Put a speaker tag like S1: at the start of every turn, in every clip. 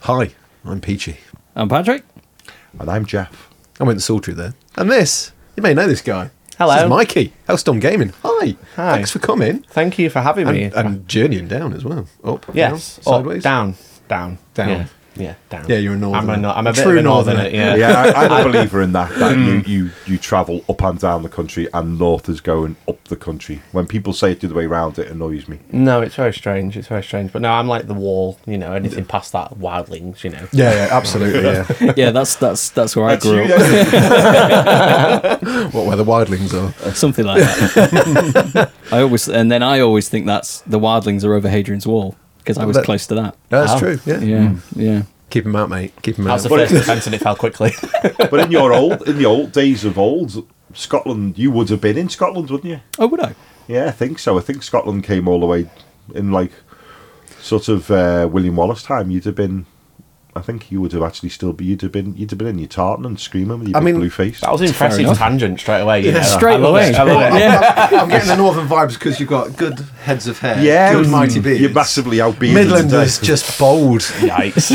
S1: Hi, I'm Peachy.
S2: I'm Patrick.
S3: And I'm Jeff.
S1: I went Sultry there. And this, you may know this guy.
S2: Hello.
S1: This is Mikey, Hellstorm Gaming. Hi.
S3: Hi.
S1: Thanks for coming.
S3: Thank you for having
S1: And,
S3: me.
S1: and journeying down as well. Up,
S3: yes,
S1: down,
S3: Or
S1: sideways.
S3: down, down,
S1: Down.
S3: Yeah, yeah, down.
S1: Yeah, you're a
S3: I'm
S1: northerner.
S3: a, no- I'm a bit
S1: True
S3: of a northerner.
S1: northerner.
S3: Yeah.
S4: Yeah, I, I'm a believer in that. That you, you you travel up and down the country, and north is going up the country. When people say it the other way round, it annoys me.
S3: No, it's very strange. It's very strange. But no, I'm like the wall. You know, anything past that, wildlings. You know.
S1: Yeah, yeah, absolutely. Yeah.
S2: Yeah, that's that's that's where I grew up.
S1: what where the wildlings are.
S2: Something like that. I always and then I always think that's the wildlings are over Hadrian's Wall because I was
S1: But-
S2: close to that.
S1: That's
S3: Oh.
S1: true. Yeah.
S2: Yeah, yeah.
S1: Keep him out, mate. Keep him
S3: That was
S1: out.
S3: the first defence, and it fell quickly.
S4: but in your old in the old days of old Scotland, you would have been in Scotland, wouldn't you?
S2: Oh, would I?
S4: Yeah, I think so. I think Scotland came all the way in like sort of uh, William Wallace time. You'd have been. I think you would have actually still be. You'd have been. You'd have been in your tartan and screaming with your
S1: I
S4: big
S1: mean,
S4: blue face.
S3: That was an impressive
S2: enough.
S3: tangent straight away. You
S1: Yeah,
S3: know?
S2: Straight
S3: I love
S2: away.
S3: It. I love it.
S2: yeah.
S1: I'm getting the northern vibes because you've got good heads of hair.
S4: yeah, Mm.
S1: Good mighty beards.
S4: You're massively outbeating
S1: Midlanders just bold.
S3: Yikes!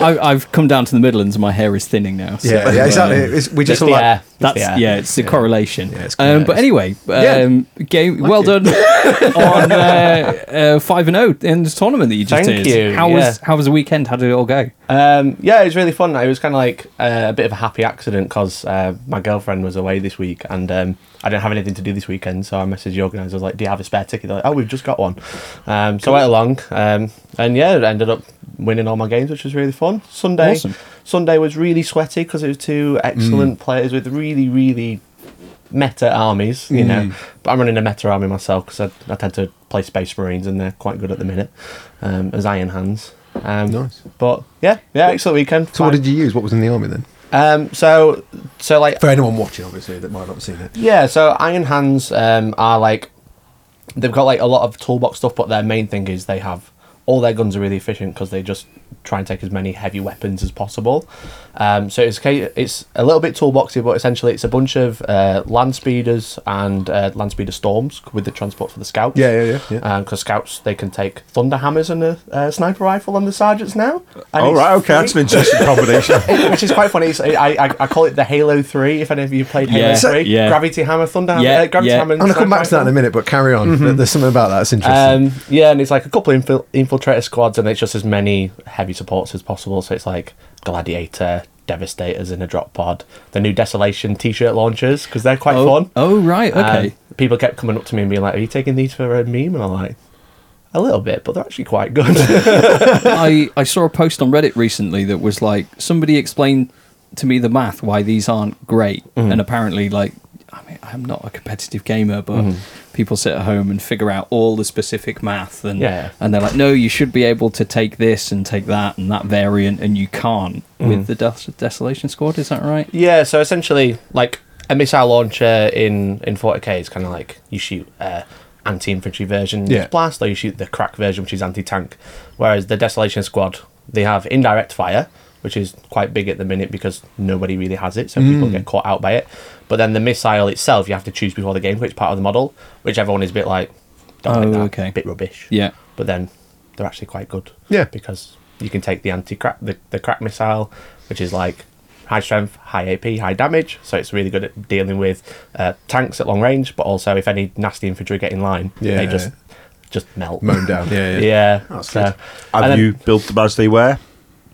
S2: I, I've come down to the Midlands and my hair is thinning now. so- um,
S1: Yeah, yeah, exactly. It's, we just
S3: Just
S1: all
S3: the
S1: like,
S3: air.
S2: That's
S3: Just
S2: yeah,
S3: the air.
S2: it's a correlation.
S1: it's
S2: um, but anyway, um, game. well
S1: you.
S2: done on uh, uh, five and zero in the tournament that you just
S3: Thank
S2: did.
S3: you,
S2: How was
S3: yeah.
S2: how was the weekend? How did it all go?
S3: Um, yeah, it was really fun. It was kind of like uh, a bit of a happy accident because uh, my girlfriend was away this week and um, I didn't have anything to do this weekend. So I messaged the organiser, I was like, Do you have a spare ticket? They're like, Oh, we've just got one. Um, so I went along um, and yeah, I ended up winning all my games, which was really fun. Sunday
S2: Awesome.
S3: Sunday was really sweaty because it was two excellent players with really, really meta armies, you know. But I'm running a meta army myself because I, I tend to play Space Marines and they're quite good at the minute um, as Iron Hands. Um,
S1: Nice.
S3: But yeah, yeah, excellent weekend.
S1: so what did you use? What was in the army then?
S3: Um, so, so like
S1: For anyone watching, obviously, that might not have seen it.
S3: yeah, so Iron Hands um, are like they've got like a lot of toolbox stuff, but their main thing is they have all their guns are really efficient because they just try and take as many heavy weapons as possible. Um, so it's ca- it's a little bit toolboxy, but essentially it's a bunch of uh, land speeders and uh, land speeder storms with the transport for the scouts.
S1: Yeah, yeah, yeah, yeah.
S3: Because scouts they can take thunder hammers and a uh, sniper rifle on the sergeants now. And
S4: All
S3: it's
S4: right, okay,
S3: free.
S4: that's an interesting combination.
S3: which is quite funny. It's, I, I I call it the Halo Three. If any of you played Halo
S2: Yeah,
S3: Three,
S2: yeah.
S3: Gravity Hammer, Thunder Hammer,
S2: Yeah,
S3: uh, Gravity
S2: yeah.
S3: Hammer.
S1: I'm going to come back to that in a minute, but carry on. There- There's something about that that's interesting.
S3: Mm-hmm. Um, yeah, and it's like a couple of infil- infiltrator squads, and it's just as many heavy supports as possible. So it's like Gladiator, Devastators in a drop pod, the new Desolation T-shirt launchers because they're quite
S2: Oh,
S3: fun.
S2: oh right,
S3: Um,
S2: okay.
S3: people kept coming up to me and being like, "Are you taking these for a meme?" And I'm like, "A little bit, but they're actually quite good."
S2: I, I saw a post on Reddit recently that was like somebody explained to me the math why these aren't great,
S3: Mm-hmm.
S2: and apparently like I mean I'm not a competitive gamer, but people sit at home and figure out all the specific math and
S3: Mm-hmm. Yeah.
S2: and they're like, no, you should be able to take this and take that and that variant, and you can't
S3: Mm-hmm.
S2: with the Des- Desolation Squad. Is that right?
S3: Yeah, so essentially, like a missile launcher in in 40k is kind of like you shoot uh, anti infantry version, which
S1: Yeah.
S3: is blast, or you shoot the crack version, which is anti tank. Whereas the Desolation Squad, they have indirect fire, which is quite big at the minute because nobody really has it, so
S2: Mm.
S3: people get caught out by it. But then the missile itself, you have to choose before the game, which part of the model, which everyone is a bit like, don't
S2: Oh,
S3: like that,
S2: okay.
S3: bit rubbish.
S2: Yeah.
S3: But then they're actually quite good.
S1: Yeah.
S3: Because you can take the anti crack the, the crack missile, which is like high strength, high AP, high damage. So it's really good at dealing with uh, tanks at long range, but also if any nasty infantry get in line,
S1: Yeah.
S3: they just just melt.
S1: Mown down. Yeah, yeah.
S3: yeah.
S1: That's
S3: so- um,
S1: good.
S4: Have
S3: and then-
S4: you built them as they were?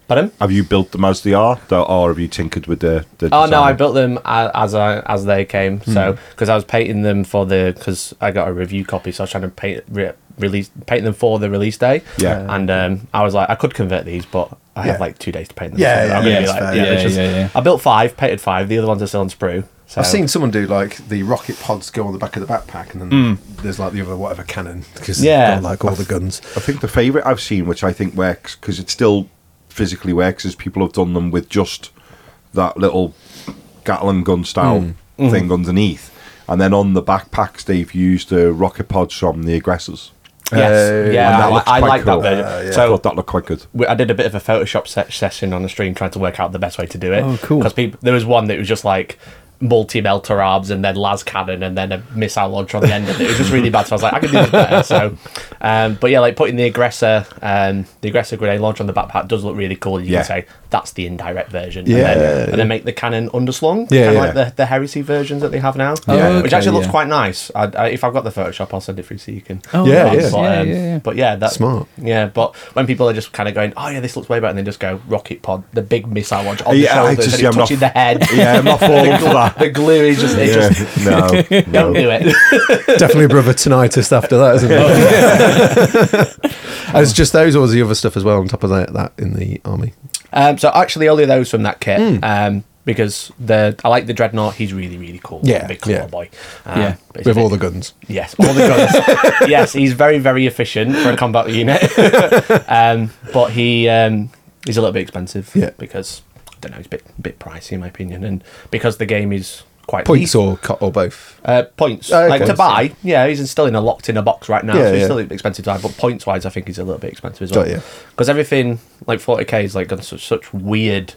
S3: Pardon?
S4: Have you built them as they are, tho- or have you tinkered with the? the
S3: Oh no,
S4: design?
S3: I built them a- as I, as they came. So because I was painting them for the because I got a review copy, so I was trying to paint re- release paint them for the release day.
S4: Yeah.
S3: and um, I was like, I could convert these, but I
S1: Yeah.
S3: have like two days to paint them.
S1: Yeah,
S3: so
S1: yeah,
S3: I'm gonna
S1: yeah,
S3: be
S1: it's
S3: like-
S1: fair.
S3: yeah,
S2: Yeah,
S3: it's just-
S2: yeah, yeah.
S3: I built five, painted five. The other ones are still on sprue. So.
S1: I've seen someone do like the rocket pods go on the back of the backpack, and then there's like the other whatever cannon because yeah, got,
S3: Hmm. Yeah.
S1: like all the guns.
S4: I think the favourite I've seen, which I think works because it still physically works, is people have done them with just that little Gatling gun style thing underneath, and then on the backpacks they've used the rocket pods from the aggressors.
S3: Yes,
S1: Uh,
S4: and
S3: yeah,
S4: that looks
S3: I, I
S4: quite
S3: like
S4: cool.
S3: that version.
S1: Uh, yeah.
S4: I
S3: So
S4: thought that looked quite good.
S3: we, I did a bit of a Photoshop se- session on the stream trying to work out the best way to do it.
S2: Oh, cool.
S3: Because people, there was one that was just like multi melter arms and then las cannon and then a missile launcher on the end of it. It was just really bad. So I was like, I can do this better. So, um, but yeah, like putting the aggressor, um, the aggressor grenade launcher on the backpack does look really cool. You
S4: Yeah.
S3: can say that's the indirect version.
S1: Yeah.
S3: and then, and then make the cannon
S1: Yeah,
S3: underslung, kind
S1: yeah.
S3: of like the, the heresy versions that they have now,
S2: Yeah.
S3: which
S2: okay,
S3: actually looks
S2: yeah.
S3: quite nice. I, I, if I've got the Photoshop, I'll send it through so you can.
S2: Oh,
S1: Yeah,
S2: nice.
S1: yeah.
S3: But,
S2: yeah,
S3: um,
S2: yeah, yeah.
S3: but yeah, that's
S1: Smart.
S3: Yeah, but when people are just kind of going, oh yeah, this looks way better, and they just go rocket pod, the big missile launch on
S4: Yeah, I
S3: the
S4: just-
S3: shoulders, and
S4: yeah,
S3: it
S4: I'm not-
S3: touching the head.
S4: Yeah, I'm not falling for that.
S3: The glue is just, it just
S4: Yeah, no, no.
S3: don't do it.
S1: Definitely a brother tinnitus after that, isn't it? It's just those, or was the other stuff as well on top of that, that in the army?
S3: Um, so actually, only those from that kit.
S4: Hmm.
S3: Um, because the I like the dreadnought. He's really really cool.
S1: Yeah,
S3: big
S1: yeah.
S3: colour boy.
S2: Yeah.
S3: but he's
S1: With
S3: a
S1: all
S3: bit-
S1: the guns.
S3: yes, all the guns. yes, he's very very efficient for a combat unit. um, but he um, he's a little bit expensive.
S1: Yeah.
S3: because I don't know, he's a bit bit pricey in my opinion, and because the game is quite
S1: Points
S3: lethal-
S1: or co- or both.
S3: uh, points
S1: Oh, okay.
S3: like to buy. Yeah, he's in- still in a locked in a box right now,
S1: Yeah,
S3: so he's
S1: yeah.
S3: still expensive to buy. But points wise, I think he's a little bit expensive as
S1: Got
S3: well.
S1: you.
S3: Because everything like 40k is like got such, such weird.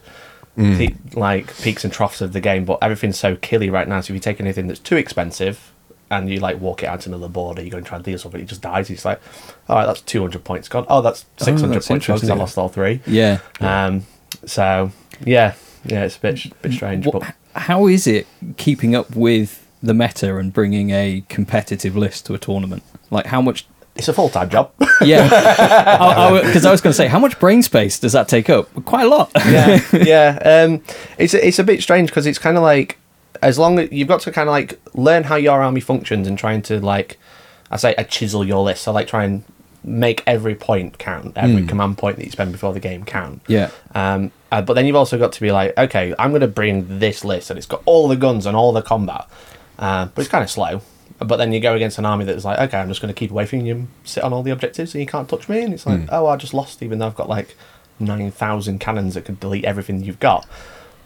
S3: pe- like peaks and troughs of the game, but everything's so killy right now. So if you take anything that's too expensive and you like walk it out to another border, you go and try and deal something, it just dies. It's like, all right, that's 200 points gone. Oh, that's 600
S2: that's
S3: points gone 'cause
S2: interesting.
S3: I lost all three.
S2: Yeah.
S3: Um, so yeah, yeah, it's a bit, bit strange.
S2: Wha-
S3: but
S2: how is it keeping up with the meta and bringing a competitive list to a tournament? Like, how much?
S3: it's a full time job.
S2: Yeah, because I, was going to say, how much brain space does that take up? Quite a lot.
S3: yeah, yeah. Um, it's a- it's a bit strange because it's kind of like as long as you've got to kind of like learn how your army functions and trying to like I say I chisel your list. So like try and make every point count, every command point that you spend before the game count.
S2: Yeah.
S3: Um, uh, but then you've also got to be like, okay, I'm going to bring this list and it's got all the guns and all the combat, uh, but it's kind of slow. But then you go against an army that's like, okay, I'm just going to keep away from you, and sit on all the objectives, and you can't touch me. And it's like, oh, I just lost, even though I've got like nine thousand cannons that could delete everything you've got.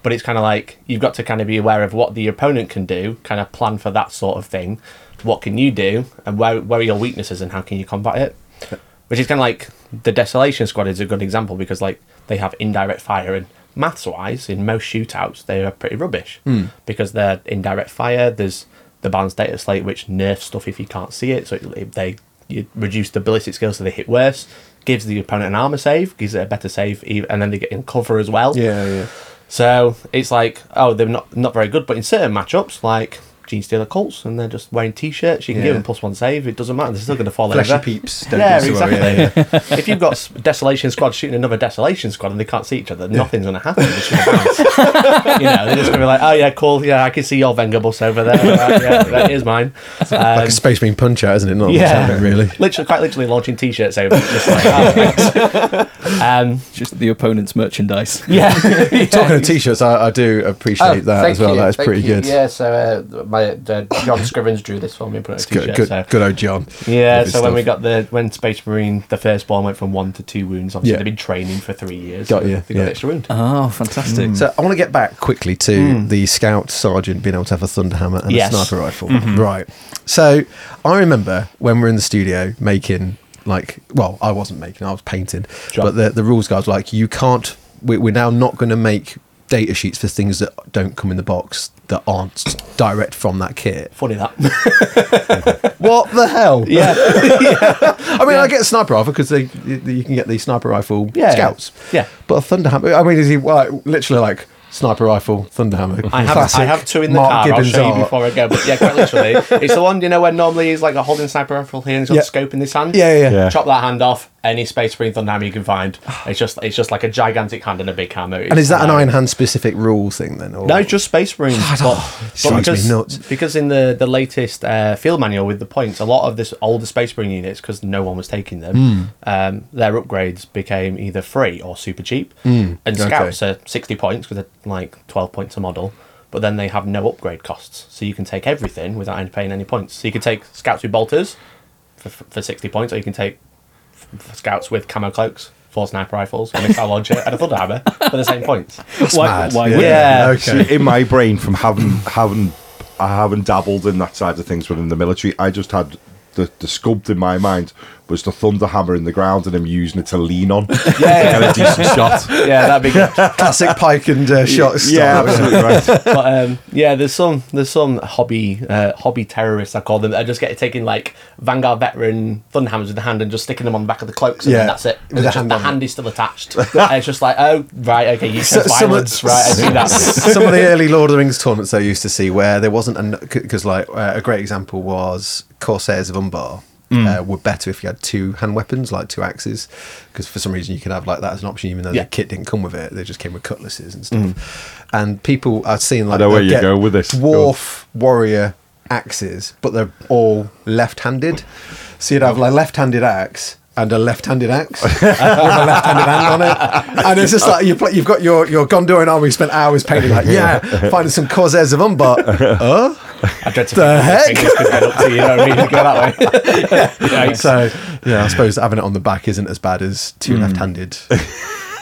S3: But it's kind of like you've got to kind of be aware of what the opponent can do, kind of plan for that sort of thing. What can you do, and where where are your weaknesses, and how can you combat it? which is kind of like the desolation squad is a good example because like they have indirect fire and maths wise in most shootouts they are pretty rubbish
S1: Hmm.
S3: because they're indirect fire there's the balanced data slate which nerfs stuff if you can't see it so it, it- they you reduce the ballistic skills so they hit worse gives the opponent an armor save gives it a better save e- and then they get in cover as well
S1: yeah.
S3: so it's like, oh, they're not not very good. But in certain matchups, like Gene Steeler Colts, and they're just wearing t-shirts, you can give
S1: Yeah.
S3: them plus one save. It doesn't matter. They're still going to fall
S1: Flashy
S3: over.
S1: peeps, don't
S3: Yeah,
S1: get
S3: exactly.
S1: so well,
S3: if you've got s- Desolation Squad shooting another Desolation Squad and they can't see each other, nothing's going to happen. They're just gonna bounce. you know, they're just going to be like, oh yeah, cool. Yeah, I can see your Venga bus over there. Right, yeah, that is mine.
S1: Like
S3: Um,
S1: a space marine punch out, isn't it? Not
S3: Yeah.
S1: yeah. really.
S3: literally, quite literally launching t-shirts over. Just like, oh, thanks. um,
S2: Just the opponent's merchandise.
S3: yeah.
S1: Talking of t-shirts, I, I do appreciate
S3: Oh,
S1: that
S3: thank
S1: as well.
S3: you,
S1: That is
S3: thank
S1: pretty
S3: you.
S1: good.
S3: Yeah, so uh, my uh, John Scrivens drew this for me and put it on a
S1: Good,
S3: t-shirt.
S1: good,
S3: so.
S1: good old John.
S3: Yeah,
S1: Lovely
S3: so when we
S1: stuff.
S3: got the when Space Marine the firstborn went from one to two wounds. Obviously,
S1: Yeah.
S3: they've been training for three years.
S1: Got
S3: so
S1: you,
S3: They got
S1: yeah.
S3: an extra wound.
S2: Oh, fantastic.
S1: So I want to get back quickly to the scout sergeant being able to have a thunderhammer and
S3: Hmm. Yes. Mm-hmm.
S1: a sniper rifle. Right. So I remember when we were in the studio making like well, I wasn't making, I was painting.
S3: Sure.
S1: But the the rules guys were like you can't we, we're now not going to make data sheets for things that don't come in the box that aren't direct from that kit.
S3: Funny that.
S1: What the hell?
S3: yeah.
S1: I mean, I get a sniper rifle because they you, you can get the sniper rifle
S3: Yeah.
S1: scouts.
S3: Yeah.
S1: but a thunderhammer. I mean, is he like literally like sniper rifle thunderhammer?
S3: I have, I have two in the
S1: Mark
S3: car.
S1: Gibbons
S3: I'll show
S1: art.
S3: you before I go. But yeah, quite literally, it's the one you know where normally he's like a holding sniper rifle here and he's got
S1: Yeah.
S3: a scope in his hand.
S1: Yeah, yeah, yeah.
S4: Yeah.
S3: Chop that hand off. Any Space Marine Thunderhammer you can find. It's just it's just like a gigantic hand and a big hammer. uh,
S1: And is that an Iron Hand specific rule thing then? Or? oh,
S3: No, it's just space marines. But, but
S1: drives me
S3: because,
S1: nuts.
S3: because in the the latest uh, field manual with the points, a lot of this older space marine units, because no one was taking them,
S1: Hmm.
S3: um, their upgrades became either free or super cheap. And
S1: Hmm. okay.
S3: scouts are sixty points because they're like twelve points a model. But then they have no upgrade costs, so you can take everything without any- paying any points. So you can take scouts with bolters for, for sixty points, or you can take f- f- scouts with camo cloaks, four sniper rifles, a missile launcher, and a thunder hammer for the same points.
S2: why
S1: mad.
S2: why
S1: Yeah.
S2: would-
S3: Yeah.
S1: Okay.
S4: See, in my brain from having having I haven't dabbled in that side of things within the military. I just had the, the sculpt in my mind was to thunder hammer in the ground and him using it to lean on to
S3: Yeah,
S4: get a decent shot.
S3: yeah, that'd be good.
S1: Classic pike and uh, shot style.
S4: Yeah, absolutely right.
S3: but um, yeah, there's some there's some hobby uh, hobby terrorists I call them that just get taking like Vanguard veteran thunderhammers with the hand and just sticking them on the back of the cloaks and
S1: Yeah,
S3: then that's it.
S1: with
S3: And
S1: the
S3: it's just,
S1: hand
S3: the
S1: on
S3: hand is still attached. and it's just like oh right okay you said
S1: some of-
S3: violence right I see that.
S1: some of the early Lord of the Rings tournaments I used to see where there wasn't because like uh, a great example was Corsairs of Umbar.
S3: Mm.
S1: Uh, were better if you had two hand weapons, like two axes, because for some reason you could have like that as an option, even though
S3: Yeah. Mm.
S1: the kit didn't come with it. They just came with cutlasses and stuff. And people I've seen like
S4: know where
S1: they'll
S4: you
S1: get
S4: go with this.
S1: dwarf warrior axes, but they're all left-handed. So you'd have like left-handed axe and a left-handed axe with a left-handed hand on it, and it's just like you play, you've got your your Gondorian army. Spent hours painting like yeah, finding some Corsairs of Umbar. Oh,
S3: I dread to
S1: The heck?
S3: think fingers could head up to you, you know what I mean? Go that way. Yikes.
S1: so yeah, I suppose having it on the back isn't as bad as two
S4: Hmm.
S1: left-handed.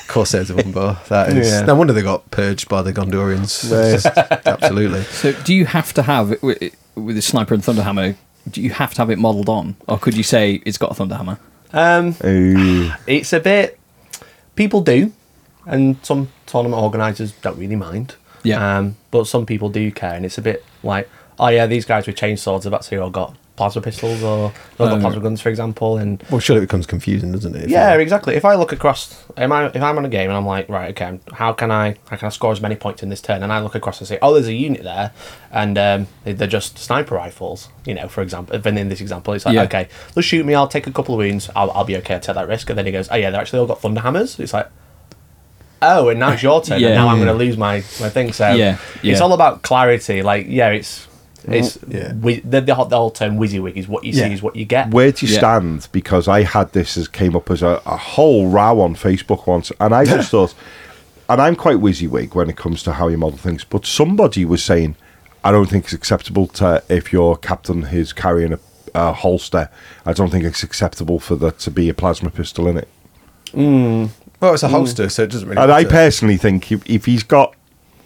S1: Corsairs of Umbar. That is
S3: Yeah.
S1: no wonder they got purged by the Gondorians. It's just- absolutely.
S2: So, do you have to have it with, with the sniper and thunderhammer? Do you have to have it modelled on, or could you say it's got a thunderhammer?
S3: Um,
S4: Ooh.
S3: it's a bit people do, and some tournament organisers don't really mind.
S2: Yeah.
S3: Um, but some people do care, and it's a bit like, oh yeah, these guys with chainswords have actually all got plasma pistols or they've all got
S2: Oh,
S3: plasma
S2: right.
S3: guns, for example, and
S1: Well, surely it becomes confusing, doesn't it? if
S3: yeah,
S1: you-
S3: exactly. If I look across, am I, if I'm on a game and I'm like, right, okay, how can I how can I score as many points in this turn? And I look across and say, oh, there's a unit there, and um, they- they're just sniper rifles, you know, for example. Then in this example, it's like,
S2: Yeah.
S3: okay, they'll shoot me, I'll take a couple of wounds, I'll, I'll be okay, I'll take that risk. And then he goes, oh yeah, they're actually all got thunder hammers. It's like, oh, and now it's your turn,
S2: Yeah.
S3: and now I'm going to lose my, my thing. So
S2: Yeah, yeah. Mm,
S3: it's all about clarity. Like, yeah, it's. It's
S1: Yeah.
S3: wi- the, the, whole- the whole term WYSIWYG is what you
S1: Yeah.
S3: see is what you get.
S4: Where do you
S2: Yeah.
S4: stand? Because I had this as came up as a, a whole row on Facebook once, and I just thought, and I'm quite WYSIWYG when it comes to how you model things, but somebody was saying, I don't think it's acceptable to if your captain is carrying a, a holster. I don't think it's acceptable for there to be a plasma pistol in it.
S1: Well,
S4: Mm.
S1: it's a holster, so it doesn't really.
S4: And I
S1: matter.
S4: personally think if, if he's got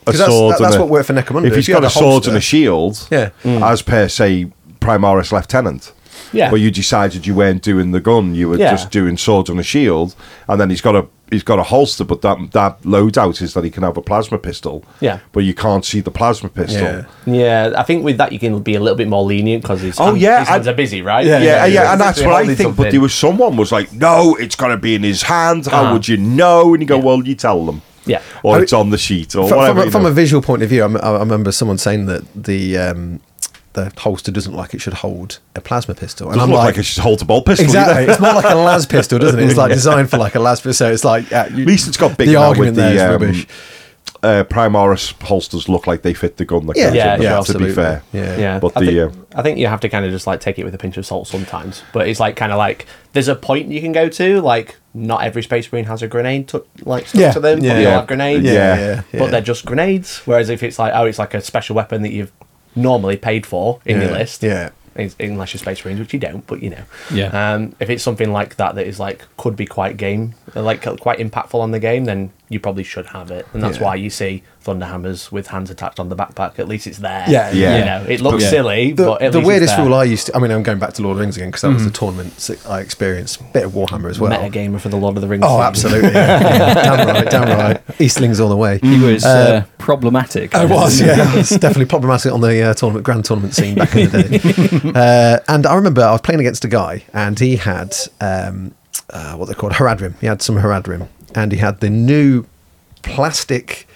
S4: a
S1: 'Cause that's-
S4: sword,
S1: that- that's
S4: and a,
S1: what worked for Necromunda.
S4: If
S1: If
S4: he's
S1: you
S4: got
S1: had a
S4: a sword and
S1: holster-
S4: a shield,
S1: Yeah. Mm.
S4: as per se Primaris Lieutenant.
S3: Yeah.
S4: But you decided you weren't doing the gun; you were
S3: Yeah.
S4: just doing sword and a shield. And then he's got a he's got a holster, but that that loadout is that he can have a plasma pistol.
S3: Yeah.
S4: But you can't see the plasma pistol.
S1: Yeah.
S3: Yeah, I think with that you can be a little bit more lenient because his,
S4: Oh,
S3: hand-
S4: yeah,
S3: his hands
S4: I-
S3: are busy, right?
S4: Yeah,
S1: yeah,
S4: yeah,
S1: yeah.
S4: and that's what I think.
S3: Holding
S4: But there
S3: something.
S4: was someone was like, "No, it's got to be in his hand. How
S3: Ah.
S4: would you know?" And you go, "Well, you tell them."
S3: Yeah.
S4: Or
S1: I-
S4: it's on the sheet, or
S1: From,
S4: whatever.
S1: from,
S4: you
S1: a, from
S4: know.
S1: a visual point of view, I, m- I remember someone saying that the um, the holster doesn't like it should hold a plasma pistol, and
S4: Doesn't
S1: I'm
S4: look like,
S1: like,
S4: a sh- holter bolt pistol.
S1: exactly.
S4: either.
S1: it's more like a las pistol, doesn't it? It's like designed for like a las pistol. So it's like uh, you-
S4: At least it's got big
S1: The
S4: now
S1: argument
S4: with the,
S1: there is
S4: um,
S1: rubbish.
S4: Uh, Primaris holsters look like they fit the gun. That
S1: Yeah,
S4: goes
S3: yeah,
S4: in there,
S3: yeah,
S4: To
S1: absolutely.
S4: be fair,
S1: Yeah.
S3: Yeah,
S4: But
S3: I
S4: the
S3: think,
S4: uh,
S3: I think you have to kind of just like take it with a pinch of salt sometimes. But it's like kind of like there's a point you can go to. Like not every Space Marine has a grenade to, like stuck
S1: Yeah,
S3: to them.
S1: yeah,
S3: but they
S1: yeah.
S3: all have grenades.
S1: yeah,
S4: Yeah.
S1: yeah, yeah,
S3: but they're just grenades. Whereas if it's like oh, it's like a special weapon that you've normally paid for in your
S1: Yeah,
S3: list.
S1: yeah.
S3: It's- Unless you're Space Marines, which you don't, but you know.
S2: Yeah.
S1: Uh,
S3: Um, if it's something like that that is like could be quite game, uh, like quite impactful on the game, then you probably should have it, and that's
S1: Yeah.
S3: why you see thunderhammers with hands attached on the backpack. At least it's there.
S1: Yeah,
S4: yeah.
S3: You know, it looks
S2: Yeah.
S3: silly,
S1: the,
S3: but at
S1: the
S3: least
S1: weirdest
S3: it's there. Mm.
S1: rule I used to, I mean, I'm going back to Lord of the Rings again because that was the tournament s- I experienced. Bit of Warhammer as well.
S3: meta gamer for the Lord of the Rings.
S1: Oh,
S3: thing.
S1: absolutely. damn right, damn right. Eastlings all the way.
S3: Mm.
S2: It was uh, problematic.
S1: I was, yeah. it's definitely problematic on the uh, tournament, grand tournament scene back in the day. uh, and I remember I was playing against a guy, and he had um, uh, what they called Haradrim. He had some Haradrim, and he had the new plastic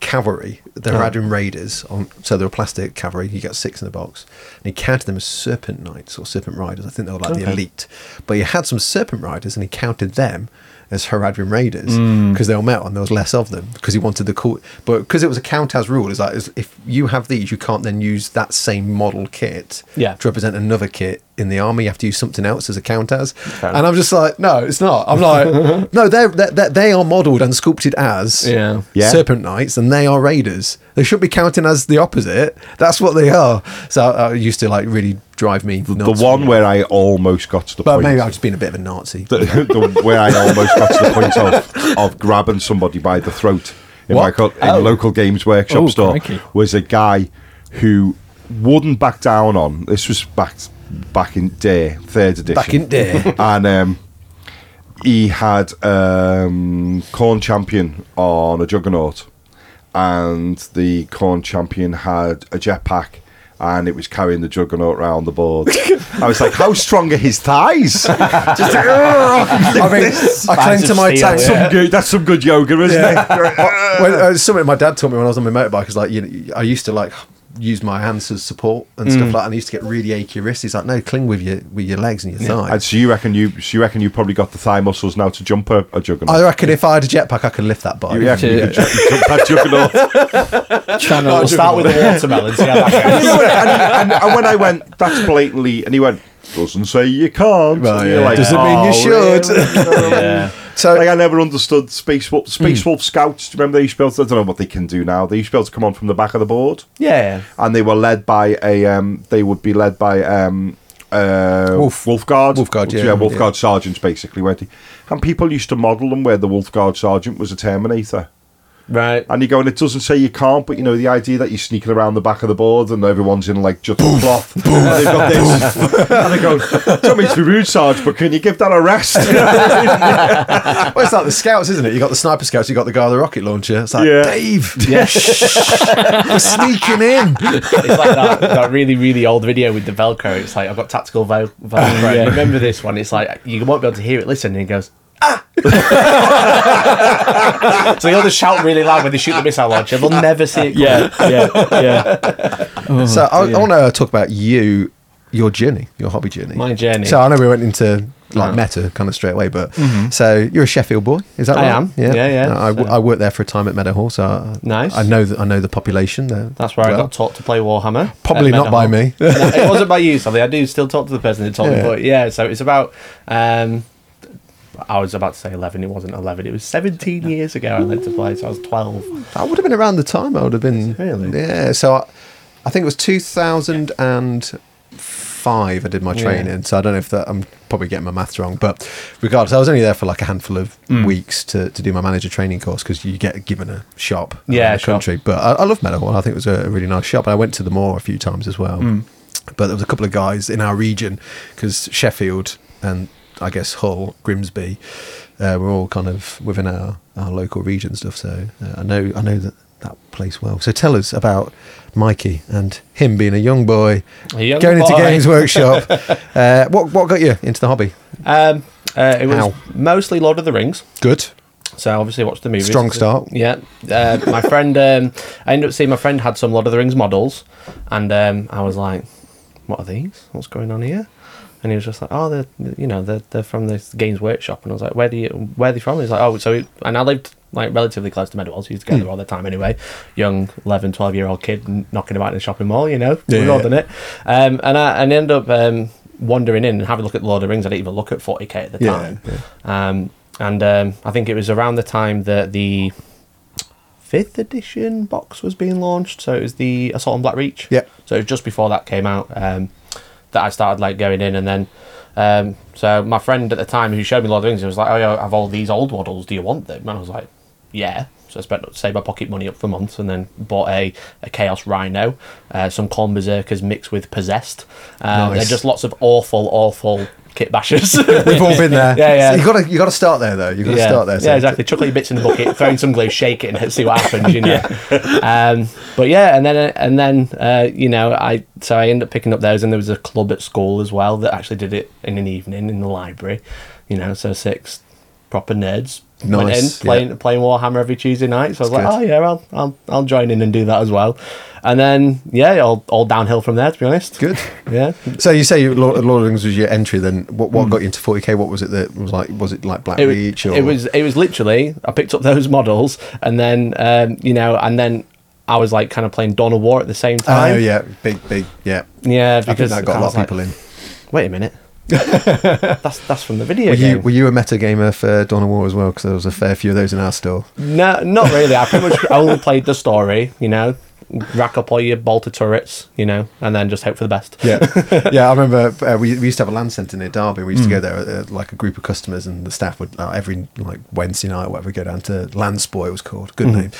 S1: cavalry, the Haradrim Raiders. On, so they were plastic cavalry. You got six in the box, and he counted them as Serpent Knights or Serpent Riders. I think they were like the
S3: Okay.
S1: elite. But he had some Serpent Riders, and he counted them. As Haradrim Raiders
S3: Mm.
S1: because they were metal and there was less of them because he wanted the cool, but because it was a count as rule, it's like it's- if you have these, you can't then use that same model kit
S3: Yeah.
S1: to represent another kit in the army. You have to use something else as a count as. And I'm just like, no, it's not. I'm like, no, they're, they're, they're- they are modelled and sculpted as
S3: Yeah.
S4: Yeah.
S1: serpent knights and they are raiders. They should be counting as the opposite. That's what they are. So I, I used to like really drive me
S4: the
S1: nuts.
S4: one where I almost got to the
S1: But
S4: point.
S1: maybe I've just been a bit of a Nazi.
S4: the, the, where I almost got to the point of, of grabbing somebody by the throat in my
S1: What? Oh.
S4: co- in local games workshop
S2: Oh,
S4: store
S2: crikey.
S4: was a guy who wouldn't back down on. This was back back in day, third edition.
S1: Back in day.
S4: and um, he had um, Corn Champion on a Juggernaut, and the Corn Champion had a jetpack. And it was carrying the juggernaut round the board. I was like, "How strong are his thighs?" Just like, "Ugh, I can lift this."
S1: I claim
S3: Bands
S1: to
S3: of
S1: my
S3: steel,
S1: tank.
S4: Some good, that's some good yoga, isn't it?
S1: Well, uh, something my dad taught me when I was on my motorbike is like, you know, I used to like use my hands as support and stuff like that. And I used to get really achy wrists. He's like, no, cling with your with your legs and your
S4: and
S1: thighs.
S4: so you reckon you, so you reckon you probably got the thigh muscles now to jump a, a juggernaut.
S1: I reckon if I had a jetpack, I could lift that bike.
S4: you reckon you
S2: Yeah.
S4: could ju- jump that juggernaut?
S3: We'll
S2: Channel.
S3: start with the watermelon. See how that goes.
S4: and, he went- and- and- and when I went, that's blatantly, and he went, doesn't say you can't.
S1: Right,
S4: And you're "Oh,
S1: yeah. Doesn't mean you should."
S4: really?
S3: Yeah.
S1: So
S4: like I never understood Space Wolf, Space Wolf Scouts. Do you remember they used to be able to, I don't know what they can do now. They used to be able to come on from the back of the board,
S3: Yeah.
S4: and they were led by a. Um, they would be led by um, uh,
S1: Wolf.
S4: Wolfguard.
S1: Wolfguard, yeah,
S4: yeah, Wolfguard
S1: yeah.
S4: sergeants basically, weren't they? And people used to model them where the Wolfguard sergeant was a Terminator.
S3: Right.
S4: And you go, and it doesn't say you can't, but you know, the idea that you're sneaking around the back of the board and everyone's in like just cloth. and they've got this. and they go, Don't mean to be rude, Sarge, but can you give that a rest?
S1: well, it's like the scouts, isn't it? You got the sniper scouts, you got the guy with the rocket launcher. It's like
S4: Yeah.
S1: Dave, yeah. we're sneaking in.
S3: It's like that, that really, really old video with the Velcro. It's like, I've got tactical vel-
S1: Oh,
S3: Velcro. Remember this one? It's like, you won't be able to hear it. Listen, and he goes, ah! so he'll just shout really loud when they shoot the missile launcher. They'll never see it.
S2: Yeah, yeah, yeah.
S1: so I, I
S2: dear.
S1: want to talk about you, your journey, your hobby journey,
S3: My journey.
S1: So I know we went into like
S3: Oh.
S1: meta kind of straight away, but so you're a Sheffield boy, is that
S3: Mm-hmm. I
S1: right?
S3: am. Yeah, yeah,
S1: No, I, w-
S3: so-
S1: I worked there for a time at Meadowhall, so I,
S3: Nice.
S1: I know that I know the population there.
S3: That's where I
S1: well.
S3: got taught to play Warhammer.
S1: Probably
S3: at
S1: not by
S3: Menahall.
S1: me.
S3: No, it wasn't by you, something. I do still talk to the person who told
S1: Yeah.
S3: me, but yeah, so it's about. Um, I was about to say 11, it wasn't 11, it was 17 years ago I learned to play, so I was 12.
S1: I would have been around the time. I would have been
S3: Really?
S1: yeah. So I, I think it was two thousand and five. I did my
S3: Yeah.
S1: training, so I don't know if that I'm probably getting my maths wrong, but regardless, I was only there for like a handful of
S3: Mm.
S1: weeks to, to do my manager training course because you get given a shop around
S3: Yeah,
S1: uh, the
S3: shop.
S1: country. But I, I love Meadowhall. I think it was a really nice shop, and I went to the Moor a few times as well.
S3: Mm.
S1: But there was a couple of guys in our region because Sheffield and I guess Hull, Grimsby, uh, we're all kind of within our, our local region stuff. So uh, I know I know that that place well. So tell us about Mikey and him being a young boy,
S3: A young
S1: going into
S3: boy.
S1: Games Workshop. uh, what what got you into the hobby?
S3: Um, uh, it was
S1: Ow.
S3: mostly Lord of the Rings.
S1: Good.
S3: So obviously, I watched the movie.
S1: Strong start.
S3: Yeah, uh, my friend. Um, I ended up seeing my friend had some Lord of the Rings models, and um, I was like, "What are these? What's going on here?" And he was just like, "Oh, they're you know they're, they're from this Games Workshop." And I was like, "Where do you where are they from?" He's like, "Oh, so it, and I lived like relatively close to Meadowall, so we used
S1: Hmm.
S3: to go there all the time anyway. Young 11, 12 year old kid n- knocking about in a shopping mall, you know,
S1: Yeah,
S3: we've all
S1: yeah.
S3: done it. Um, and I and I ended up um, wandering in and having a look at Lord of the Rings. I didn't even look at 40k at the
S1: Yeah,
S3: time. Um, and um, I think it was around the time that the fifth edition box was being launched. So it was the Assault on Black Reach.
S1: Yep.
S3: So it was just before that came out um, that I started like going in, and then um, so my friend at the time who showed me a lot of things, he was like, "Oh, yeah, I have all these old models. Do you want them?" And I was like, "Yeah." So I spent saved my pocket money up for months, and then bought a, a Chaos Rhino, uh, some Corn Berserkers mixed with Possessed. Uh,
S1: Nice.
S3: They're just lots of awful, awful kit bashers.
S1: We've all been there.
S3: Yeah, yeah.
S1: So you got to you got to start there though. You got to
S3: yeah.
S1: start there.
S3: Yeah, exactly. Chuckle your bits in the bucket, throwing some glue, shake it, and see what happens. You know. Um, but yeah, and then and then uh, you know I so I ended up picking up those, and there was a club at school as well that actually did it in an evening in the library. You know, so six proper nerds. Went in
S1: Nice,
S3: playing
S1: yeah.
S3: playing Warhammer every Tuesday night, so I was
S1: That's
S3: like,
S1: good.
S3: oh yeah, I'll, I'll I'll join in and do that as well, and then yeah, all, all downhill from there. To be honest,
S1: Good.
S3: yeah,
S1: So you say you- Lord, Lord of the Rings was your entry. Then what what got you into 40k? What was it that was like? Was it like Black
S3: Hmm. it,
S1: Reach? Or
S3: it was it was literally I picked up those models and then um, you know and then I was like kind of playing Dawn of War at the same
S1: Oh
S3: time.
S1: yeah, big big yeah.
S3: yeah.
S1: I think
S3: Because
S1: that got a
S3: I
S1: lot
S3: was
S1: of people
S3: like,
S1: in.
S3: Wait a minute, that's that's from the video
S1: Were
S3: game.
S1: you, were you a metagamer for Dawn of War as well? Because there was a fair few of those in our store.
S3: No, not really. I pretty much only played the story. You know, rack up all your bolter turrets, you know, and then just hope for the best.
S1: yeah, yeah. I remember uh, we, we used to have a land centre near Derby. We used to go there uh, like a group of customers, and the staff would uh, every like Wednesday night, or whatever, go down to Landsport. It was called good name,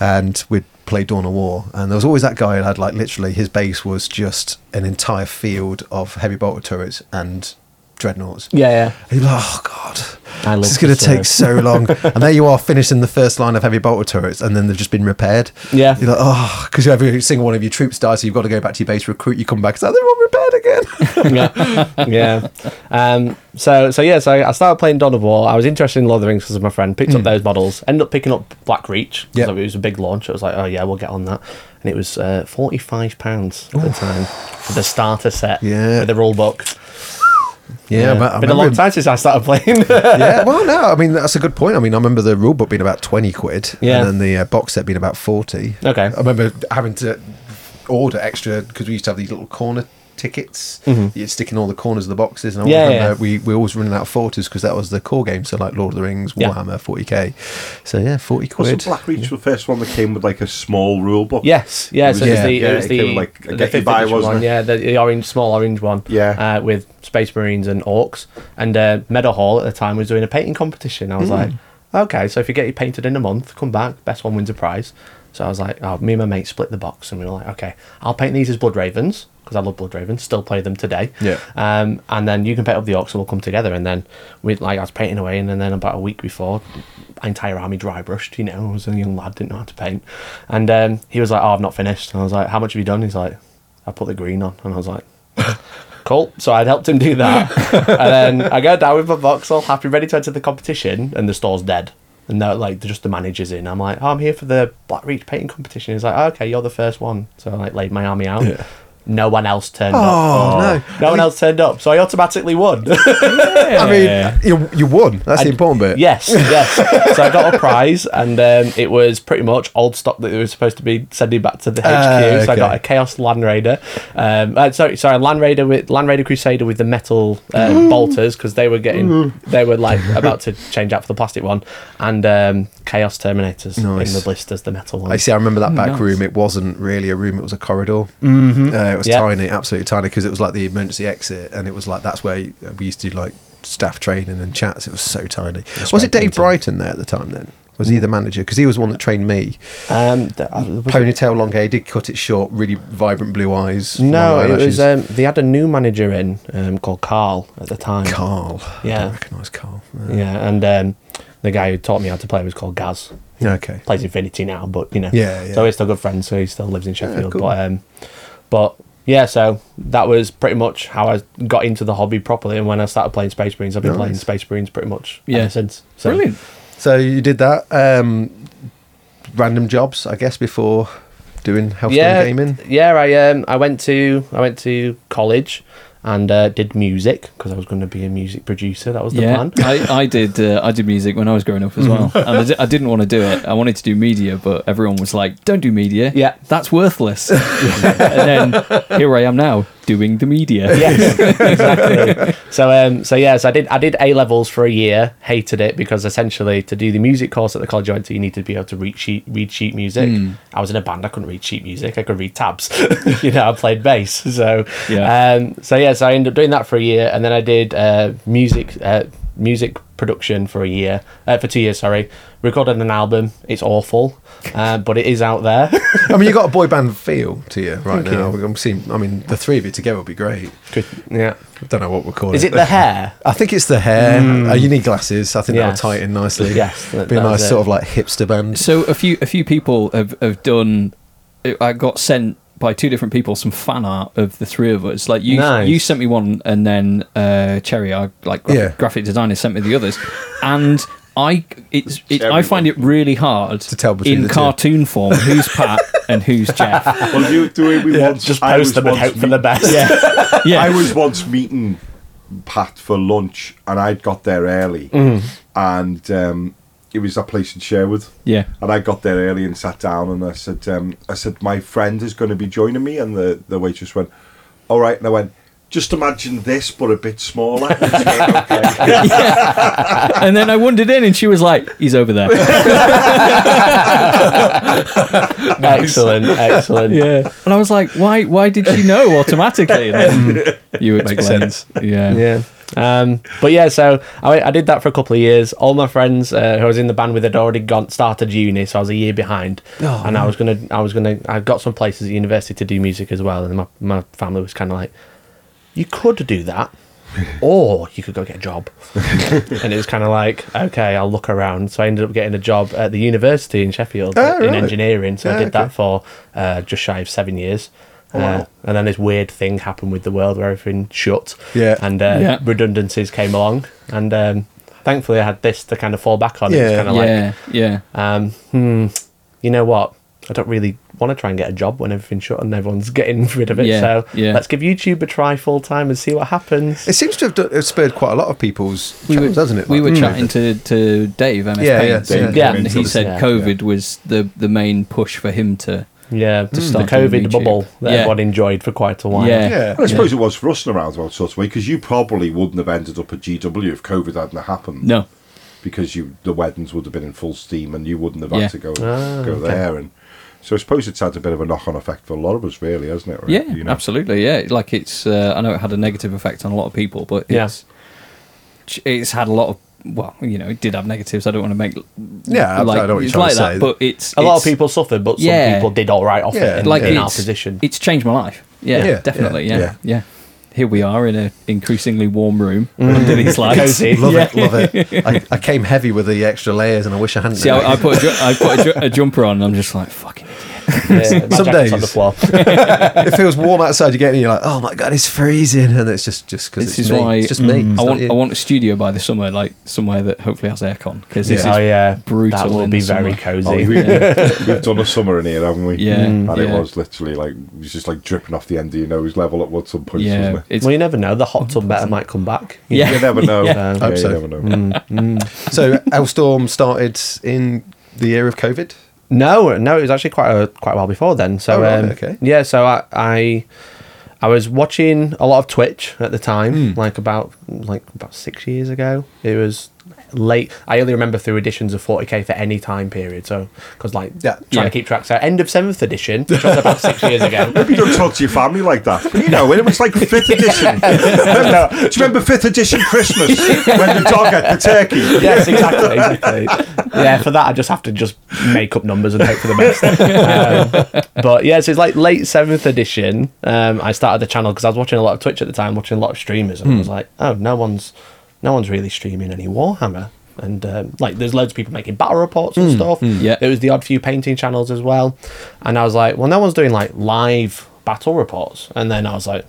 S1: and we'd play Dawn of War. And there was always that guy who had like literally his base was just an entire field of heavy bolter turrets and dreadnoughts.
S3: Yeah, yeah.
S1: And you're like, oh god,
S3: I love
S1: this is going to
S3: this
S1: take so long. and there you are, finishing the first line of heavy bolter turrets, and then they've just been repaired.
S3: Yeah.
S1: you're like, oh, because every single one of your troops dies, so you've got to go back to your base, recruit. You come back, it's like they're all repaired again.
S3: yeah, yeah. Um, so, so yeah. So I started playing Dawn of War. I was interested in Lord of the Rings because of my friend.
S4: Hmm.
S3: Picked up those models. Ended up picking up Black Reach because
S1: Yep.
S3: it was a big launch. It was like, oh yeah, we'll get on that. And it was uh, forty five pounds at the time for the starter set.
S1: Yeah.
S3: with the rule book.
S1: yeah, but I
S3: been a long
S1: remember-
S3: time since I started playing.
S1: yeah, well, no, I mean that's a good point. I mean, I remember the rule book being about twenty quid,
S3: Yeah.
S1: and then the uh, box set being about forty.
S3: Okay.
S1: I remember having to order extra because we used to have these little corner tickets. You'd stick in all the corners of the boxes, and I always
S3: Mm-hmm. Yeah,
S1: remember
S3: yeah.
S1: we we were always running out of forties because that was the core game. So like Lord of the Rings,
S3: Yeah.
S1: Warhammer, forty k. So yeah, forty
S4: Wasn't
S1: quid.
S4: Blackreach the first one that came with like a small rule book?
S3: Yes, yeah.
S4: It was-
S3: so it was
S1: yeah,
S3: the,
S4: yeah,
S3: it was
S4: it
S3: the,
S4: came with, like, a
S3: the
S4: get you
S3: fifth
S4: by,
S3: edition
S4: wasn't
S3: one,
S4: it?
S3: yeah, the, the orange, small orange one,
S4: Yeah.
S3: uh, with Space Marines and Orcs, and uh, Meadow Hall at the time was doing a painting competition. I was like, okay, so if you get it painted in a month, come back, best one wins a prize. So I was like, oh, me and my mate split the box, and we were like, okay, I'll paint these as Blood Ravens because I love Blood Ravens, still play them today.
S1: Yeah.
S3: Um, and then you can paint up the Orcs, and we'll come together. And then we like I was painting away, and then about a week before, my entire army dry brushed. You know, I was a young lad, didn't know how to paint, and um, he was like, "Oh, I've not finished." And I was like, "How much have you done?" He's like, "I put the green on," and I was like. Cool. So I'd helped him do that, and then I go down with my box, all happy, ready to enter the competition, and the store's dead. And they're like, just the manager's in. I'm like, oh, I'm here for the Black Reach painting competition. He's like, oh, okay, you're the first one. So I like laid my army out. No one else turned up.
S1: Oh, no.
S3: No one else turned up, so I automatically won.
S1: I mean, you you won. That's the
S3: I'd-
S1: important bit.
S3: yes, yes. So I got a prize, and um, it was pretty much old stock that they were supposed to be sending back to the HQ.
S1: Ah,
S3: So I got
S1: okay.
S3: a Chaos Land Raider. Um, uh, sorry, sorry, Land Raider with Land Raider Crusader with the metal
S1: Mm.
S3: uh, bolters because they were getting they were like about to change out for the plastic one, and um, Chaos Terminators
S1: Nice.
S3: in the blisters, the metal
S1: I
S3: ones.
S1: see. I remember that back
S2: nice.
S1: room. It wasn't really a room; it was a corridor. Mm-hmm. Uh, it was
S3: Yeah.
S1: tiny, absolutely tiny, because it was like the emergency exit, and it was like that's where uh, we used to do like staff training and chats. It was so tiny. was it Dave Brighton there at the time? Then was he the manager? Because he was the one that trained me.
S3: Um, th- uh,
S1: Mm.
S3: was it-
S1: Ponytail, long hair, he did cut it short. Really vibrant blue eyes.
S3: no,
S1: long
S3: it was.
S1: eyelashes.
S3: Um, they had a new manager in um, called Carl at the time.
S1: Carl. I
S3: yeah.
S1: don't recognise Carl. Uh,
S3: Yeah, and um, the guy who taught me how to play was called Gaz.
S1: yeah, Okay.
S3: plays Infinity now, but you know,
S1: Yeah, yeah.
S3: So we're still good friends. So he still lives in Sheffield,
S1: cool.
S3: but um, but yeah. So that was pretty much how I got into the hobby properly. And when I started playing Space Marines, I've been
S1: Nice.
S3: playing Space Marines pretty much
S2: Yeah.
S3: ever since. So,
S2: Brilliant.
S1: So you did that. Um, random jobs, I guess, before doing health
S3: Yeah,
S1: and gaming.
S3: yeah. I um, I went to I went to college and uh, did music because I was going to be a music producer. That was the
S2: yeah,
S3: plan.
S2: I, I did. Uh, I did music when I was growing up as well, and I, di- I didn't want to do it. I wanted to do media, but everyone was like, "Don't do media.
S3: Yeah.
S2: that's worthless." and then here I am now doing the media.
S3: yes, exactly. So um, so yeah, so I did I did A levels for a year. Hated it because essentially to do the music course at the college I went to, you needed to be able to read sheet read sheet music.
S4: Hmm.
S3: I was in a band, I couldn't read sheet music. I could read tabs. you know, I played bass. So
S2: Yeah.
S3: Um, so yeah, so I ended up doing that for a year, and then I did uh, music uh, music production for a year uh, for two years. Sorry, recorded an album. It's awful, uh, but it is out there.
S1: I mean, you got a boy band feel to you right
S3: Thank
S1: now.
S3: you.
S1: I'm seeing. I mean, the three of you together would be great.
S3: yeah.
S1: I don't know what we're calling.
S3: Is it the hair?
S1: I think it's the hair.
S2: Hmm.
S1: Uh, you need glasses. I think
S3: Yes.
S1: that'll tie it in nicely.
S3: Yes, that-
S1: be a
S3: that was
S1: nice
S3: it.
S1: sort of like hipster band.
S2: So a few a few people have, have done. I got sent by two different people some fan art of the three of us. Like you,
S3: Nice.
S2: you sent me one, and then uh, Cherry, our like graphic,
S1: Yeah.
S2: graphic designer, sent me the others, and. I it's it, I
S4: Cherry
S2: find it really hard to
S1: tell between
S2: in
S1: the two.
S2: cartoon form who's Pat and who's Jeff.
S4: Well, do, do it we once,
S3: Just
S4: I was
S3: post them and
S4: once
S3: hope for the
S4: meet-
S3: best.
S2: Yeah,
S4: I was once meeting Pat for lunch, and I'd got there early,
S2: Mm-hmm.
S4: and um, it was that place in Sherwood.
S2: Yeah.
S4: and I got there early and sat down, and I said, um, I said, my friend is going to be joining me, and the the waitress went, all right, and I went. just imagine this, but a bit smaller.
S2: and then I wandered in, and she was like, "He's over there."
S3: Excellent, excellent.
S2: yeah. And I was like, "Why? Why did she know automatically?" And then you explained.
S1: Mm. sense.
S2: Yeah.
S3: Yeah. Um, but yeah, so I, I did that for a couple of years. All my friends uh, who I was in the band with had already gone started uni, so I was a year behind.
S1: Oh,
S3: and I was gonna, I was gonna, I got some places at university to do music as well, and my, my family was kind of like, you could do that, or you could go get a job. and it was kind of like, okay, I'll look around. So I ended up getting a job at the university in Sheffield
S1: Oh,
S3: in
S1: right.
S3: engineering. So I
S1: Ah,
S3: did that
S1: okay.
S3: for uh, just shy of seven years. Uh, and then this weird thing happened with the world where everything shut
S1: Yeah.
S3: and uh,
S2: Yeah.
S3: redundancies came along, and um, thankfully I had this to kind of fall back on. It was
S1: Yeah.
S3: kind of
S2: Yeah. Yeah.
S3: like, um, hmm, you know what? I don't really want to try and get a job when everything's shut and everyone's getting rid of it.
S2: Yeah,
S3: So
S2: yeah.
S3: let's give YouTube a try full time and see what happens.
S1: It seems to have done, it's spurred quite a lot of people's
S2: we
S1: channels,
S2: were,
S1: doesn't it?
S2: We were
S1: Like-
S2: chatting to, to Dave, MS
S1: Hmm. Yeah, yeah,
S2: Paints,
S1: Dave
S2: and
S3: Yeah. came
S2: and
S3: into
S2: he
S3: the-
S2: said
S3: yeah,
S2: COVID was the, the main push for him to.
S3: yeah, just the
S2: Hmm. start on
S3: COVID
S2: YouTube.
S3: bubble that
S2: Yeah.
S3: everyone enjoyed for quite a while.
S2: Yeah.
S1: Yeah.
S4: And I suppose it was for us in a roundabout sort of way because you probably wouldn't have ended up at GW if COVID hadn't happened.
S2: No.
S4: because you the weddings would have been in full steam and you wouldn't have
S2: Yeah.
S4: had to go
S1: Ah,
S4: go there. And so I suppose it's had a bit of a knock on effect for a lot of us, really, hasn't it? right?
S2: Yeah,
S4: You know?
S2: absolutely. Yeah, like it's. Uh, I know it had a negative effect on a lot of people, but
S3: Yeah.
S2: it's it's had a lot of. Well, you know, it did have negatives. I don't want to make.
S1: Yeah, I- I know what you're
S2: it's
S1: trying
S2: like
S1: to
S2: that,
S1: say.
S2: but it's
S3: A lot of
S2: it's-
S3: people suffered, but some
S2: Yeah.
S3: people did all right off
S1: Yeah.
S3: it in,
S2: Like
S3: in our
S2: it's-
S3: position.
S2: It's changed my life. Yeah,
S1: Yeah.
S2: definitely.
S1: Yeah.
S2: Yeah.
S1: Yeah.
S2: yeah, Here we are in an increasingly warm room under these lights.
S3: Mm. Cozy.
S1: Love it, love it. I, I came heavy with the extra layers, and I wish I hadn't.
S2: See,
S1: done
S2: I, I
S1: it.
S2: put a, ju- I put a, ju- a jumper on, and I'm just like fucking.
S3: Yeah, my
S1: Some
S3: jacket's on the
S1: days-
S3: floor. Oh,
S1: it feels warm outside. You get in, and you're like, oh my god, it's freezing, and it's just just because
S2: This
S1: it's
S2: is
S1: me.
S2: why mm, Hmm.
S1: it's just me. It's
S2: I
S1: not
S2: want
S1: you.
S2: I want a studio by the summer, like somewhere that hopefully has aircon because this
S1: Yeah.
S2: is
S3: oh yeah,
S2: brutal
S3: That will
S2: in
S3: be
S2: the
S3: very
S2: summer.
S4: Oh,
S3: cozy.
S4: we, We've done a summer in here, haven't we?
S2: Yeah,
S4: And
S2: Mm.
S4: it
S2: yeah.
S4: was literally like, it was just like dripping off the end of your nose level at one some point,
S2: yeah,
S4: wasn't it?
S2: it's
S3: well, you never know. The hot tub better might come back.
S2: Yeah.
S4: You never know.
S3: Yeah.
S4: Yeah,
S1: Hope so. Mm.
S4: you never know.
S1: So, Elstorm started in the year of COVID.
S3: No, no, it was actually quite a, quite a while before then. So
S1: Oh, right,
S3: um,
S1: okay.
S3: yeah, so I, I I was watching a lot of Twitch at the time,
S1: Hmm.
S3: like about like about six years ago. It was late. I only remember through editions of 40k for any time period. So because like
S1: Yeah.
S3: trying
S2: Yeah.
S3: to keep track. So end of seventh edition, which was about six years ago.
S4: Maybe you don't talk to your family like that. But you know, it was like fifth edition. Do you remember fifth edition Christmas when the dog ate the turkey?
S3: yes, exactly. exactly. yeah, for that I just have to just make up numbers and hope for the best. Um, but yeah, so it's like late seventh edition. Um, I started the channel because I was watching a lot of Twitch at the time, watching a lot of streamers, and I was like, oh, no one's, no one's really streaming any Warhammer. And um, like, there's loads of people making battle reports and stuff.
S2: yeah.
S3: there was the odd few painting channels as well. And I was like, well, no one's doing like live battle reports. And then I was like,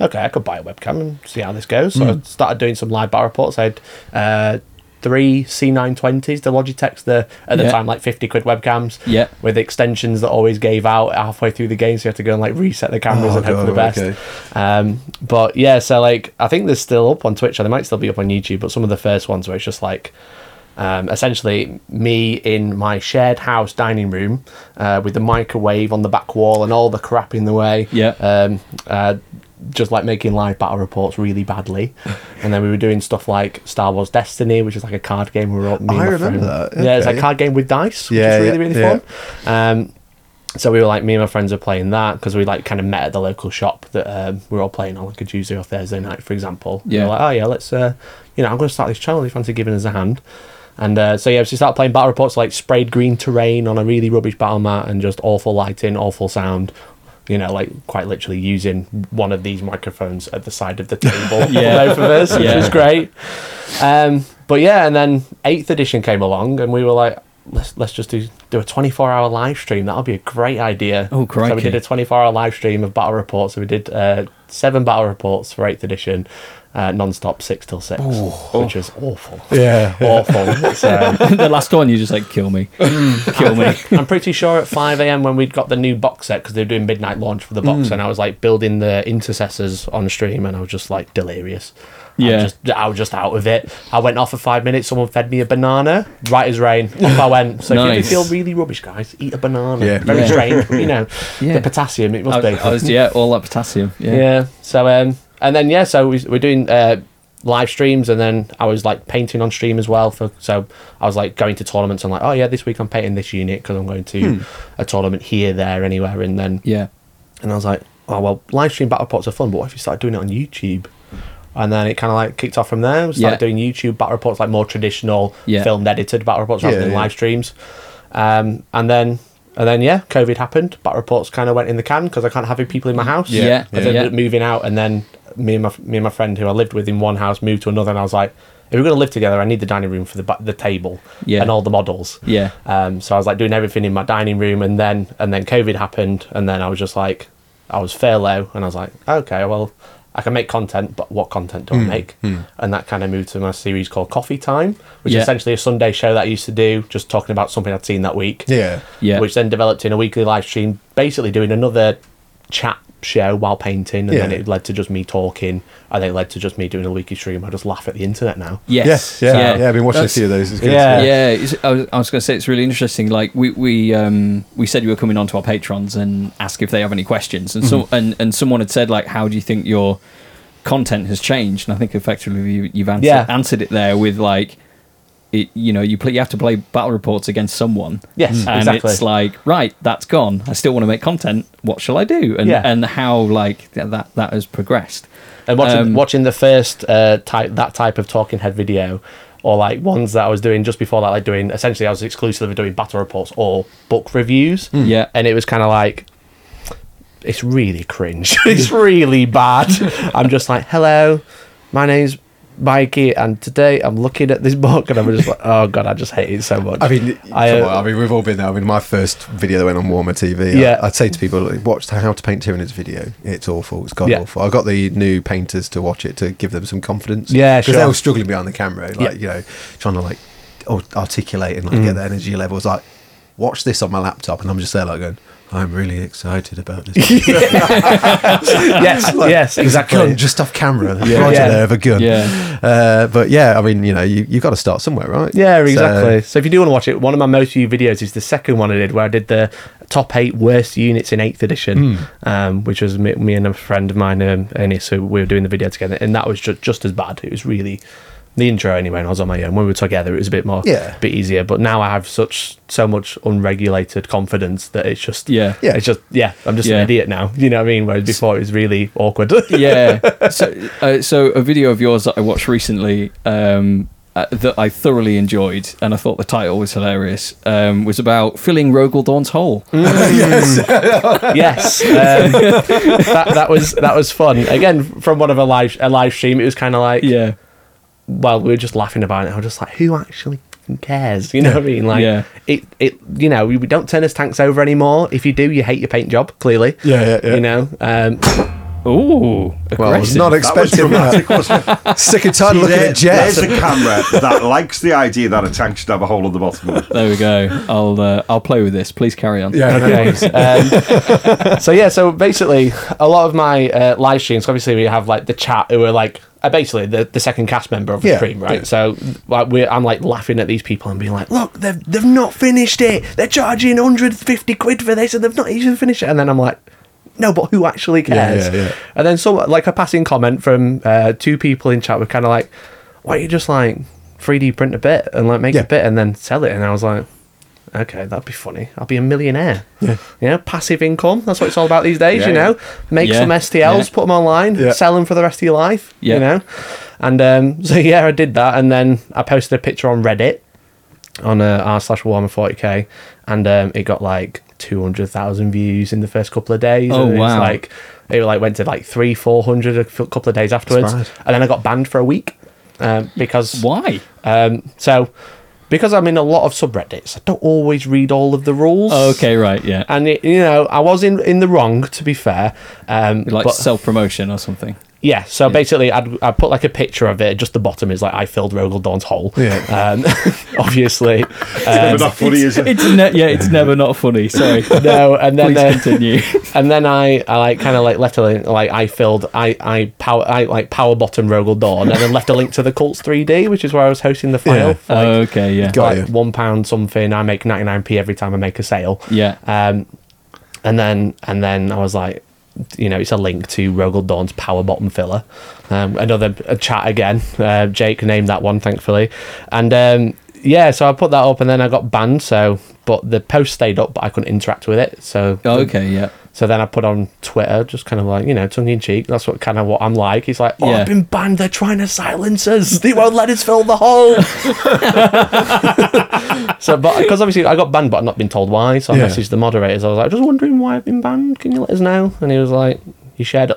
S3: okay, I could buy a webcam and see how this goes. So
S1: Hmm.
S3: I started doing some live battle reports. I had uh, three C920s, the Logitech's, the at the
S2: Yeah.
S3: time like 50 quid webcams
S2: Yeah.
S3: with extensions that always gave out halfway through the game. So you had to go and like reset the cameras
S1: Oh,
S3: and hope for
S1: God,
S3: the best.
S1: okay.
S3: Um, but yeah, so like I think they're still up on Twitch. or They might still be up on YouTube, but some of the first ones where it's just like um, essentially me in my shared house dining room uh, with the microwave on the back wall and all the crap in the way.
S2: Yeah.
S3: Um, uh, just like making live battle reports really badly, and then we were doing stuff like Star Wars Destiny, which is like a card game we were up. Me and
S1: I
S3: my
S1: remember
S3: friend-
S1: that,
S3: Yeah, it's
S1: okay.
S3: a card game with dice, which
S1: Yeah,
S3: is
S1: yeah,
S3: really really
S1: yeah.
S3: fun. Um, so we were like, me and my friends were playing that because we like kind of met at the local shop that um, we were all playing on like a Tuesday or Thursday night, for example. And we were
S2: Yeah.
S3: like, oh yeah, let's, uh, you know, I'm going to start this channel. If you fancy giving us a hand? And uh, so yeah, so we started playing battle reports like sprayed green terrain on a really rubbish battle mat and just awful lighting, awful sound. You know, like quite literally using one of these microphones at the side of the table
S2: Yeah.
S3: for both of us, which
S2: Yeah.
S3: was great. Um, but yeah, and then eighth edition came along, and we were like, let's let's just do do a twenty four hour live stream. That'll be a great idea.
S2: Oh,
S3: So we
S2: crikey.
S3: did a twenty four hour live stream of battle reports. So we did uh, seven battle reports for eighth edition, uh, non stop six till six, which was awful.
S1: Yeah.
S3: awful. So,
S2: the last one. You just like kill me,
S1: Mm.
S2: kill me.
S3: I'm pretty sure at 5 a.m. when we'd got the new box set because they were doing midnight launch for the
S2: Hmm.
S3: box, and I was like building the intercessors on stream, and I was just like delirious. I
S2: Yeah.
S3: was, just, I was just out of it. I went off for five minutes. Someone fed me a banana, right as rain. Off I went. So
S2: Nice.
S3: if you do feel really rubbish, guys, eat a banana.
S1: Yeah.
S3: Very
S2: Yeah.
S3: strange, you know.
S2: Yeah.
S3: The potassium, it must
S2: I,
S3: be.
S2: I was yeah, all that potassium. Yeah,
S3: yeah. So um, and then yeah, so we, we're doing uh, live streams, and then I was like painting on stream as well. For so I was like going to tournaments and like, oh yeah, this week I'm painting this unit because I'm going to a tournament here, there, anywhere, and then
S2: Yeah.
S3: and I was like, oh well, live stream battle reports are fun, but what if you started doing it on YouTube? And then it kind of like kicked off from there. We started
S2: Yeah.
S3: doing YouTube battle reports, like more traditional
S2: Yeah.
S3: filmed, edited battle reports rather
S1: Yeah,
S3: than
S1: yeah.
S3: live streams. Um, and then and then yeah, COVID happened. Battle reports kind of went in the can because I can't have people in my house.
S2: Yeah. Yeah.
S3: I ended
S2: Yeah.
S3: up moving out, and then me and my me and my friend who I lived with in one house moved to another, and I was like. If we're going to live together, I need the dining room for the ba- the table
S2: Yeah.
S3: and all the models.
S2: Yeah.
S3: Um, so I was like doing everything in my dining room, and then and then COVID happened, and then I was just like, I was fair low, and I was like, okay, well, I can make content, but what content do I make? And that kind of moved to my series called Coffee Time, which
S2: Yeah.
S3: is essentially a Sunday show that I used to do, just talking about something I'd seen that week.
S1: Yeah.
S2: Yeah.
S3: Which then developed in a weekly live stream, basically doing another chat show while painting, and then
S1: Yeah.
S3: it led to just me talking, and then it led to just me doing a weekly stream. I just laugh at the internet now.
S2: Yes.
S1: Yeah. Yeah. I've been watching
S2: That's-
S1: a few of those. It's good.
S3: Yeah.
S2: yeah it's, I, was, I was going to say it's really interesting like we we um we said you were coming on to our patrons and ask if they have any questions and so
S3: Mm-hmm.
S2: and, and someone had said like how do you think your content has changed and i think effectively you, you've answered,
S3: Yeah.
S2: answered it there with like it, you know you play you have to play battle reports against someone
S3: Yes, Mm.
S2: and
S3: exactly.
S2: it's like right that's gone i still want to make content what shall i do and
S3: Yeah.
S2: and how like th- that that has progressed
S3: And watching
S2: Um,
S3: watching the first uh, type that type of talking head video, or like ones that I was doing just before that, like doing essentially I was exclusively doing battle reports or book reviews.
S2: Hmm. Yeah.
S3: and it was kind of like. It's really cringe. it's really bad. I'm just like, hello, my name's Mikey, and today I'm looking at this book, and I'm just like, oh god, I just hate it so much.
S1: I mean,
S3: I,
S1: come
S3: uh,
S1: on, I mean, we've all been there. I mean, my first video that went on Warmer TV. I-
S3: Yeah.
S1: I'd say to people, like, watch the How to Paint Tyranids video. It's awful. It's god
S3: Yeah.
S1: awful. I got the new painters to watch it to give them some confidence.
S3: Yeah,
S1: because
S3: sure.
S1: they were struggling behind the camera, like
S3: Yeah. Mm.
S1: you know, trying to like ar- articulate and like get their energy levels. Like, watch this on my laptop, and I'm just there like going, I'm really excited about this.
S3: yes, yes, exactly.
S1: gun just off camera. Yeah.
S3: Yeah.
S1: there of a gun.
S2: Yeah.
S1: Uh, but yeah, I mean, you know, you you got to start somewhere, right?
S3: Yeah,
S1: So-
S3: exactly. So, if you do want to watch it, one of my most viewed videos is the second one I did, where I did the top eight worst units in eighth edition,
S2: Hmm.
S3: um, which was me, me and a friend of mine, um, Ernest, who we were doing the video together, and that was just just as bad. It was really the intro anyway. And I was on my own. When we were together, it was a bit more,
S1: Yeah.
S3: bit easier. But now I have such so much unregulated confidence that it's just,
S2: Yeah.
S1: Yeah.
S3: it's just, yeah, I'm just
S2: Yeah.
S3: an idiot now. You know what I mean? Whereas before it was really awkward.
S2: yeah. So, uh, so a video of yours that I watched recently um, uh, that I thoroughly enjoyed, and I thought the title was hilarious, um, was about filling Rogaldorn's hole.
S3: yes, um, that, that was that was fun. Again, from one of a live a live stream, it was kind of like
S2: Yeah.
S3: well, we were just laughing about it. I was just like, who actually fucking cares? You know what I mean? Like,
S2: Yeah.
S3: it, it, you know, we we don't turn his tanks over anymore. If you do, you hate your paint job, clearly.
S1: Yeah, yeah, yeah.
S3: You know, um,
S2: Ooh.
S1: Well, I was
S2: aggressive.
S1: not
S4: That was
S1: expecting that.
S4: dramatic, wasn't it?
S1: Sick and tired of looking
S4: There-
S1: at Jess.
S4: There's a camera that likes the idea that a tank should have a hole in the bottom of it.
S2: there we go. I'll uh, I'll play with this. Please carry on.
S1: Yeah, no,
S3: okay. um, so yeah, so basically, a lot of my uh, live streams. Obviously, we have like the chat who are like uh, basically the, the second cast member of the
S1: Yeah,
S3: stream, right?
S1: yeah.
S3: So like we I'm like laughing at these people and being like, look, they've they've not finished it. They're charging 150 quid for this, and they've not even finished it. And then I'm like. No, but who actually cares?
S1: yeah, yeah.
S3: And then some like a passing comment from uh, two people in chat were kind of like, "Why don't you just like 3D print a bit and like make
S1: Yeah.
S3: a bit and then sell it?" And I was like, okay, that'd be funny. I'll be a millionaire. Yeah. You know, passive income. That's what it's all about these days,
S4: Yeah,
S3: you know. Make
S2: Yeah,
S3: some STLs,
S2: yeah.
S3: put them online,
S1: Yeah.
S3: sell them for the rest of your life,
S2: Yeah.
S3: you know. And um, so, yeah, I did that. And then I posted a picture on Reddit on uh, r slash warmer 40k and um, it got like 200,000 views in the first couple of days.
S2: Oh,
S3: and it's
S2: wow.
S3: like, it like went to like three, 400 a f- couple of days afterwards.
S1: bad.
S3: And then I got banned for a week um, because.
S2: Why?
S3: Um, so, because I'm in a lot of subreddits, I don't always read all of the rules.
S2: Oh, Okay. Right. Yeah.
S3: And it, you know, I was in in the wrong. To be fair, um,
S2: like
S3: but-
S2: self promotion or something.
S3: yeah. So basically, I'd I put like a picture of it. Just the bottom is like I filled Rogel Dawn's hole.
S1: Yeah.
S3: Um, obviously.
S4: Never
S3: Um,
S4: that funny, is it?
S2: It's ne- yeah. It's never not funny. Sorry.
S3: no, and then
S2: Please
S3: uh,
S2: continue.
S3: and then I, I like kind of like left a link, like I filled I I power I like power bottom Rogel Dawn and then left a link to the Colts 3D, which is where I was hosting the file.
S1: Yeah.
S3: for, like,
S2: okay. Yeah.
S1: Got
S3: like
S1: you.
S3: one pound something. I make ninety nine p every time I make a sale.
S2: Yeah.
S3: Um, and then and then I was like, you know, it's a link to Rogel Dawn's power bottom filler. Um, another a chat again. Uh, Jake named that one, thankfully. And um, yeah, so I put that up and then I got banned. So, but the post stayed up, but I couldn't interact with it. So,
S2: Oh, okay, yeah.
S3: so then I put on Twitter, just kind of like, you know, tongue in cheek. That's what kind of what I'm like. He's like, oh,
S2: Yeah.
S3: I've been banned. They're trying to silence us. They won't let us fill the hole. so, but because obviously I got banned, but I've not been told why. So I
S1: Yeah.
S3: messaged the moderators. I was like, just wondering why I've been banned. Can you let us know? And he was like, you shared.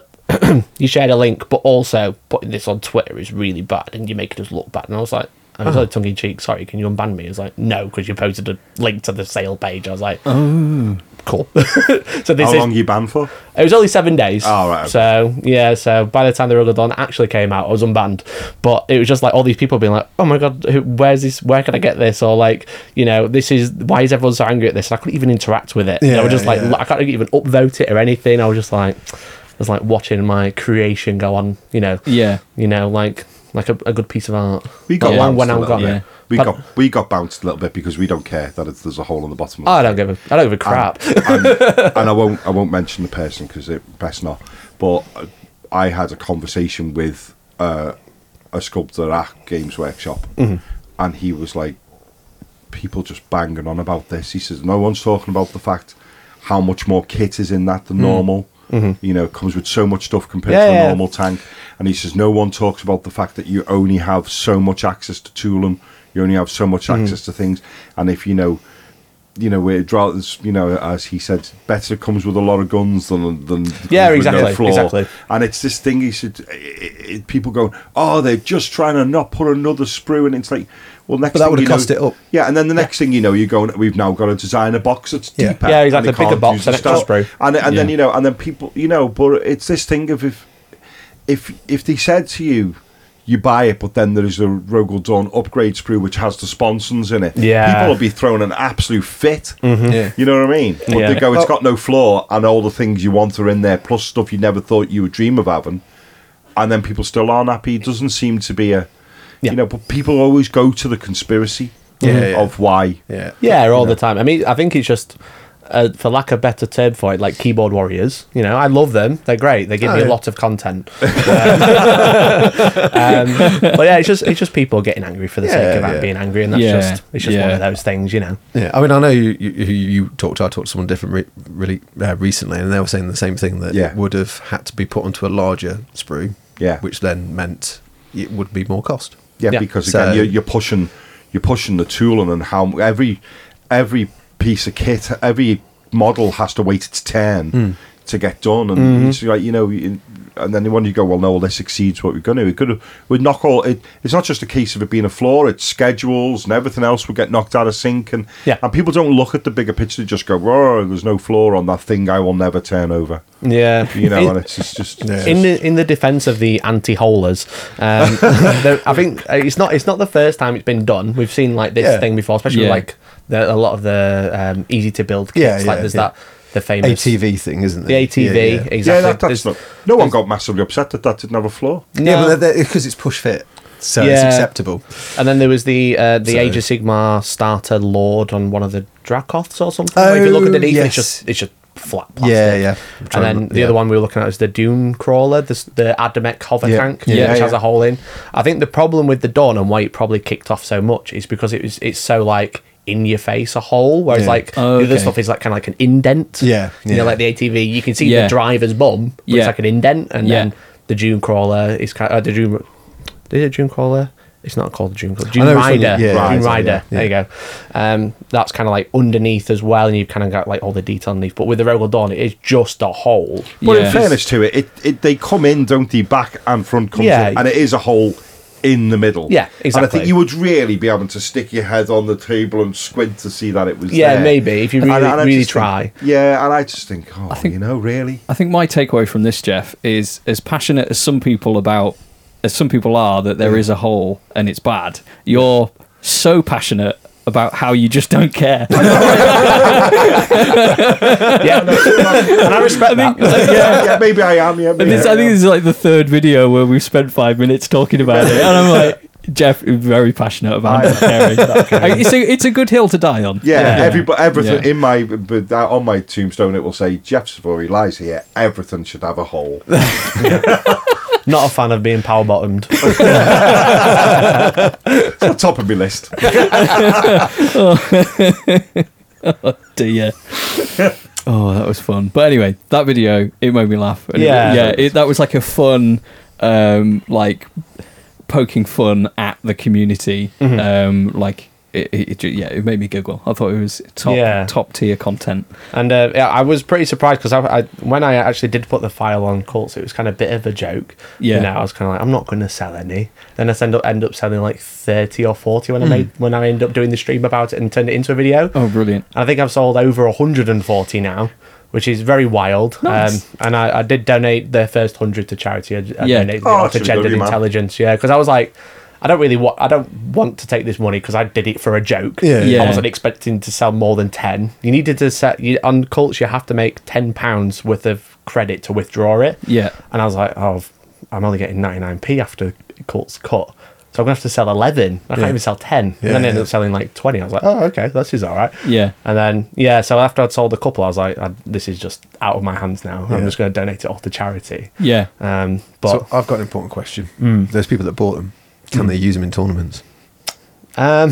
S3: You shared a link, but also putting this on Twitter is really bad, and you're making us look bad. And I was like, I was like tongue in cheek, sorry, can you unban me? He was like, no, because you posted a link to the sale page. I was like, oh, cool. so this
S4: How
S3: is
S4: long you banned for?
S3: it was only seven days.
S4: Oh, right, okay.
S3: So yeah, so by the time the Rugged Dawn actually came out, I was unbanned. But it was just like all these people being like, "Oh my god, who, where's this? Where can I get this?" Or like, you know, this is why is everyone so angry at this? And I couldn't even interact with it. I
S1: Yeah,
S3: was just like,
S1: yeah.
S3: I can't even upvote it or anything. I was just like, I was like watching my creation go on. You know,
S2: Yeah.
S3: you know, like like a, a good piece of art.
S4: We got
S3: But
S2: bounced
S3: when
S4: a
S3: I
S4: little
S3: got
S4: bit.
S2: yeah.
S4: We
S3: But-
S4: got we got bounced a little bit because we don't care that it's, there's a hole in the bottom. Of
S3: I don't give a I don't give a Ah, crap.
S4: and, and I won't I won't mention the person because it best not. But uh, I had a conversation with uh, a sculptor at Games Workshop, and he was like, "People just banging on about this." He says, "No one's talking about the fact how much more kit is in that than
S1: Mm.
S4: normal."
S1: Mm-hmm.
S4: You know, it comes with so much stuff compared
S3: Yeah,
S4: to a
S3: yeah.
S4: normal tank. And he says, no one talks about the fact that you only have so much access to Tulum. You only have so much
S1: Mm-hmm.
S4: access to things. And if you know, you know, it draws, you know, as he said, better comes with a lot of guns than than
S3: Yeah,
S4: comes with no
S3: exactly,
S4: flaw.
S3: exactly.
S4: And it's this thing he said. i i i- people go, oh, they're just trying to not put another sprue, in. it's like, well, next.
S1: But that
S4: thing
S1: would've
S4: you know-
S1: cost it up.
S4: Yeah, and then the next thing you know, you go, and we've now got a designer box that's
S1: Yeah.
S4: deeper.
S3: Yeah,
S4: and
S3: exactly,
S4: you can't
S3: bigger box
S4: use
S3: and
S4: the
S3: it costs
S4: stuff.
S3: sprue.
S4: And and then
S2: Yeah.
S4: you know, and then people, you know, but it's this thing of if if if they said to you. You buy it, but then there is a Rogel Dawn upgrade sprue which has the sponsons in it.
S3: Yeah. Mm-hmm.
S4: people will be throwing an absolute fit.
S1: Yeah.
S4: You know what I mean? But
S3: Yeah.
S4: they go, it's
S1: Well-
S4: got no floor, and all the things you want are in there, plus stuff you never thought you would dream of having. And then people still aren't happy. It doesn't seem to be a,
S3: Yeah.
S4: you know, but people always go to the conspiracy
S1: Yeah, yeah.
S4: of why.
S1: Yeah.
S3: Yeah, all the time. I mean, I think it's just, uh, for lack of better term for it, like keyboard warriors. You know, I love them. They're great. They give
S1: Oh,
S3: me
S1: yeah.
S3: a lot of content. um, um, but yeah, it's just it's just people getting angry for the sake of
S1: Yeah, yeah.
S3: being angry, and that's
S2: Yeah,
S3: just it's just one
S2: yeah.
S3: of those things, you know.
S1: Yeah, I mean, I know you, you, you you talked to. I talked to someone different re- really uh, recently, and they were saying the same thing that
S4: Yeah.
S1: it would have had to be put onto a larger sprue,
S4: Yeah.
S1: which then meant it would be more cost.
S4: Yeah,
S3: Yeah.
S4: because
S1: So-
S4: again, you're, you're pushing, you're pushing the tool and how every every piece of kit, every model has to wait its turn
S3: Hmm.
S4: to get done, and
S3: Mm-hmm.
S4: it's like you know, you- and then when you go, well, no, well, this exceeds what we're going to. It could we knock all. It, it's not just a case of it being a flaw; it's schedules and everything else would get knocked out of sync, and
S3: Yeah.
S4: and people don't look at the bigger picture; they just go, oh, there's no flaw on that thing. I will never turn over.
S3: Yeah,
S4: You know, and it's just, just
S1: Yeah.
S3: in the in the defence of the anti-holers, um, there- I think uh, it's not it's not the first time it's been done. We've seen like this
S1: Yeah.
S3: thing before, especially
S2: Yeah.
S3: like the, a lot of the um, easy to build kits.
S1: Yeah, yeah,
S3: like there's
S1: yeah.
S3: that the famous
S1: ATV thing, isn't it?
S3: the ATV
S1: Yeah, yeah.
S3: exactly.
S4: yeah, that,
S3: There's-
S4: that's not. No one got massively upset that that didn't have a flaw.
S1: Yeah,
S3: No.
S1: but because it's push fit, so it's
S3: Yeah.
S1: acceptable.
S3: And then there was the uh, the
S1: So-
S3: Age of Sigma starter lord on one of the Dracoths or something. Like, if you look at
S1: Oh,
S3: it, it's
S1: yes.
S3: just it's just flat plastic.
S1: Yeah, yeah.
S3: And then the other one we were looking at was the Doom Crawler, the, s- the Adamek hover
S1: Yeah.
S3: tank,
S1: Yeah,
S3: which
S4: yeah.
S3: has a hole in. I think the problem with the Dawn and why it probably kicked off so much is because it was it's so like in your face a hole, whereas
S1: Yeah.
S3: like
S2: Oh,
S3: the other
S2: okay.
S3: stuff is like kind of like an indent.
S1: Yeah,
S3: you
S1: yeah.
S3: know, like the ATV, you can see
S2: Yeah.
S3: the driver's bum, but
S2: Yeah.
S3: it's like an indent, and
S2: Yeah.
S3: then the Doom Crawler is kind of uh, the Doom. Is it Doom Crawler? It's not called Doom Crawler.
S1: know
S3: Doom
S1: which one you-
S3: Rider.
S1: yeah, yeah,
S3: Doom
S1: yeah,
S3: Rider.
S1: yeah.
S3: There you go. Um, that's kind of like underneath as well, and you've kind of got like all the detail underneath. But with the Rogal Dawn, it is just a hole.
S4: But
S2: Yeah.
S4: in fairness to it, it, it, they come in, don't they? Back and front comes
S3: Yeah.
S4: in, and it is a hole in the middle.
S3: Yeah,
S4: And I think
S3: exactly.
S4: you would really be able to stick your head on the table and squint to see that it was.
S3: Yeah,
S4: there.
S3: maybe, if you really-
S4: I
S3: really
S4: just think-
S3: try.
S4: yeah, and I just think, oh,
S2: think-
S4: you know, really.
S2: I think my takeaway from this, Jeff, is as passionate as some people about as some people are that there is a hole and it's bad. You're so passionate about how you just don't care.
S3: Yeah, and I respect that.
S4: yeah, yeah, maybe I am. Yeah,
S2: And
S4: maybe
S2: this,
S4: I
S2: I think
S4: am.
S2: this is like the third video where we've spent five minutes talking about it, and I'm like, Jeff is very passionate about
S4: I-
S2: Kerry. it's, a, it's a good hill to die on.
S4: Yeah, everybody, everything
S2: Yeah.
S4: in my but that, on my tombstone it will say Jeff Savory lies here. Everything should have a hole.
S3: Not a fan of being power bottomed.
S4: It's on top of my list.
S2: Dear. oh, that was fun. But anyway, that video it made me laugh. And it-
S3: Yeah.
S2: yeah. It, that was like a fun, um, like poking fun at the community. Um, like it, it, it, ju- yeah, it made me giggle. I thought it was top
S3: Yeah.
S2: top tier content.
S3: And uh, yeah, I was pretty surprised because I, I, when I actually did put the file on Cults, it was kind of a bit of a joke.
S2: Yeah.
S3: You know, I was kind of like, I'm not going to sell any. Then I end up end up selling like 30 or 40 when I made when I end up doing the stream about it and turned it into a video.
S2: Oh, brilliant!
S3: I think I've sold over 140 now, which is very wild.
S2: Nice.
S3: Um, and I, I did donate the first 100 to charity. I, I
S2: Yeah.
S3: donated
S4: Oh,
S3: it all
S4: that's
S3: to
S4: really good
S3: gender
S4: of you, man.
S3: intelligence. Yeah, because I was like, I don't really want, I don't want to take this money because I did it for a joke.
S1: Yeah.
S2: Yeah.
S3: I wasn't expecting to sell more than 10. You needed to set, you, on cults, you have to make 10 pounds worth of credit to withdraw it.
S2: Yeah.
S3: And I was like, oh, I'm only getting 99p after cults cut. So I'm gonna have to sell 11. I can't even sell 10.
S1: Yeah,
S3: and then I ended
S1: yeah.
S3: up selling like 20. I was like, oh, okay, this is all right.
S2: Yeah.
S3: And then, yeah, so after I'd sold a couple, I was like, I, this is just out of my hands now. I'm
S1: Yeah.
S3: just going to donate it all to charity.
S2: Yeah.
S3: Um, but
S1: so I've got an important question. Those people that bought them, can they use them in tournaments?
S3: um,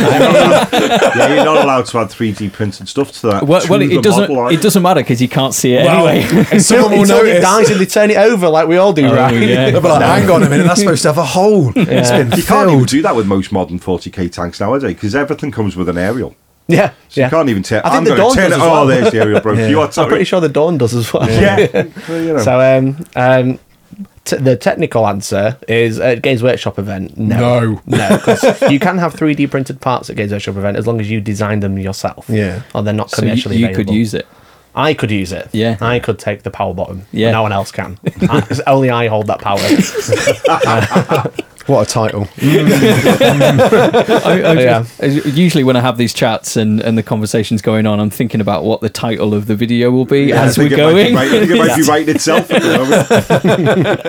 S4: yeah, you're not allowed to add 3D printed stuff to that.
S2: Well,
S4: To
S2: well it
S4: the
S2: doesn't.
S4: model art.
S2: It doesn't matter because you can't see it anyway.
S5: Anyway, someone will
S3: until it
S5: notice.
S3: dies and they turn it over like we all do,
S2: Oh,
S3: right?
S2: yeah.
S1: They'll be like, hang on a minute, that's supposed to have a hole. It's been
S4: You can't even
S1: filled.
S4: do that with most modern 40k tanks nowadays because everything comes with an aerial.
S3: yeah.
S4: So
S3: yeah.
S4: you can't even turn.
S3: I think
S4: I'm
S3: the
S4: going
S3: Dawn
S4: to turn it.
S3: does as
S4: Oh,
S3: well.
S4: there's the aerial, bro. You are
S3: I'm pretty sure the Dawn does as well.
S4: Yeah. Well, you know.
S3: So um, um, t- the technical answer is at Games Workshop event. No, no, 'cause you can have 3D printed parts at Games Workshop event as long as you design them yourself.
S1: Yeah.
S3: or they're not
S2: So you,
S3: commercially
S2: you
S3: available.
S2: could use it.
S3: I could use it.
S2: Yeah.
S3: I could take the power bottom.
S2: Yeah.
S3: no one else can. I, only I hold that power.
S1: What a title.
S2: I, I,
S3: Yeah.
S2: I- usually when I have these chats and, and the conversations going on, I'm thinking about what the title of the video will be
S4: Yeah, I
S2: as we're
S4: think it might be
S2: going.
S4: right- I think it might be writing itself at the moment.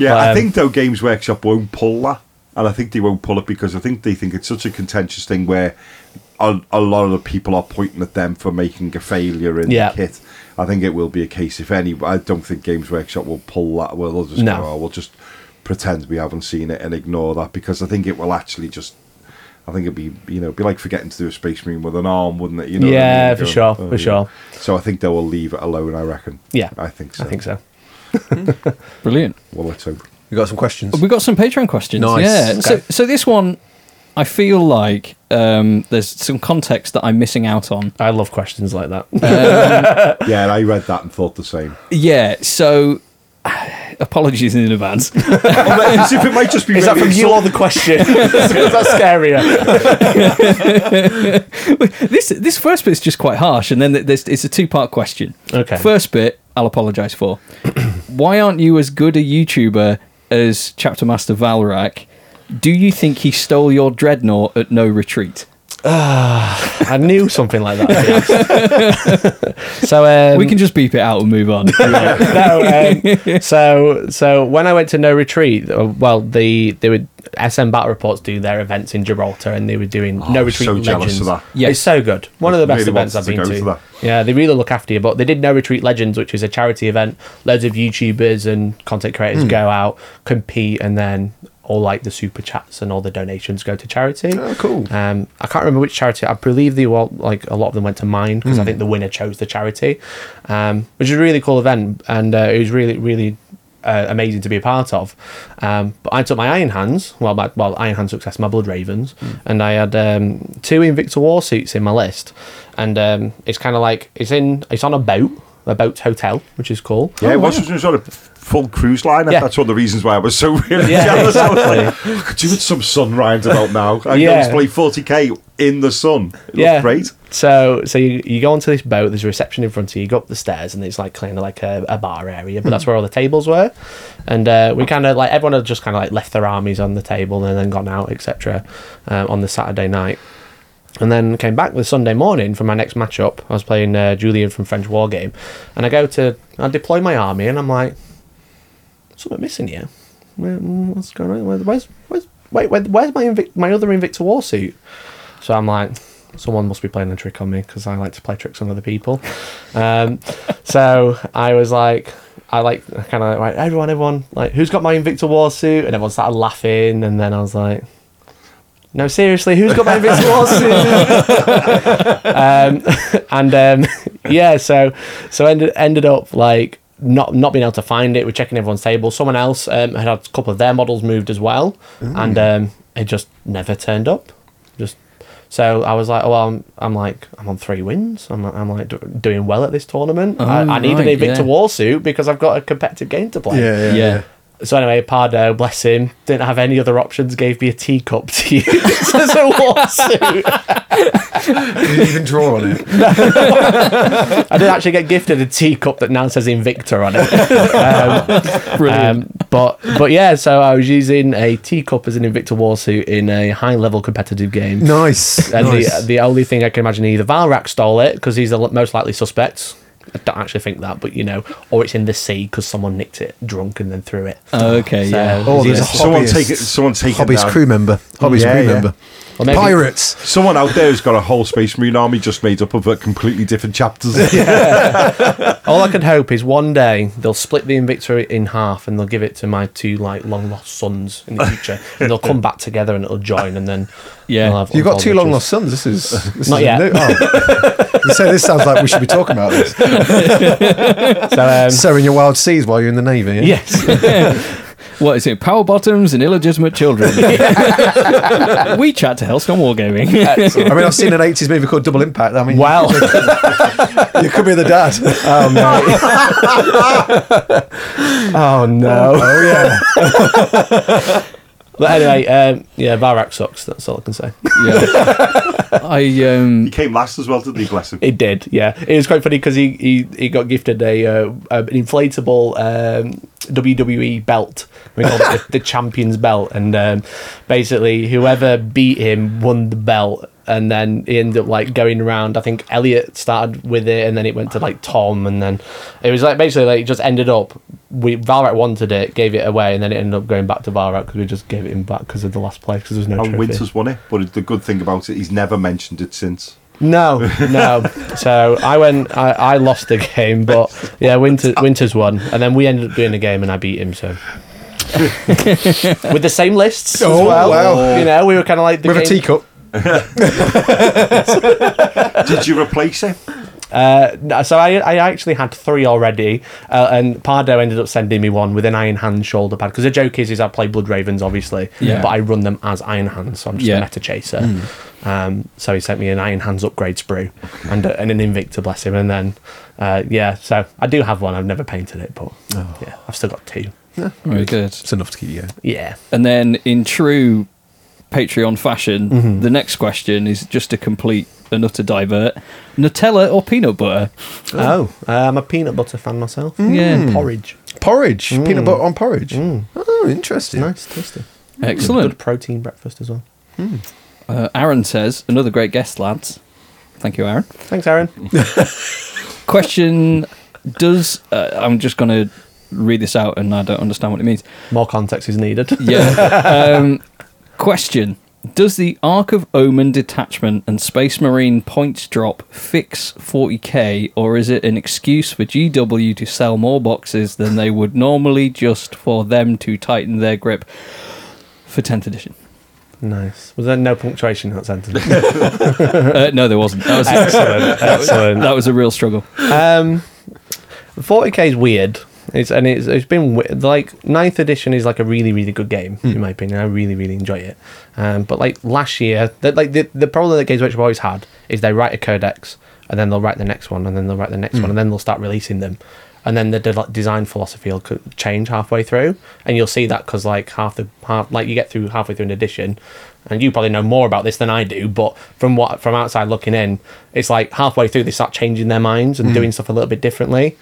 S4: yeah, I
S3: Um,
S4: think though Games Workshop won't pull that, and I think they won't pull it because I think they think it's such a contentious thing where a, a lot of the people are pointing at them for making a failure in
S3: Yeah.
S4: the kit. I think it will be a case if any. I don't think Games Workshop will pull that. Well, they'll just
S3: No.
S4: go, oh, we'll just pretend we haven't seen it and ignore that because I think it will actually just. I think it'd be, you know, it'd be like forgetting to do a space marine with an arm, wouldn't it? You know what I mean?
S3: Yeah,
S4: You're
S3: for sure, for
S4: yeah."
S3: sure.
S4: So I think they will leave it alone. I reckon.
S3: Yeah.
S4: I think so.
S3: I think so.
S2: Brilliant.
S4: Well, let's hope.
S1: We've got some questions.
S2: We've got some Patreon questions.
S1: Nice.
S2: Yeah. So,
S1: Okay.
S2: so this one, I feel like um, there's some context that I'm missing out on.
S3: I love questions like that.
S4: Yeah, and I read that and thought the same.
S2: Yeah. So apologies in advance.
S4: As if Oh, it might just be.
S3: Is that
S4: really
S3: from you or
S4: insult-
S3: the question? That's scarier.
S2: this this first bit's just quite harsh, and then th- there's, it's a two part question.
S3: Okay.
S2: First bit, I'll apologise for. Why aren't you as good a YouTuber as Chapter Master Valrak? Do you think he stole your dreadnought at no retreat?
S3: I knew something like that. yes. so um,
S2: we can just beep it out and move on.
S3: no, um, so so when I went to No Retreat, uh, well, the they would SM Battle Reports do their events in Gibraltar, and they were doing No
S4: Oh, I'm
S3: Retreat
S4: so
S3: Legends.
S4: jealous of that.
S2: Yes.
S3: It's so good. One of the best
S4: Really
S3: events I've
S4: wanted
S3: been
S4: to
S3: to.
S4: go to that.
S3: Yeah, they really look after you. But they did No Retreat Legends, which is a charity event. Loads of YouTubers and content creators
S4: Hmm.
S3: go out, compete, and then all like the super chats and all the donations go to charity.
S1: Oh, cool.
S3: Um, I can't remember which charity. I believe they all like a lot of them went to mine because I think the winner chose the charity, um, which is a really cool event and uh, it was really really uh, amazing to be a part of. Um, but I took my Iron Hands, well my well Iron Hand success, my Blood Ravens, and I had um, two Invicta War suits in my list, and um, it's kind of like it's in it's on a boat, a boat hotel, which is cool.
S4: Oh, Yeah, it was some sort of full cruise line.
S3: Yeah.
S4: That's one of the reasons why I was so really
S3: Yeah,
S4: jealous. I was like, could you with some sun round about now? I
S3: Yeah.
S4: yeah. play 40k in the sun. It yeah.
S3: yeah.
S4: great.
S3: So, so you, you go onto this boat. There's a reception in front of you. You go up the stairs, and it's like kind of like a, a bar area, but that's where all the tables were. And uh, we kind of like everyone had just kind of like left their armies on the table and then gone out, etc. Um, on the Saturday night, and then came back the Sunday morning for my next matchup. I was playing uh, Julian from French War Game, and I go to I deploy my army, and I'm like, something missing here. where- mm, what's going on? Where, where's, where's, wait, where, where's my Invict, my other Invicta War suit? So I'm like, someone must be playing a trick on me because I like to play tricks on other people. Um, so I was like, I like kind of like everyone, everyone, like who's got my Invicta War suit? And everyone started laughing, and then I was like. No, seriously, who's got my Invicta War suit? um, and um, yeah, so so ended ended up like not not being able to find it. We're checking everyone's table. Someone else um, had had a couple of their models moved as well, and um, it just never turned up. Just so I was like, oh, well, I'm, I'm like I'm on three wins. I'm I'm like do, doing well at this tournament. I,
S2: Oh,
S3: I need
S2: right,
S3: an Invicta
S2: yeah.
S3: War suit because I've got a competitive game to play.
S1: Yeah, yeah.
S2: yeah.
S3: So anyway, Pardo, bless him, didn't have any other options. Gave me a teacup to use as a war suit.
S1: You didn't even draw on it.
S3: I did actually get gifted a teacup that now says Invicta on it. Um, um, but but yeah, so I was using a teacup as an Invicta war suit in a high level competitive game.
S1: Nice.
S3: And
S1: nice.
S3: the the only thing I can imagine either Valrak stole it because he's the l- most likely suspect. I don't actually think that, but you know, or it's in the sea because someone nicked it drunk and then threw it.
S2: Okay, yeah.
S3: So-
S1: oh, there's a
S3: yeah.
S1: hobbyist.
S4: Someone take it- someone take it
S1: hobbyist
S4: down.
S1: crew member. Hobbyist
S4: Yeah,
S1: crew
S4: yeah.
S1: member.
S3: Or maybe-
S1: Pirates.
S4: Someone out there has got a whole Space Marine army just made up of uh, completely different chapters.
S3: All I can hope is one day they'll split the Invicta in half and they'll give it to my two like long lost sons in the future, and they'll come back together and it'll join, and then
S2: Yeah.
S3: they'll have
S1: You've got
S3: untold
S1: two long
S3: riches.
S1: lost sons. This is this
S3: Not
S1: is
S3: yet.
S1: new- oh. you say this sounds like we should be talking about this.
S3: So, um,
S1: Sowing your wild seeds while you're in the navy. Yeah.
S3: yes,
S2: What is it? Power bottoms and illegitimate children. we chat to Hellstorm Wargaming.
S1: I mean, I've seen an '80s movie called Double Impact. I mean,
S3: Wow.
S1: you could be the dad. Um,
S3: oh no, oh no.
S1: oh yeah.
S3: But anyway, um, yeah, Barak sucks. That's all I can say.
S2: yeah. I um
S4: he came last as well, didn't he? Bless him.
S3: It did, yeah. It was quite funny because he, he, he got gifted a uh, an inflatable um, WWE belt. We called it the, the Champions Belt, and um, basically whoever beat him won the belt. And then he ended up like going around. I think Elliot started with it, and then it went to like Tom, and then it was like basically like it just ended up. We Valrak wanted it, gave it away, and then it ended up going back to Valrak because we just gave it him back because of the last play because there was no
S4: And
S3: trophy.
S4: Winters won it, but the good thing about it, he's never mentioned it since.
S3: No, no. so I went. I, I lost the game, but yeah, Winter, Winters won, and then we ended up doing a game, and I beat him. So with the same lists
S1: Oh,
S3: as well.
S1: wow.
S3: You know, we were kind of like the
S1: With a
S3: game-
S1: teacup.
S4: Did you replace it?
S3: Uh, no, so I, I actually had three already, uh, and Pardo ended up sending me one with an Iron Hand shoulder pad. Because the joke is, is I play Blood Ravens, obviously,
S2: Yeah.
S3: but I run them as Iron Hands, so I'm just
S2: Yeah.
S3: a meta chaser. Um, so he sent me an Iron Hands upgrade sprue and, uh, and an Invicta, bless him. And then, uh, yeah, so I do have one. I've never painted it, but yeah, I've still got two.
S2: very oh, good.
S1: It's enough to keep you going.
S3: Yeah.
S2: And then in true Patreon fashion, the next question is just a complete and utter divert. Nutella or peanut butter?
S3: Oh, Hmm. uh, I'm a peanut butter fan myself.
S2: Yeah.
S3: Porridge.
S1: Porridge, peanut butter on porridge. Oh, interesting.
S3: Nice, tasty. Good
S2: Excellent.
S3: protein breakfast as well.
S2: Uh, Aaron says, another great guest, lads. Thank you, Aaron.
S3: Thanks, Aaron.
S2: Question Does, uh, I'm just going to read this out and I don't understand what it means.
S3: More context is needed.
S2: Yeah. um, question Does the Arc of Omen detachment and Space Marine points drop fix 40k, or is it an excuse for GW to sell more boxes than they would normally just for them to tighten their grip for 10th edition?
S3: Nice. Was there no punctuation in that sentence?
S2: Uh, no, there wasn't. That was,
S3: Excellent. Excellent.
S2: that was a real struggle.
S3: Um, 40k is weird. It's and it's, it's been wi- like ninth edition is like a really really good game in my opinion. I really really enjoy it. Um, but like last year, that like the, the problem that Games Workshop always had is they write a codex and then they'll write the next one and then they'll write the next one and then they'll start releasing them. And then the de- design philosophy will co- change halfway through, and you'll see that because like half the half like you get through halfway through an edition, and you probably know more about this than I do, but from what from outside looking in, it's like halfway through they start changing their minds and doing stuff a little bit differently.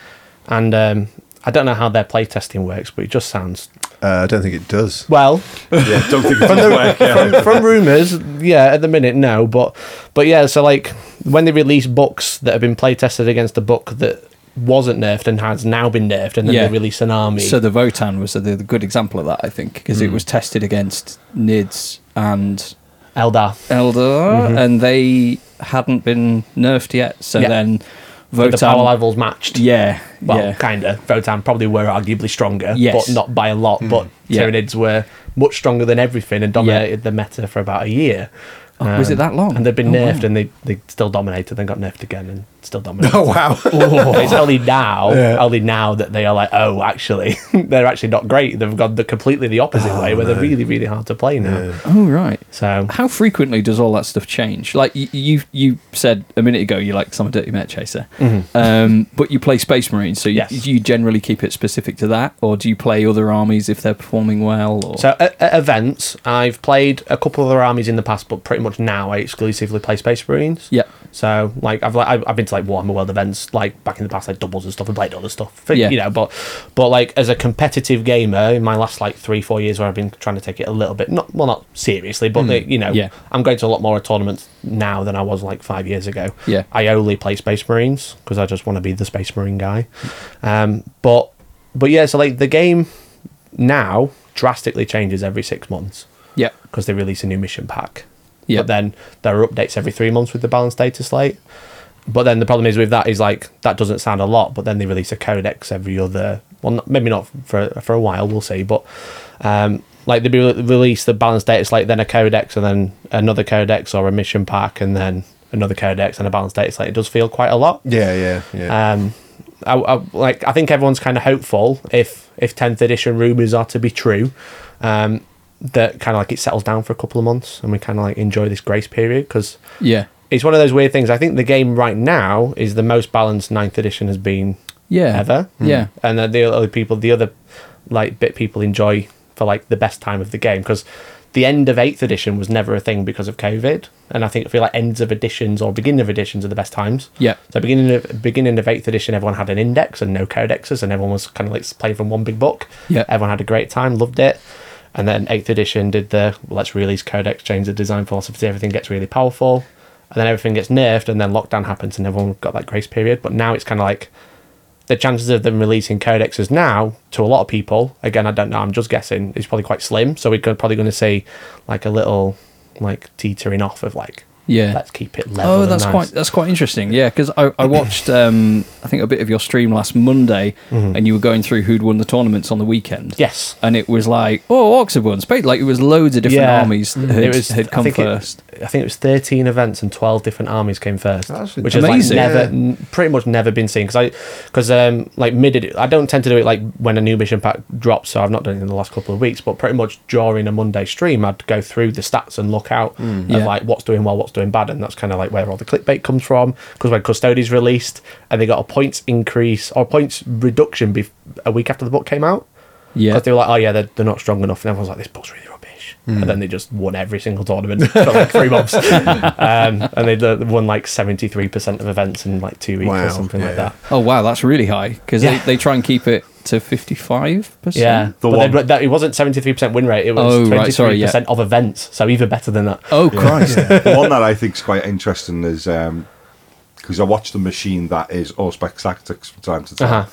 S3: And um, I don't know how their playtesting works, but it just sounds
S1: Uh, I don't think it does.
S3: well
S4: Yeah, don't think it's going to work. Yeah.
S3: from, from rumors. Yeah, at the minute, no, but but yeah. So like when they release books that have been playtested against a book that wasn't nerfed and has now been nerfed, and then
S2: Yeah.
S3: they release an army.
S2: So the Votan was a, the, the good example of that, I think, because it was tested against Nids and
S3: Eldar.
S2: Elder, and they hadn't been nerfed yet. So
S3: Mm-hmm. Yeah.
S2: then Votan,
S3: But the power levels matched.
S2: yeah,
S3: Well,
S2: yeah,
S3: kinda. Votan probably were arguably stronger,
S2: Yes. Hmm.
S3: but not by a lot. But
S2: Yeah.
S3: Tyranids were much stronger than everything and dominated the meta for about a year.
S2: Oh, was it that long?
S3: Um, And they've been
S2: Oh, wow.
S3: nerfed, and they, they still dominated. Then got nerfed again, and still dominated.
S1: Oh wow!
S3: it's only now, only now that they are like, oh, actually, they're actually not great. They've gone the completely the opposite way, where they're really, really hard to play now.
S2: Oh right.
S3: So
S2: How frequently does all that stuff change? Like you, you, you said a minute ago, you like some dirty met chaser, um, but you play Space Marines, so you,
S3: Mm-hmm. Yes.
S2: you generally keep it specific to that, or do you play other armies if they're performing well? Or?
S3: So at, at events, I've played a couple of other armies in the past, but pretty much now I exclusively play Space Marines.
S2: Yeah.
S3: So like I've like I've- I've been to like Warhammer World events like back in the past like doubles and stuff and played other stuff.
S2: Yeah.
S3: You know, but but like as a competitive gamer in my last like three four years where I've been trying to take it a little bit not well not seriously but like, you know
S2: Hmm. Yeah.
S3: I'm going to a lot more tournaments now than I was like five years ago.
S2: Yeah.
S3: I only play Space Marines because I just want to be the Space Marine guy. Um, but but yeah, so like the game now drastically changes every six months
S2: yeah,
S3: because they release a new mission pack.
S2: Yeah.
S3: But then there are updates every three months with the balance data slate. But then the problem is with that is like that doesn't sound a lot. But then they release a codex every other. Well, not, maybe not for for a while. We'll see. But um, like they re- release the balance data slate, then a codex, and then another codex or a mission pack, and then another codex and a balance data slate. It does feel quite a lot.
S1: yeah, yeah, yeah.
S3: Um, I, I, like I think everyone's kind of hopeful if if tenth edition rumors are to be true, um, that kind of like it settles down for a couple of months and we kind of like enjoy this grace period because
S2: yeah,
S3: it's one of those weird things. I think the game right now is the most balanced ninth edition has been
S2: yeah,
S3: ever. Mm.
S2: yeah,
S3: And then the other people, the other like bit people enjoy for like the best time of the game because the end of eighth edition was never a thing because of COVID. And I think I feel like ends of editions or beginning of editions are the best times.
S2: Yeah.
S3: So beginning of beginning of eighth edition, everyone had an index and no codexes, and everyone was kind of like playing from one big book.
S2: Yeah.
S3: Everyone had a great time, loved it. And then eighth edition did the well, let's release codex, change the design philosophy, everything gets really powerful. And then everything gets nerfed, and then lockdown happens, and everyone got that grace period. But now it's kind of like the chances of them releasing codexes now to a lot of people again i don't know i'm just guessing is probably quite slim so we're go- probably going to see like a little like teetering off of like
S2: Yeah.
S3: let's keep it level
S2: Oh,
S3: and
S2: that's
S3: nice.
S2: quite that's quite interesting. Yeah, because I, I watched um, I think a bit of your stream last Monday,
S3: Mm-hmm.
S2: and you were going through who'd won the tournaments on the weekend.
S3: yes
S2: and it was like oh, Orcs have won. Space like it was loads of different
S3: Yeah. Mm-hmm.
S2: armies that had, had come first.
S3: It, I think it was 13 events and 12 different armies came first,
S4: That's
S3: which is like
S2: amazing.
S3: never,
S4: Yeah.
S3: n- pretty much never been seen. Because I, because um, like mid, I don't tend to do it like when a new mission pack drops. So I've not done it in the last couple of weeks, but pretty much during a Monday stream, I'd go through the stats and look out of
S2: Mm. Yeah.
S3: like what's doing well, what's doing bad, and that's kind of like where all the clickbait comes from. Because when Custodes released and they got a points increase or points reduction bef- a week after the book came out.
S2: Yeah,
S3: Because they were like, oh yeah, they're, they're not strong enough. And everyone's like, this book's really rubbish.
S1: Hmm.
S3: And then they just won every single tournament for like three months. um, and they they won like 73% of events in like two weeks
S1: Wow,
S3: or something
S1: yeah.
S3: like that.
S2: Oh wow, that's really high because
S3: Yeah.
S2: they, they try and keep it to fifty five percent.
S3: Yeah.
S4: The
S3: but
S4: one-
S3: then- that, it wasn't 73% win rate, it was
S2: Oh,
S3: 23%
S2: right, sorry, yeah.
S3: of events. So even better than that.
S2: Oh Christ.
S4: the one that I think is quite interesting is because I watched the machine that is Auspex Tactics from time to time,
S3: Uh-huh.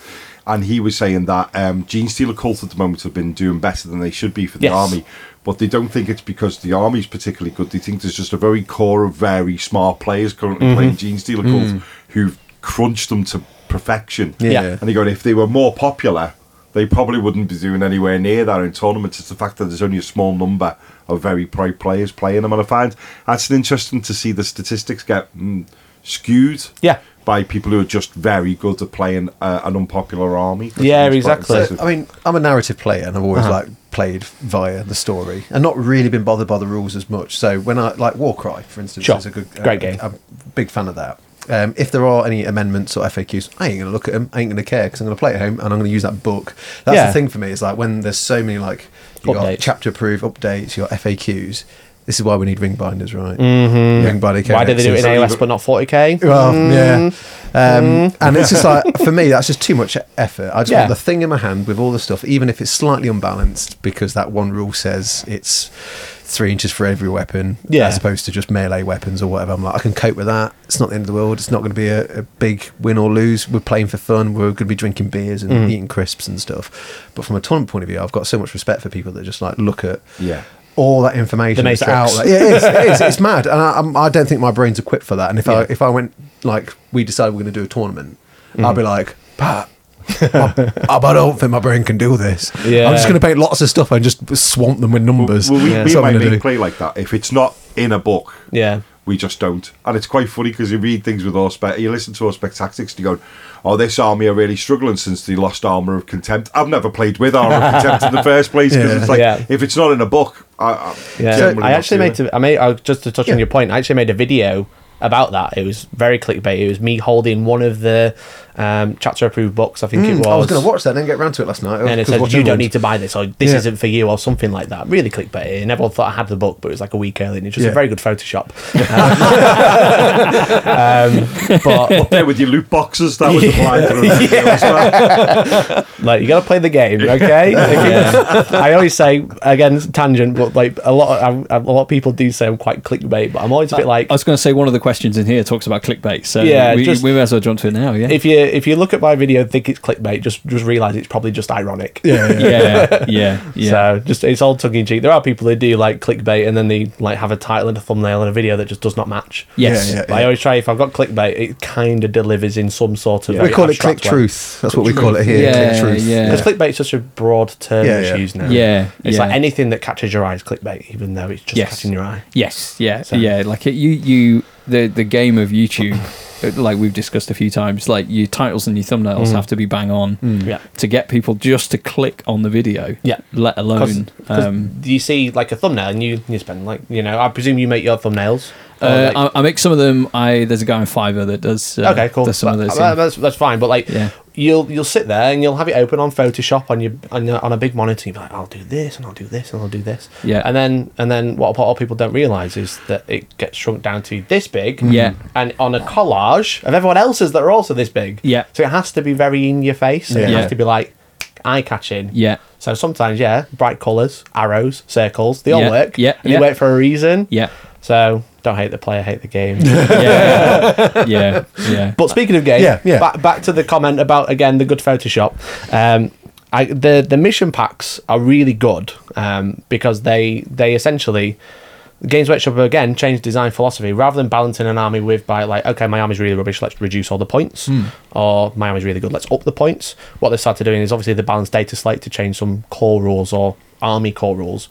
S4: and he was saying that um, Gene Steeler Cult at the moment have been doing better than they should be for the
S3: Yes.
S4: army, but they don't think it's because the army's particularly good. They think there's just a very core of very smart players currently
S3: Mm-hmm.
S4: playing Gene Steeler Cult
S3: Mm.
S4: who've crunched them to perfection.
S1: Yeah.
S4: And he go, if they were more popular, they probably wouldn't be doing anywhere near that in tournaments. It's the fact that there's only a small number of very pro players playing them, and I find that's an interesting to see the statistics get mm, skewed.
S3: Yeah.
S4: By people who are just very good at playing uh, an unpopular army.
S3: Yeah,
S4: It's quite
S3: exactly.
S4: impressive.
S1: I mean, I'm a narrative player, and I've always
S3: Uh-huh.
S1: like played via the story, and not really been bothered by the rules as much. So when I like Warcry, for instance,
S3: Sure.
S1: is a good, uh,
S3: Great game.
S1: I'm a big fan of that. Um, if there are any amendments or FAQs, I ain't going to look at them. I ain't going to care because I'm going to play at home and I'm going to use that book. That's
S3: Yeah.
S1: the thing for me. Is like when there's so many like you got
S3: Updates.
S1: chapter approved updates, you got FAQs. This is why we need ring binders, right? Ring binder.
S3: Mm-hmm. Why did they do it in
S1: codexes.
S3: AOS but not 40k?
S1: Well,
S3: Mm.
S1: yeah. Um, And it's just like, for me, that's just too much effort. I just
S3: Yeah.
S1: want the thing in my hand with all the stuff, even if it's slightly unbalanced, because that one rule says it's three inches for every weapon,
S3: Yeah.
S1: as opposed to just melee weapons or whatever. I'm like, I can cope with that. It's not the end of the world. It's not going to be a, a big win or lose. We're playing for fun. We're going to be drinking beers
S3: Mm.
S1: and eating crisps and stuff. But from a tournament point of view, I've got so much respect for people that just like look at
S4: Yeah.
S1: all that information
S3: The
S1: that's
S3: Matrix.
S1: out. there. yeah, it is, it is. It's mad, and I, I'm, I don't think my brain's equipped for that. And if I if I went like we decided we're going to do a tournament,
S3: Mm.
S1: I'd be like, Pat. I, I don't think my brain can do this.
S3: Yeah.
S1: I'm just going to paint lots of stuff and just swamp them with numbers.
S4: Well, we,
S1: That's
S4: we
S1: what I'm
S4: might
S1: gonna
S4: make
S1: do.
S4: play like that if it's not in a book.
S3: Yeah.
S4: We just don't, and it's quite funny because you read things with horse. You listen to horseback tactics, and you go, "Oh, this army are really struggling since the lost armor of contempt." I've never played with armor of contempt in the first place because
S1: Yeah.
S4: it's like
S3: Yeah.
S4: if it's not in a book, I, I,
S3: Yeah,
S4: generally
S3: I
S4: not
S3: actually
S4: doing
S3: made. A, I made. I, just to touch on
S1: Yeah.
S3: your point, I actually made a video about that. It was very clickbait. It was me holding one of the um, chapter approved books. I think it was.
S1: Mm, Hmm. I was going to watch that, and then get round to it last night.
S3: And it
S1: because
S3: said
S1: watching
S3: you don't
S1: everyone's-
S3: need to buy this, or this
S1: Yeah.
S3: isn't for you, or something like that. Really clickbait. And everyone thought I had the book, but it was like a week early, and it's just a
S1: Yeah.
S3: very good Photoshop. Um, but
S4: up there with your loot boxes. That was a blind through the video as well.
S3: Like you got to play the game, okay? I always say again tangent, but like a lot, of, a lot of people do say I'm quite clickbait, but I'm always a
S1: Uh,
S3: bit like
S2: I was going to say one of the questions in here talks about clickbait, so
S3: Yeah,
S2: we,
S3: just-
S2: we may as well jump to it now. Yeah,
S3: if you if you look at my video, and think it's clickbait, just just realize it's probably just ironic.
S1: Yeah, yeah.
S2: yeah, yeah, yeah.
S3: So just it's all tongue in cheek. There are people who do like clickbait, and then they like have a title and a thumbnail and a video that just does not match.
S2: yes,
S1: yeah, yeah.
S3: But I always try if I've got clickbait, it kind of delivers in some sort of.
S1: we
S3: very
S1: call it click
S3: abstract way.
S1: truth. That's what we call it here.
S2: Yeah,
S1: click truth.
S2: yeah.
S3: Because clickbait's such a broad term
S1: Yeah,
S3: that's
S1: yeah.
S3: used now.
S2: Yeah,
S3: It's
S2: yeah.
S3: like anything that catches your eye is clickbait, even though it's just
S2: Yes.
S3: catching your eye.
S2: Yes, yeah,
S3: So-
S2: yeah. Like it, you, you, the the game of YouTube, uh, like we've discussed a few times. Like your titles and your thumbnails
S3: Mm.
S2: have to be bang on
S3: Yeah.
S2: to get people just to click on the video.
S3: Mm. Yeah.
S2: let alone. Um,
S3: you see like a thumbnail and you, you spend like, you know, I presume you make your thumbnails. or,
S2: uh,
S3: like-
S2: I, I make some of them. I there's a guy on Fiverr that does. Uh,
S3: okay, cool.
S2: Does some
S3: That-
S2: of those.
S3: that-
S2: in-
S3: that's, that's fine. But like,
S2: Yeah.
S3: you'll you'll sit there and you'll have it open on Photoshop on your on, your, on a big monitor. You'll be like, I'll do this and I'll do this and I'll do this.
S2: Yeah.
S3: And then and then what a lot of people don't realize is that it gets shrunk down to this big.
S2: Yeah.
S3: And on a collage of everyone else's that are also this big.
S2: Yeah.
S3: So it has to be very in your face. and It
S2: Yeah.
S3: has to be like eye catching.
S2: Yeah.
S3: So sometimes, yeah, bright colours, arrows, circles, they all
S2: Yeah,
S3: work.
S2: yeah,
S3: And
S2: yeah.
S3: they work for a reason.
S2: yeah,
S3: So don't hate the player, hate the game.
S2: yeah, yeah, yeah.
S3: But speaking of game,
S1: Yeah, yeah.
S3: Back, back to the comment about again the good Photoshop. Um, I, the the mission packs are really good um, because they they essentially Games Workshop have again changed design philosophy rather than balancing an army with by like okay my army's really rubbish let's reduce all the points or my army's really good let's up the points. What they started doing is obviously the balanced data slate to change some core rules or army core rules.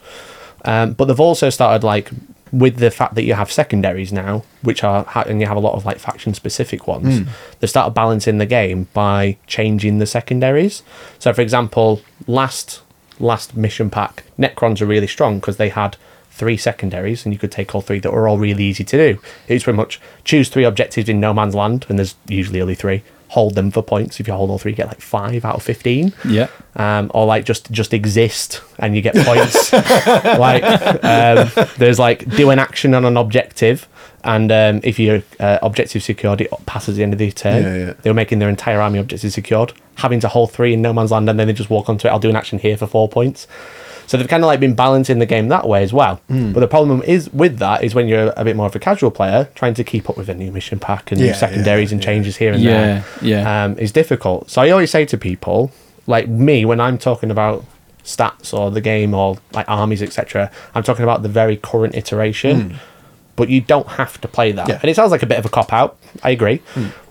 S3: Um, but they've also started like with the fact that you have secondaries now, which are ha- and you have a lot of like faction specific ones. They started balancing the game by changing the secondaries. So, for example, last last mission pack, Necrons are really strong because they had three secondaries and you could take all three that were all really easy to do. It's pretty much choose three objectives in no man's land, and there's usually only three. Hold them for points. If you hold all three, you get like five out of fifteen
S2: yeah.
S3: um, or like just just exist and you get points. like um, there's like do an action on an objective, and um, if your uh, objective secured, it passes the end of the turn.
S1: Yeah, yeah.
S3: They were making their entire army objective secured, having to hold three in no man's land, and then they just walk onto it. I'll do an action here for four points. So they've kind of like been balancing the game that way as well.
S1: Hmm.
S3: But the problem is with that is when you're a bit more of a casual player, trying to keep up with a new mission pack and
S1: Yeah,
S3: new
S1: yeah,
S3: secondaries and
S1: yeah.
S3: changes here and
S2: Yeah,
S3: there
S2: yeah.
S3: um, is difficult. So I always say to people, like me, when I'm talking about stats or the game or like armies, etc., I'm talking about the very current iteration. But you don't have to play that,
S1: Yeah.
S3: and it sounds like a bit of a cop out. I agree,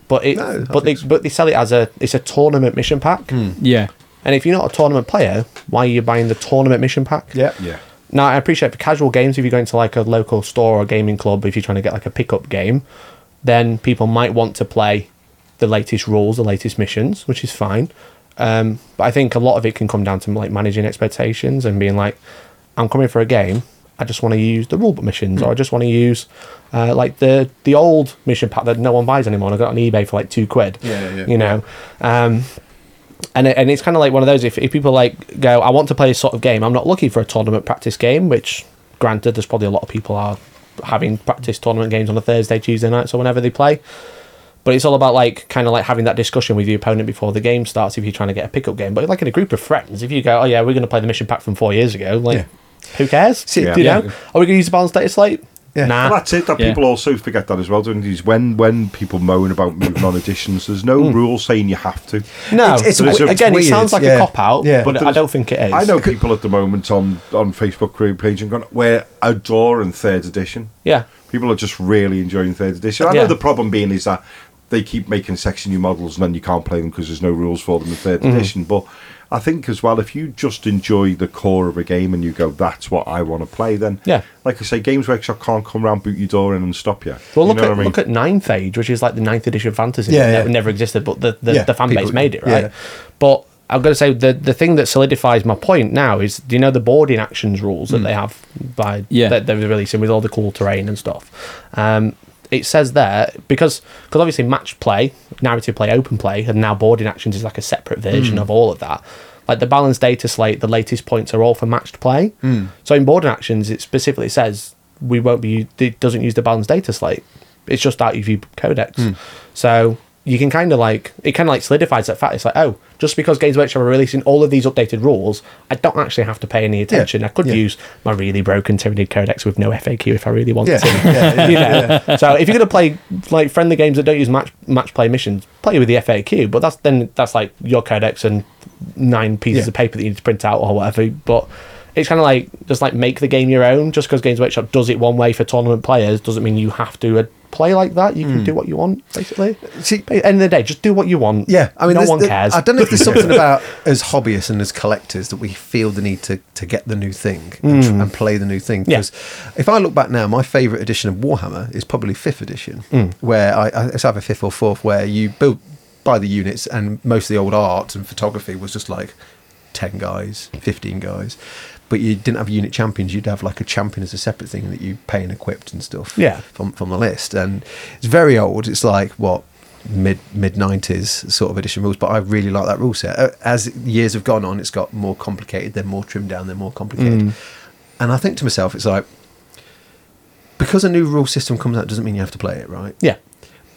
S3: but it,
S1: No, I
S3: but they,
S1: think so.
S3: but they sell it as a it's a tournament mission pack,
S2: Yeah.
S3: and if you're not a tournament player, why are you buying the tournament mission pack?
S1: Yeah.
S4: Yeah,
S3: Now, I appreciate for casual games, if you're going to like a local store or gaming club, if you're trying to get like a pickup game, then people might want to play the latest rules, the latest missions, which is fine. Um, but I think a lot of it can come down to like managing expectations and being like, I'm coming for a game. I just want to use the rulebook missions, or I just want to use uh, like the the old mission pack that no one buys anymore. And I got it on eBay for like two quid.
S1: Yeah, yeah, yeah.
S3: You know, um, and it, and it's kind of like one of those if, if people like go i want to play this sort of game i'm not looking for a tournament practice game which granted there's probably a lot of people are having practice tournament games on a thursday tuesday night so whenever they play but it's all about like kind of like having that discussion with your opponent before the game starts if you're trying to get a pickup game but like in a group of friends if you go oh yeah we're going to play the mission pack from four years ago like
S1: Yeah.
S3: Who cares?
S1: See,
S3: You
S4: yeah.
S3: know? Are we going to use a balanced data slate?
S1: Yeah.
S4: Well,
S3: Nah.
S4: that's it. That
S2: Yeah.
S4: people also forget that as well. Don't they? Is when when people moan about moving on editions, there's no rule saying you have to.
S3: Hmm. No.
S1: It's- it's
S4: w-
S3: again,
S1: it's
S3: it sounds
S1: weird,
S3: like
S1: yeah.
S3: a cop out,
S1: Yeah.
S3: but I don't think it is.
S4: I know people at the moment on on Facebook group page and gone we're adoring third edition.
S3: Yeah.
S4: People are just really enjoying third edition. I know
S3: Yeah.
S4: the problem being is that they keep making sexy new models and then you can't play them because there's no rules for them in 3rd
S3: Mm-hmm.
S4: edition. But I think as well, if you just enjoy the core of a game and you go, that's what I want to play, then
S3: Yeah.
S4: like I say, Games Workshop can't come round, boot your door in and stop you.
S3: Well,
S4: You
S3: look
S4: know
S3: at
S4: what I mean?
S3: look at Ninth Age, which is like the ninth edition fantasy.
S1: Yeah,
S3: that
S1: yeah.
S3: ne- never existed, but the the,
S1: Yeah,
S3: the fan base
S1: people-
S3: made it right.
S1: yeah.
S3: But I've got to say the the thing that solidifies my point now is do you know the boarding actions rules that they have by
S2: Yeah.
S3: that they're releasing with all the cool terrain and stuff. Um, it says there because because obviously match play, narrative play, open play, and now boarding actions is like a separate version
S1: Hmm.
S3: of all of that. Like the balanced data slate, the latest points are all for matched play.
S1: Hmm.
S3: So in boarding actions, it specifically says we won't be. It doesn't use the balanced data slate. It's just out of your codex.
S1: Hmm.
S3: So you can kind of like it kind of like solidifies that fact. It's like oh, just because Games Workshop are releasing all of these updated rules, I don't actually have to pay any attention. I could
S1: yeah.
S3: use my really broken Tyranid codex with no FAQ if I really want
S1: Yeah,
S3: to.
S1: yeah,
S3: you know? So if you're gonna play like friendly games that don't use match match play missions, play with the FAQ. But that's then that's like your codex and nine pieces
S1: Yeah.
S3: of paper that you need to print out or whatever. But it's kind of like just like make the game your own. Just because Games Workshop does it one way for tournament players doesn't mean you have to. Uh, Play like that, you can do what you want, basically.
S1: Hmm. See-
S3: Ba- end of the day, just do what you want.
S1: Yeah, I mean,
S3: no
S1: there's-
S3: one
S1: there-
S3: cares.
S1: I don't know if there's something about as hobbyists and as collectors that we feel the need to, to get the new thing and, tr- and play the new thing.
S3: Mm. Yeah.
S1: Because if I look back now, my favourite edition of Warhammer is probably fifth edition,
S3: Mm.
S1: where I, I it's either fifth or fourth, where you build by the units, and most of the old art and photography was just like ten guys, fifteen guys. But you didn't have unit champions; you'd have like a champion as a separate thing that you pay and equipped and stuff
S3: Yeah.
S1: from from the list, and it's very old. It's like what mid mid nineties sort of edition rules, but I really like that rule set. Uh, As years have gone on, it's got more complicated. They're more trimmed down. They're more complicated. And I think to myself, it's like because a new rule system comes out doesn't mean you have to play it, right?
S3: yeah,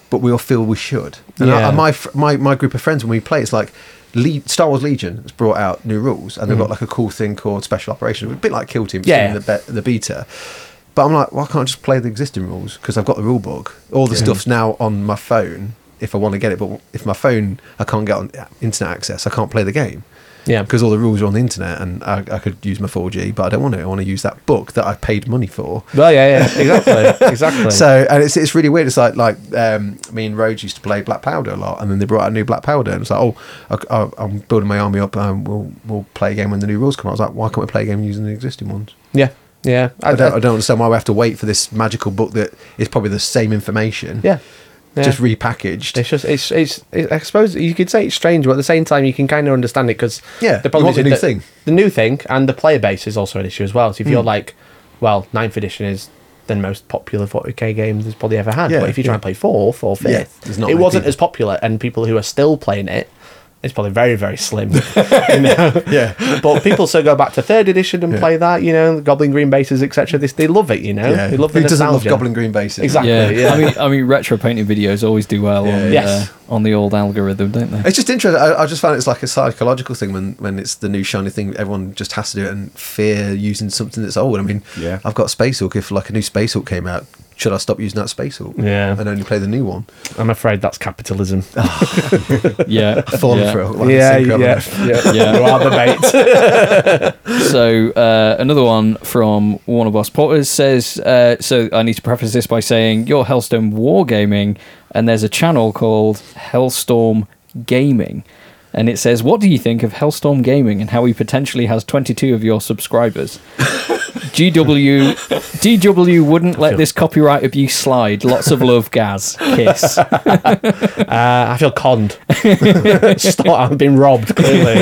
S1: But we all feel we should. And I-
S3: Yeah.
S1: my fr- my my group of friends when we play, it's like. Le- Star Wars Legion has brought out new rules, and they've got like a cool thing called Special Operations, a bit like Kill Team,
S3: Mm. Yeah.
S1: in the be- the beta. But I'm like, why can't I just play the existing rules? Because I've got the rule book. All the stuff's now on my phone if I want to get it. But if my phone, I can't get on uh, internet access, I can't play the game.
S3: Yeah.
S1: Because all the rules are on the internet and I, I could use my 4G, but I don't want to. I want to use that book that I paid money for.
S3: well, yeah, yeah, exactly, exactly.
S1: So, and it's, it's really weird. It's like, like um, me and Rhodes used to play Black Powder a lot, and then they brought out a new Black Powder, and it's like, oh, I, I, I'm building my army up, and we'll, we'll play a game when the new rules come out. I was like, why can't we play a game using the existing ones?
S3: yeah, yeah.
S1: I don't, I don't understand why we have to wait for this magical book that is probably the same information.
S3: Yeah. yeah.
S1: Just repackaged.
S3: It's just it's it's. It, I suppose you could say it's strange, but at the same time, you can kind of understand it because
S1: Yeah,
S3: the problem
S1: you
S3: is
S1: want the new
S3: that
S1: thing. Hmm.
S3: the new thing, and the player base is also an issue as well. So if you're like, well, ninth edition is the most popular 40k game there's probably ever had.
S1: Yeah,
S3: but if you try
S1: yeah.
S3: and play fourth or
S1: Yeah,
S3: fifth,
S1: there's not
S3: it
S1: many
S3: wasn't
S1: people.
S3: as popular, and people who are still playing it, it's probably very very slim.
S1: yeah.
S3: but people still go back to third edition and
S1: Yeah.
S3: play that. You know, Goblin Green bases, etc. This they love it. You know,
S1: yeah.
S3: they love the
S1: Who doesn't love
S3: nostalgia.
S1: Goblin Green Bases?
S3: Exactly.
S2: Yeah,
S3: Yeah.
S2: I mean, I mean, retro painting videos always do well on,
S3: Yes.
S2: uh, on the old algorithm, don't they?
S1: It's just interesting. I, I just found it's like a psychological thing when, when it's the new shiny thing. Everyone just has to do it and fear using something that's old. I mean,
S4: Yeah.
S1: I've got Space Hulk. If like a new Space Hulk came out, should I stop using that Space Hulk?
S3: Yeah.
S1: And only play the new one?
S3: I'm afraid that's capitalism.
S2: Yeah,
S1: Fallen
S2: yeah.
S1: for it. Like the
S3: yeah,
S1: sink
S3: yeah,
S1: rather than-
S3: yeah,
S2: Yeah.
S3: You are the bait.
S2: so uh, another one from one of us porters says uh, so i need to preface this by saying you're hellstone wargaming and there's a channel called hellstorm gaming and it says what do you think of hellstorm gaming and how he potentially has 22 of your subscribers GW DW wouldn't let this copyright abuse slide. Lots of love, Gaz. Kiss.
S3: Uh, I feel conned. Stop, I've been robbed clearly.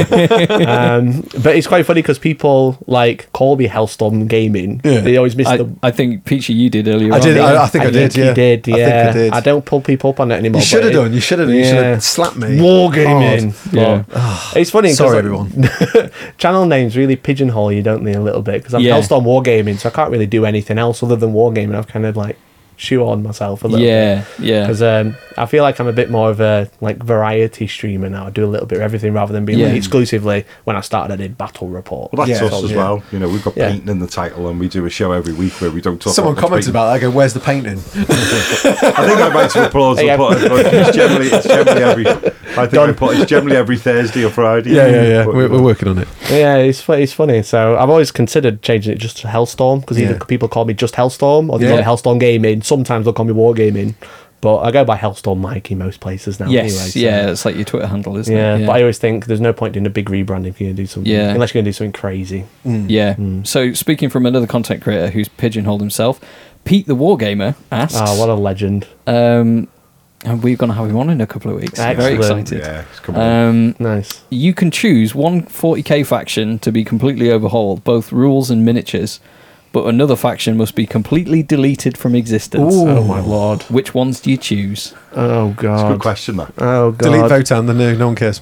S3: um, but it's quite funny because people like call me Hellstorm Gaming. They always miss
S2: I,
S3: the.
S2: I think Peachy, you did earlier.
S1: I
S2: on.
S1: did. I, I think I, did.
S3: you
S1: yeah.
S3: did. Yeah.
S1: I think I did.
S3: don't pull people up on it anymore.
S1: you
S3: but
S1: should have
S3: it-
S1: done. You should have. You should
S3: Yeah.
S1: have slapped me.
S3: Wargaming.
S1: hard.
S2: Yeah.
S3: But It's funny. 'cause,
S1: Sorry,
S3: like,
S1: everyone.
S3: channel names really pigeonhole you, don't they, a little bit? Because I'm
S2: Yeah.
S3: Hellstorm Wargaming, so I can't really do anything else other than Wargaming. I've kind of like shoe on myself a little bit.
S2: Yeah, yeah.
S3: because um, I- I feel like I'm a bit more of a like variety streamer now. I do a little bit of everything rather than being
S2: Yeah.
S3: like, exclusively. When I started, I did battle report.
S4: Well, that's
S1: Yeah.
S4: us as
S1: Yeah.
S4: well. You know, we've got
S3: Yeah.
S4: painting in the title, and we do a show every week where we don't talk.
S1: Someone
S4: about what's
S1: commented about that. I go, where's the painting?
S4: painted. I think I might have applaud the
S3: Yeah.
S4: pot. but It's generally, it's generally every. I think I put, it's generally every Thursday or Friday. But-
S1: We're, we're working on it.
S3: Yeah, it's fu- it's funny. So I've always considered changing it just to Hellstorm because either
S1: Yeah.
S3: people call me just Hellstorm or they
S1: Yeah.
S3: call me Hellstorm Gaming. Sometimes they'll call me War Gaming, but I go by Hellstorm Mikey most places now. anyway,
S2: Yes,
S3: so-
S2: yeah, it's like your Twitter handle, isn't
S3: Yeah,
S2: it?
S3: but I always think there's no point doing a big rebrand if you're gonna do something,
S2: Yeah.
S3: unless you're gonna do something crazy.
S2: Yeah.
S3: Mm.
S2: So speaking from another content creator who's pigeonholed himself, Pete the Wargamer asks,
S3: Ah, what a legend!
S2: um, and we're going to have him on in a couple of weeks. Very
S3: Excellent.
S2: excited.
S4: Yeah, it's coming.
S2: Um,
S3: Nice.
S2: you can choose one 40k faction to be completely overhauled, both rules and miniatures, but another faction must be completely deleted from existence.
S3: Oh my lord!
S2: Which ones do you choose?
S3: Oh
S4: it's a
S3: god!
S4: good question. That
S3: Oh
S1: Delete
S3: god!
S1: Votan, then no, no one cares.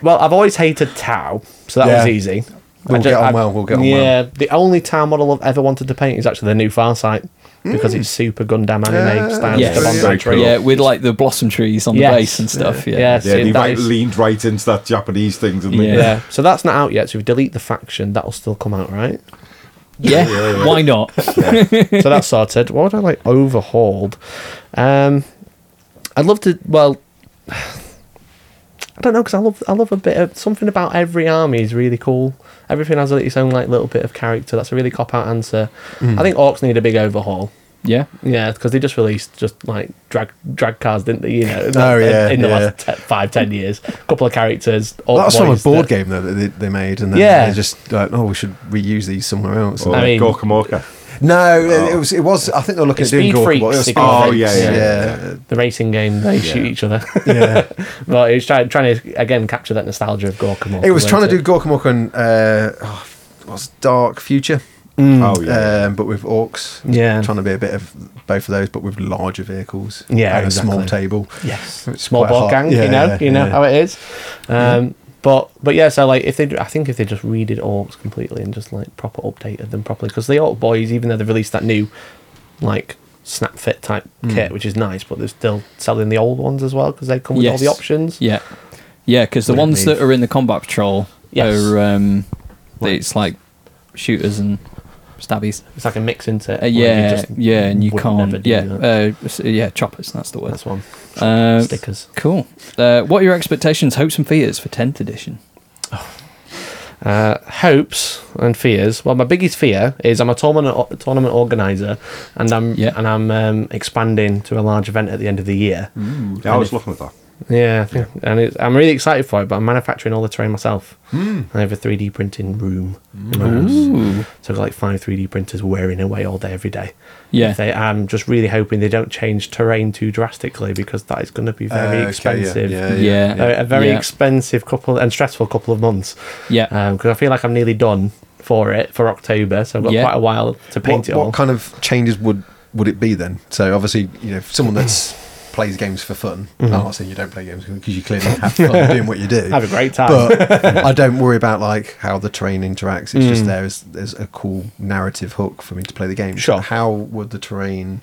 S3: Well, I've always hated Tau, so that
S1: Yeah.
S3: was easy.
S1: We'll
S3: I
S1: get on well, we'll get on well.
S3: Yeah, the only Tau model I've ever wanted to paint is actually the new Farsight because it's super Gundam anime
S1: Mm. Yeah.
S3: style.
S2: Yes.
S3: with the bonsai
S4: Very cool.
S3: tree.
S2: Yeah, with like the blossom trees on
S3: Yes.
S2: the base and stuff. Yeah.
S3: Yes,
S4: yeah,
S3: it-
S4: they
S3: that
S4: right,
S3: is-
S4: leaned right into that Japanese thing, didn't they?
S2: Yeah.
S3: Yeah, so that's not out yet. So if you delete the faction, that'll still come out, right?
S2: Yeah, Why not?
S3: so that's sorted. What would I like overhauled? Um, I'd love to. Well, I don't know because I love I love a bit of something about every army is really cool. Everything has its own like little bit of character. That's a really cop out answer.
S1: Hmm.
S3: I think orcs need a big overhaul.
S2: Yeah.
S3: Yeah, because they just released just like drag drag cars, didn't they? You know,
S1: Oh, yeah,
S3: in the
S1: yeah.
S3: last te- five ten years, a couple of characters.
S1: That was from a board game
S3: game.
S1: though, that they, they made, and then
S3: Yeah.
S1: they're just like, oh, we should reuse these somewhere else.
S4: Or
S3: I mean-
S4: Gorkamorka.
S1: no, it- it was. It was. I think they were looking at doing
S3: Speed
S1: Gork.
S3: Freaks,
S1: but it was
S3: they
S1: Speed
S3: call
S4: Oh
S1: Freaks.
S4: yeah, yeah, yeah.
S1: yeah.
S3: The racing game, they shoot each other.
S1: yeah.
S3: Well, it was trying, trying to again capture that nostalgia of Gorkamon.
S1: It was trying to do Gorkamok and uh, oh, what's Dark Future,
S4: Oh yeah.
S1: um, but with orcs.
S3: Yeah.
S1: trying to be a bit of both of those, but with larger vehicles.
S3: Yeah,
S1: and
S3: exactly.
S1: a small table.
S3: yes,
S1: It's
S3: small
S1: quite
S3: ball
S1: hot.
S3: gang.
S1: Yeah,
S3: you know,
S1: yeah,
S3: you know
S1: yeah.
S3: how it is. Um, But but yeah, so like if they, I think if they just redid orcs completely and just like proper updated them properly because the orc boys, even though they've released that new like snap fit type
S2: Hmm.
S3: kit, which is nice, but they're still selling the old ones as well because they come with all the
S2: Yes.
S3: options.
S2: Yeah, yeah, because the
S1: Would it
S2: ones
S1: be-
S2: that are in the combat patrol
S3: Yes.
S2: are um, they- it's like shooters and stabbies.
S3: It's like a mix into it.
S2: Uh,
S3: where you
S2: yeah,
S3: just
S2: yeah, and you
S3: would never
S2: can't.
S3: do
S2: Yeah,
S3: that.
S2: uh, s- yeah, choppers. That's the word.
S3: that's one
S2: Uh,
S3: stickers.
S2: Cool. Uh, what are your expectations, hopes, and fears for 10th edition?
S3: Uh, hopes and fears. Well, my biggest fear is I'm a tournament tournament organizer, and I'm
S2: Yeah.
S3: and I'm um, expanding to a large event at the end of the year.
S2: Mm.
S4: yeah, I was looking at that.
S3: Yeah, I think- and it's, I'm really excited for it. But I'm manufacturing all the terrain myself. I have a 3D printing room, in my house.
S2: Mm. Ooh.
S3: so I've got like five 3D printers wearing away all day every day.
S2: Yeah.
S3: If They, I'm just really hoping they don't change terrain too drastically because that is going to be very
S1: Uh, okay, yeah,
S3: expensive.
S1: Yeah, yeah,
S2: Yeah.
S1: yeah.
S3: A, a very Uh,
S2: Yeah.
S3: expensive couple and stressful couple of months
S2: Yeah.
S3: because Um, I feel like I'm nearly done for it for October, so I've got
S2: Yeah.
S3: quite a while to paint
S1: What,
S3: it
S1: what
S3: all.
S1: kind of changes would would it be then? So obviously, you know, for someone that's plays games for fun.
S3: Mm-hmm.
S1: I'm not saying you don't play games because you clearly have fun doing what you do.
S3: Have a great time.
S1: but I don't worry about like how the terrain interacts. It's
S3: Mm.
S1: just there is there's a cool narrative hook for me to play the game.
S3: Sure.
S1: How would the terrain?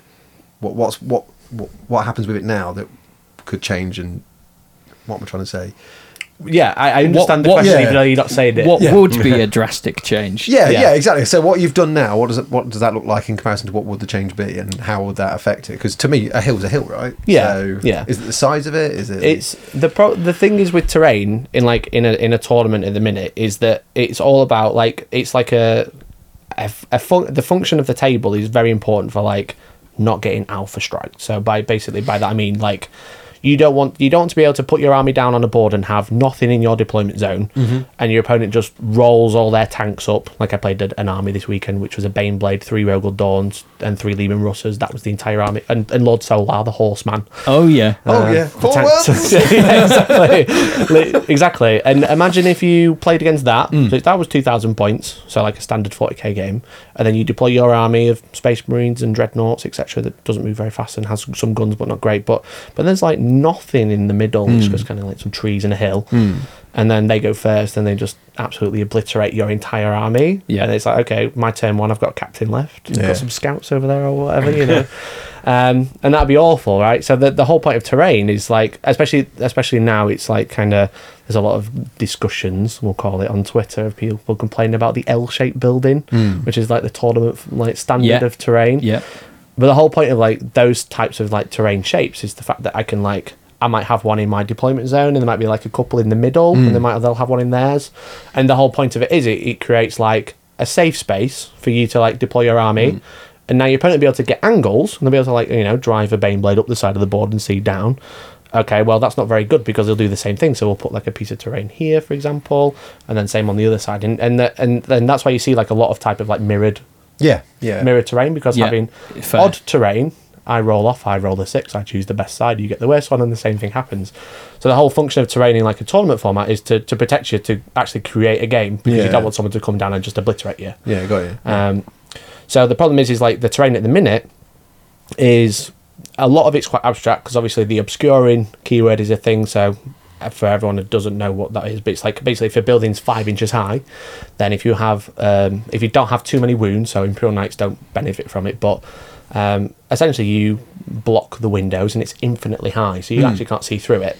S1: What what's what what, what happens with it now that could change and what am I trying to say?
S3: yeah, I, I understand the
S2: what-
S3: question,
S1: yeah.
S3: even though you're not saying it.
S2: What
S1: Yeah.
S2: would be a drastic change?
S1: Yeah,
S3: Yeah.
S1: yeah, exactly. So what you've done now, what does it, what does that look like in comparison to what would the change be, and how would that affect it? Because to me, a hill's a hill, right?
S3: Yeah,
S1: So
S3: yeah.
S1: Is it the size of it? Is it?
S3: It's the pro- the thing is with terrain in like in a in a tournament at the minute is that it's all about like it's like a a, f- a fun- the function of the table is very important for like not getting alpha striked. So by basically by that I mean like you don't want you don't want to be able to put your army down on a board and have nothing in your deployment zone, and your opponent just rolls all their tanks up. Like I played an- an army this weekend, which was a Baneblade, three Rogel Dawns, and three Lehman Russers. That was the entire army, and, and Lord Solar, the horseman.
S2: Oh, yeah.
S1: oh yeah,
S3: The tank-
S1: forwards.
S3: Yeah, exactly. Li- exactly. And imagine if you played against that.
S1: Hmm.
S3: So that was 2,000 points, so like a standard 40k game. And then you deploy your army of Space Marines and Dreadnoughts, etc., that doesn't move very fast and has some guns but not great. But but there's like nothing in the middle.
S1: Hmm.
S3: It's just kind of like some trees and a hill. And then they go first, and they just absolutely obliterate your entire army.
S2: Yeah.
S3: and it's like okay, my turn one. I've got a captain left. I've
S1: Yeah.
S3: got some scouts over there or whatever, you know. Um, and that'd be awful, right? So the, the whole point of terrain is like, especially especially now, it's like kind of there's a lot of discussions we'll call it on Twitter of people complaining about the L-shaped building, which is like the tournament like standard
S2: Hmm. Yeah.
S3: of terrain.
S2: Yeah.
S3: But the whole point of like those types of like terrain shapes is the fact that I can like I might have one in my deployment zone, and there might be like a couple in the middle, and they might they'll have one in theirs. And the whole point of it is it, it creates like a safe space for you to like deploy your army, and now your opponent will be able to get angles and they'll be able to like you know drive a bane blade up the side of the board and see down. Okay, well that's not very good because they'll do the same thing. So we'll put like a piece of terrain here, for example, and then same on the other side, and and the, and then that's why you see like a lot of type of like mirrored
S1: Yeah, yeah.
S3: mirror terrain because
S2: Yeah,
S3: having
S2: fair.
S3: odd terrain, I roll off, I roll the six, I choose the best side, you get the worst one, and the same thing happens. So the whole function of terrain in like a tournament format is to, to protect you to actually create a game because
S1: Yeah.
S3: you don't want someone to come down and just obliterate you.
S1: Yeah, got you.
S3: Um, so the problem is, is like the terrain at the minute is a lot of it's quite abstract because obviously the obscuring keyword is a thing. So uh, for everyone that doesn't know what that is, but it's like basically if a building's five inches high, then if you have um, if you don't have too many wounds, so Imperial Knights don't benefit from it, but um, essentially you block the windows and it's infinitely high, so you actually can't see through it.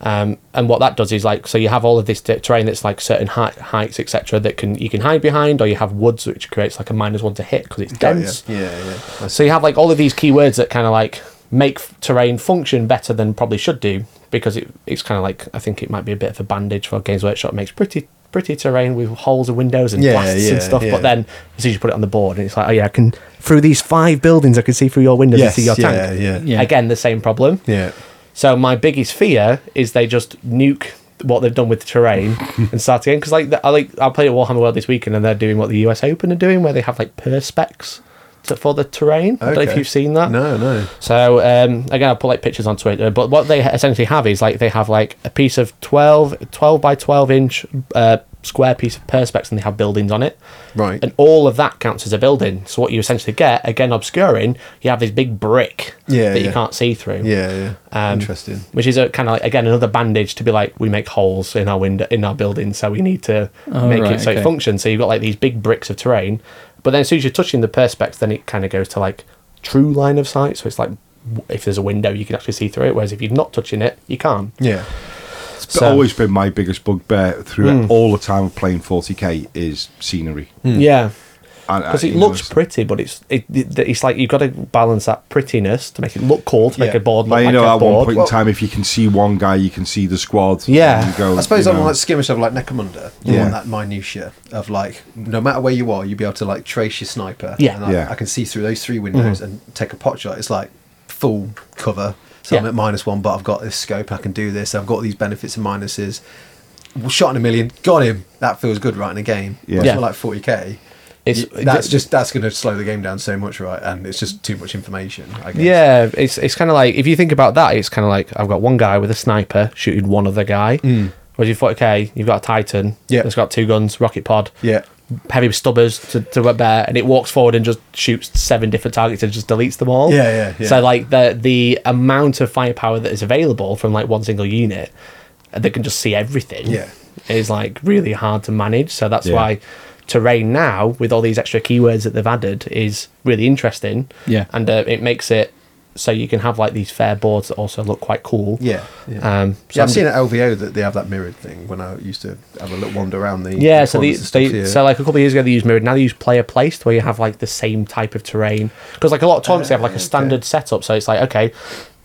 S3: Um, and what that does is like so you have all of this t- terrain that's like certain hei- heights etc that can you can hide behind or you have woods which creates like a minus one to hit because it's
S1: Got you.
S3: dense
S1: Yeah, yeah. That's-
S3: so you have like all of these keywords that kind of like make f- terrain function better than probably should do because it, it's kind of like I think it might be a bit of a bandage for Games Workshop makes pretty pretty terrain with holes and windows and
S1: Yeah,
S3: blasts
S1: yeah,
S3: and stuff.
S1: yeah.
S3: But then as soon as you put it on the board, and it's like oh yeah, I can through these five buildings, I can see through your windows
S1: Yes,
S3: and see your
S1: yeah,
S3: tank.
S1: yeah.
S2: Yeah.
S3: Again, the same problem.
S1: Yeah.
S3: So my biggest fear is they just nuke what they've done with the terrain and start again because like the- I like I played at Warhammer World this weekend and they're doing what the US Open are doing where they have like perspex to, for the terrain. I don't know if
S1: Okay.
S3: you've seen that.
S1: No, no.
S3: So um, again, I'll put like pictures on Twitter. But what they essentially have is like they have like a piece of 12, 12 by twelve inch uh, square piece of perspex, and they have buildings on it.
S1: Right.
S3: And all of that counts as a building. So what you essentially get, again obscuring, you have this big brick
S1: Yeah,
S3: that you
S1: yeah.
S3: can't see through.
S1: Yeah, yeah.
S3: Um,
S1: Interesting.
S3: Which is a kind of like again another bandage to be like we make holes in our window in our building, so we need to
S2: Oh,
S3: make
S2: right,
S3: it so
S2: okay.
S3: it functions. So you've got like these big bricks of terrain, but then as soon as you're touching the perspex, then it kind of goes to like true line of sight. So it's like w- if there's a window, you can actually see through it. Whereas if you're not touching it, you can't.
S1: Yeah.
S4: It's
S3: So- Hmm.
S4: always been my biggest bugbear through it all the time of playing 40k is scenery.
S2: Hmm.
S3: Yeah,
S4: And, uh,
S3: because
S4: you
S3: Hmm. it
S4: know,
S3: looks
S4: it's-
S3: pretty, but it's it, it it's like you've got to balance that prettiness to make it look cool, to make
S1: Yeah.
S3: a board look
S4: But you
S3: like
S4: know,
S3: a
S4: at one
S3: board.
S4: point in time, if you can see one guy, you can see the squad.
S3: Yeah.
S4: and you go,
S1: I suppose
S4: you
S1: on
S4: know,
S1: like skirmish level like Necromunda, you
S4: Yeah.
S1: want that minutia of like no matter where you are, you'll be able to like trace your sniper.
S3: Yeah. Mm-hmm.
S1: and I,
S4: Yeah.
S1: I can see through those three windows and take a pot shot. It's like full cover. So I'm
S3: Yeah.
S1: at minus one, but I've got this scope. I can do this. I've got these benefits and minuses. Well, Shot in a million, got him. That feels good, right in a game.
S4: Yeah.
S1: Whereas
S3: Yeah.
S1: for like 40k.
S3: It's-
S1: that's just that's going to slow the game down so much, right? And it's just too much information. I guess.
S3: Yeah, it's it's kind of like if you think about that, it's kind of like I've got one guy with a sniper shooting one other guy. Mm. Whereas you thought, okay, you've got a Titan.
S1: Yeah.
S3: it's got two guns, rocket pod.
S1: Yeah.
S3: heavy stubbers to to a bear, and it walks forward and just shoots seven different targets and just deletes them all.
S1: Yeah, yeah, yeah.
S3: So like the the amount of firepower that is available from like one single unit, and they can just see everything.
S1: Yeah.
S3: is like really hard to manage. So that's
S4: Yeah.
S3: why terrain now with all these extra keywords that they've added is really interesting
S2: Yeah.
S3: and uh, it makes it so you can have like these fair boards that also look quite cool.
S1: Yeah. yeah.
S3: Um, so
S1: yeah,
S3: I'm-
S1: I've seen at LVO that they have that mirrored thing when I used to have a little wander around the.
S3: yeah, so the,
S1: corners and stuff,
S3: they, so like a couple of years ago they used mirrored. Now they use player placed, where you have like the same type of terrain. Because like a lot of tournaments they have like a standard setup, so it's like okay,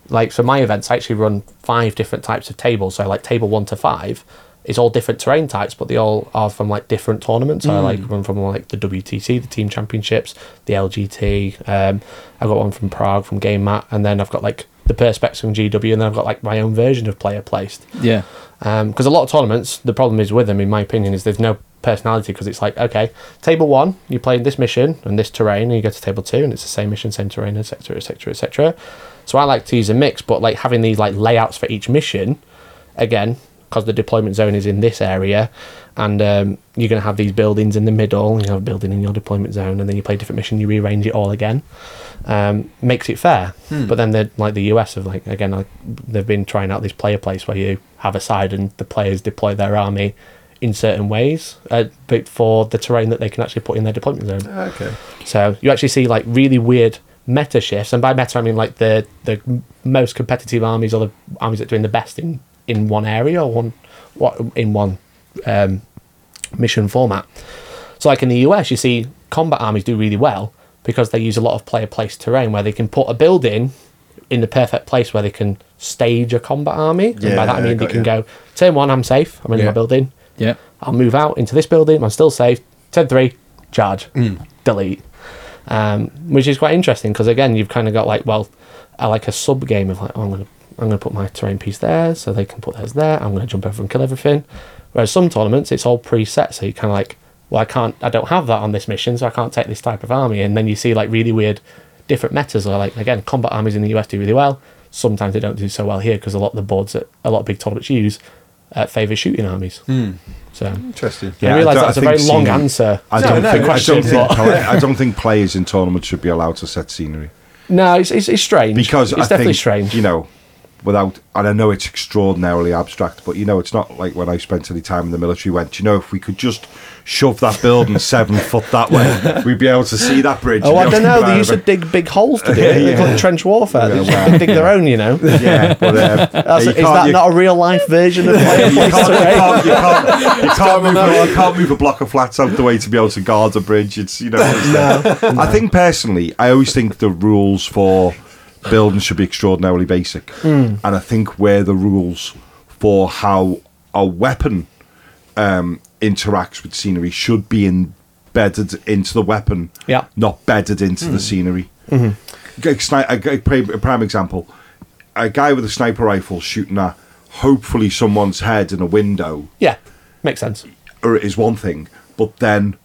S3: like for my events I actually run five different types of tables. So like table one to five is all different terrain types, but they all are from like different tournaments. So I like run from like the WTC, the Team Championships, the LGT. Um, I got one from Prague from Game Mat, and then I've got like the Perspex from GW, and then I've got like my own version of player placed
S2: Yeah.
S3: because Um, a lot of tournaments, the problem is with them, in my opinion, is there's no personality because it's like, okay, table one, you're playing this mission and this terrain, and you go to table two, and it's the same mission, same terrain, etc., etc., etc. So I like to use a mix, but like having these like layouts for each mission, again, because the deployment zone is in this area, and um, you're going to have these buildings in the middle. You have a building in your deployment zone, and then you play a different mission. You rearrange it all again. Um, makes it fair, but then they're like the US have like again like, they've been trying out this player place where you have a side and the players deploy their army in certain ways, uh, but for the terrain that they can actually put in their deployment zone.
S1: Ah, Okay.
S3: So you actually see like really weird meta shifts, and by meta I mean like the the m- most competitive armies or the armies that are doing the best in in one area or one what in one um, mission format. So like in the US, you see combat armies do really well because they use a lot of player place terrain where they can put a building in the perfect place where they can stage a combat army. and by that I
S1: Yeah,
S3: mean they
S1: got
S3: can
S1: you.
S3: go turn one, I'm safe, I'm in
S1: Yeah.
S3: my building.
S2: Yeah.
S3: I'll move out into this building. I'm still safe. Turn three, charge, delete. Um, which is quite interesting because again, you've kind of got like well, uh, like a sub game of like oh, I'm gonna I'm gonna put my terrain piece there, so they can put theirs there. I'm gonna jump over and kill everything. Whereas some tournaments, it's all preset, so you kind of like well, I can't, I don't have that on this mission, so I can't take this type of army. And then you see like really weird, different metas. Or like again, combat armies in the US do really well. Sometimes they don't do so well here because a lot of the boards that a lot of big tournaments use uh, favour shooting armies. So
S1: Interesting.
S3: I realise
S4: don't-
S3: that's a
S4: think
S3: very long
S4: scenery-
S3: answer.
S4: I
S1: No,
S4: don't,
S1: no,
S4: think, I,
S3: question,
S4: don't think,
S3: but-
S4: pla- I don't think players in tournaments should be allowed to set scenery.
S3: No, it's it's, it's strange
S4: Because
S3: it's
S4: I
S3: definitely
S4: think,
S3: strange.
S4: You know, without, and I know it's extraordinarily abstract, but you know, it's not like when I spent any time in the military. Went, you know, if we could just shove that building seven foot that way, we'd be able to see that bridge.
S3: Oh,
S4: and
S3: I
S4: be
S3: don't
S4: able
S3: know.
S4: drive
S3: They used to
S4: it."
S3: dig big holes to do it. They call it trench warfare. They
S4: Yeah,
S3: just
S4: wow.
S3: dig their own, you know.
S4: Yeah, but um,
S3: That's,
S4: you
S3: is
S4: can't-
S3: that
S4: you-
S3: not a real life version of
S4: you
S3: player
S4: can't, you
S3: place terrain?
S4: can't, you can't, you can't, move, a- you can't move a block of flats out the way to be able to guard a bridge. It's you know. it's- I think personally, I always think the rules for building should be extraordinarily basic, and I think where the rules for how a weapon um, interacts with scenery should be embedded into the weapon,
S3: Yeah.
S4: not bedded into the scenery. G- sni- A, g- pri- a prime example: a guy with a sniper rifle shooting at hopefully someone's head in a window
S3: Yeah, makes sense.
S4: or it er, is one thing, but then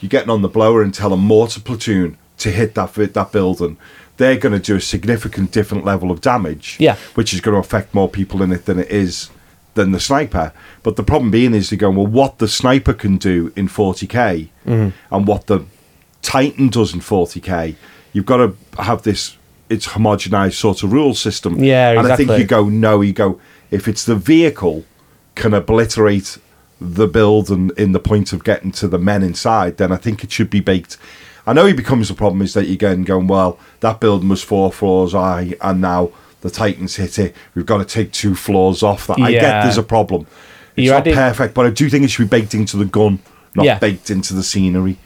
S4: you're getting on the blower and tell a mortar platoon to hit that vi- that building. They're going to do a significant different level of damage,
S3: Yeah.
S4: which is going to affect more people in it than it is than the sniper. But the problem being is they're going well, what the sniper can do in 40k
S3: Mm-hmm.
S4: and what the Titan does in 40k. You've got to have this. It's homogenized sort of rule system.
S3: Yeah,
S4: and I
S3: exactly.
S4: think you go no, you go if it's the vehicle can obliterate the build and in the point of getting to the men inside, then I think it should be baked. I know he becomes the problem is that you're going going well. That building was four floors high, and now the Titans hit it. We've got to take two floors off. That I
S3: Yeah.
S4: get. There's a problem. It's
S3: You
S4: not
S3: added-
S4: perfect, but I do think it should be baked into the gun, not
S3: Yeah. Mm,
S4: baked into the scenery.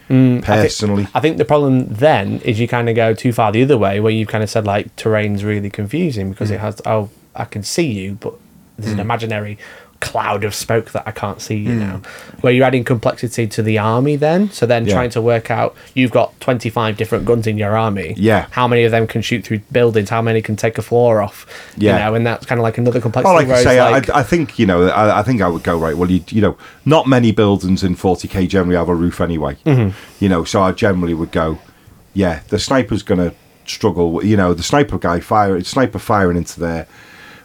S4: personally,
S3: I think the problem then is you kind of go too far the other way, where you've kind of said like terrain's really confusing because
S4: Mm.
S3: it has oh I can see you, but there's an imaginary cloud of smoke that I can't see
S4: Mm.
S3: you now. Where you're adding complexity to the army then, so then
S4: Yeah.
S3: trying to work out you've got 25 different guns in your army.
S4: Yeah.
S3: how many of them can shoot through buildings? How many can take a floor off?
S4: Yeah.
S3: you know, and that's kind of like another complexity.
S4: Oh, like I
S3: whereas,
S4: say,
S3: like-
S4: I, I think you know, I, I think I would go right. Well, you you know, not many buildings in 40k generally have a roof anyway.
S3: Mm-hmm.
S4: You know, so I generally would go, yeah, the sniper's gonna struggle. You know, the sniper guy fire, sniper firing into there,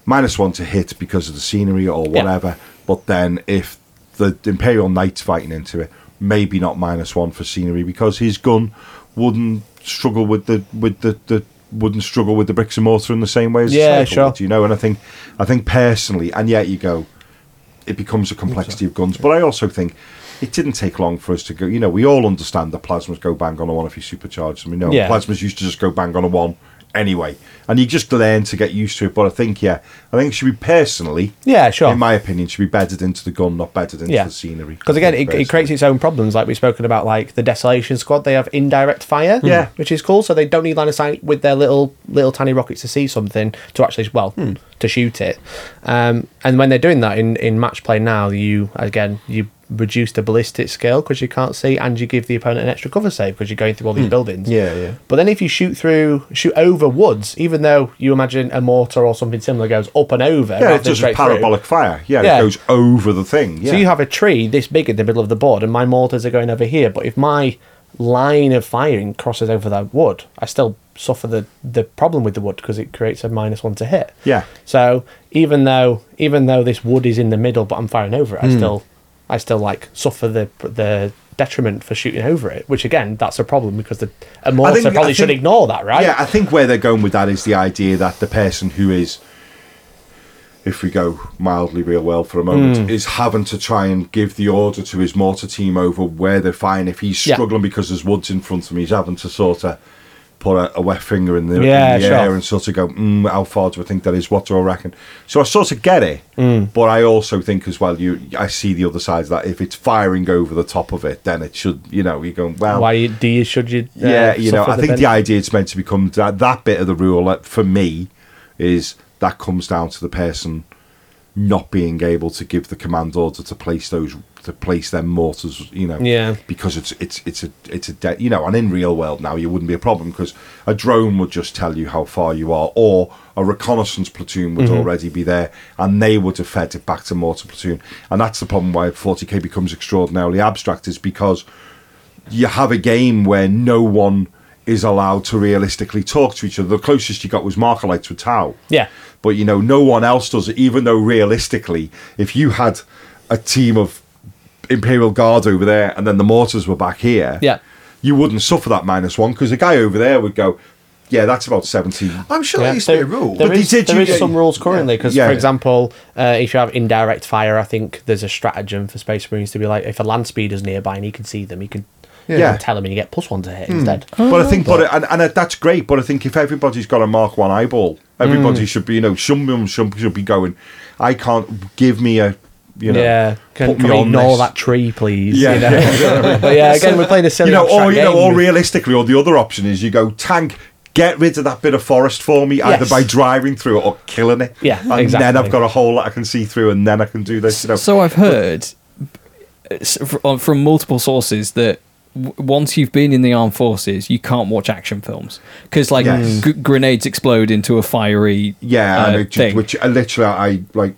S4: minus one to hit because of the scenery or
S3: Yeah.
S4: whatever. But then if the Imperial Knight's fighting into it, maybe not minus one for scenery because his gun wouldn't struggle with the with the, the wouldn't struggle with the bricks and mortar in the same way as the
S3: Yeah,
S4: sniper
S3: sure.
S4: would, you know, and I think I think personally, and yet you go, it becomes a complexity of guns. But I also think it didn't take long for us to go. You know, we all understand that plasmas go bang on a one if you supercharge them. You know,
S3: Yeah.
S4: plasmas used to just go bang on a one anyway, and you just learn to get used to it. But I think, yeah, I think it should be personally,
S3: yeah, sure.
S4: in my opinion, should be bedded into the gun, not bedded into
S3: Yeah.
S4: the scenery.
S3: Because again, it, it creates its own problems. Like we've spoken about, like the Desolation Squad, they have indirect fire, Mm.
S4: Yeah.
S3: which is cool. So they don't need line of sight with their little little tiny rockets to see something to actually well
S4: Hmm.
S3: to shoot it. Um, and when they're doing that in in match play now, you again you reduce the ballistic skill because you can't see, and you give the opponent an extra cover save because you're going through all
S4: Hmm.
S3: these buildings.
S1: Yeah, yeah.
S3: But then if you shoot through, shoot over woods, even though you imagine a mortar or something similar goes up and over,
S4: Yeah,
S3: rather
S4: it
S3: than
S4: does a
S3: straight through.
S4: parabolic fire. Yeah,
S3: Yeah.
S4: it goes over the thing. Yeah.
S3: So you have a tree this big in the middle of the board, and my mortars are going over here. But if my line of firing crosses over that wood, I still suffer the, the problem with the wood because it creates a minus one to hit.
S4: Yeah.
S3: So even though even though this wood is in the middle, but I'm firing over it,
S4: Hmm.
S3: I still I still like suffer the the detriment for shooting over it. Which again, that's a problem because the a mortar
S4: think- I
S3: probably should
S4: think-
S3: ignore that, right?
S4: yeah, I think where they're going with that is the idea that the person who is, if we go mildly real world for a moment,
S3: Hmm.
S4: is having to try and give the order to his mortar team over where they're fine. If he's
S3: Yeah.
S4: struggling because there's woods in front of him, he's having to sort of put a, a wet finger in the, in
S3: Yeah,
S4: the
S3: sure.
S4: air and sort of go, mm, how far do I think that is? What do I reckon? So I sort of get it,
S3: Hmm.
S4: but I also think as well, you I see the other side of that. If it's firing over the top of it, then it should, you know, you're going, well,
S3: Why you- do you should you? uh,
S4: yeah, you know,
S3: suffer
S4: I think
S3: ben-
S4: the idea it's meant to become that, that bit of the rule like, for me is that comes down to the person not being able to give the command order to place those to place their mortars, you know,
S3: Yeah.
S4: because it's it's it's a it's a de- you know, and in real world now you wouldn't be a problem because a drone would just tell you how far you are, or a reconnaissance platoon would
S3: Mm-hmm.
S4: already be there and they would have fed it back to mortar platoon, and that's the problem why 40k becomes extraordinarily abstract is because you have a game where no one is allowed to realistically talk to each other. The closest you got was Markolites with Tau.
S3: Yeah.
S4: But you know, no one else does it, even though realistically, if you had a team of Imperial Guard over there and then the mortars were back here,
S3: Yeah.
S4: you wouldn't suffer that minus one because the guy over there would go, Yeah, that's about 17.
S1: I'm sure
S3: Yeah,
S1: that used to
S3: there-
S1: be a rule.
S3: There
S4: But they
S3: is,
S4: did
S3: there
S4: you
S3: is
S4: get-
S3: some rules currently because,
S4: Yeah.
S3: for example, uh, if you have indirect fire, I think there's a stratagem for Space Marines to be like, if a land speeder's nearby and he can see them, he can you
S4: Yeah. Hmm.
S3: can tell him and you get plus one to hit instead.
S4: But I think, but, and, and uh, that's great. But I think if everybody's got a Mark One eyeball, everybody should be, you know, some of them should, should be going. I can't give me a, you know,
S3: yeah, can,
S4: put
S3: can
S4: me
S3: we
S4: on
S3: ignore
S4: this.
S3: that tree, please?
S4: Yeah,
S3: you know? but yeah, again, we're playing a silly
S4: you know, or
S3: abstract
S4: you know,
S3: game.
S4: or realistically, or the other option is you go tank. Get rid of that bit of forest for me, either
S3: Yes.
S4: by driving through it or killing it.
S3: Yeah,
S4: and then
S3: exactly.
S4: I've got a hole that I can see through, and then I can do this. You know,
S2: So I've heard s- fr- uh, from multiple sources that w- once you've been in the armed forces, you can't watch action films because like
S4: Yes.
S2: g- grenades explode into a fiery
S4: yeah,
S2: uh,
S4: and it just,
S2: thing.
S4: which I literally I like,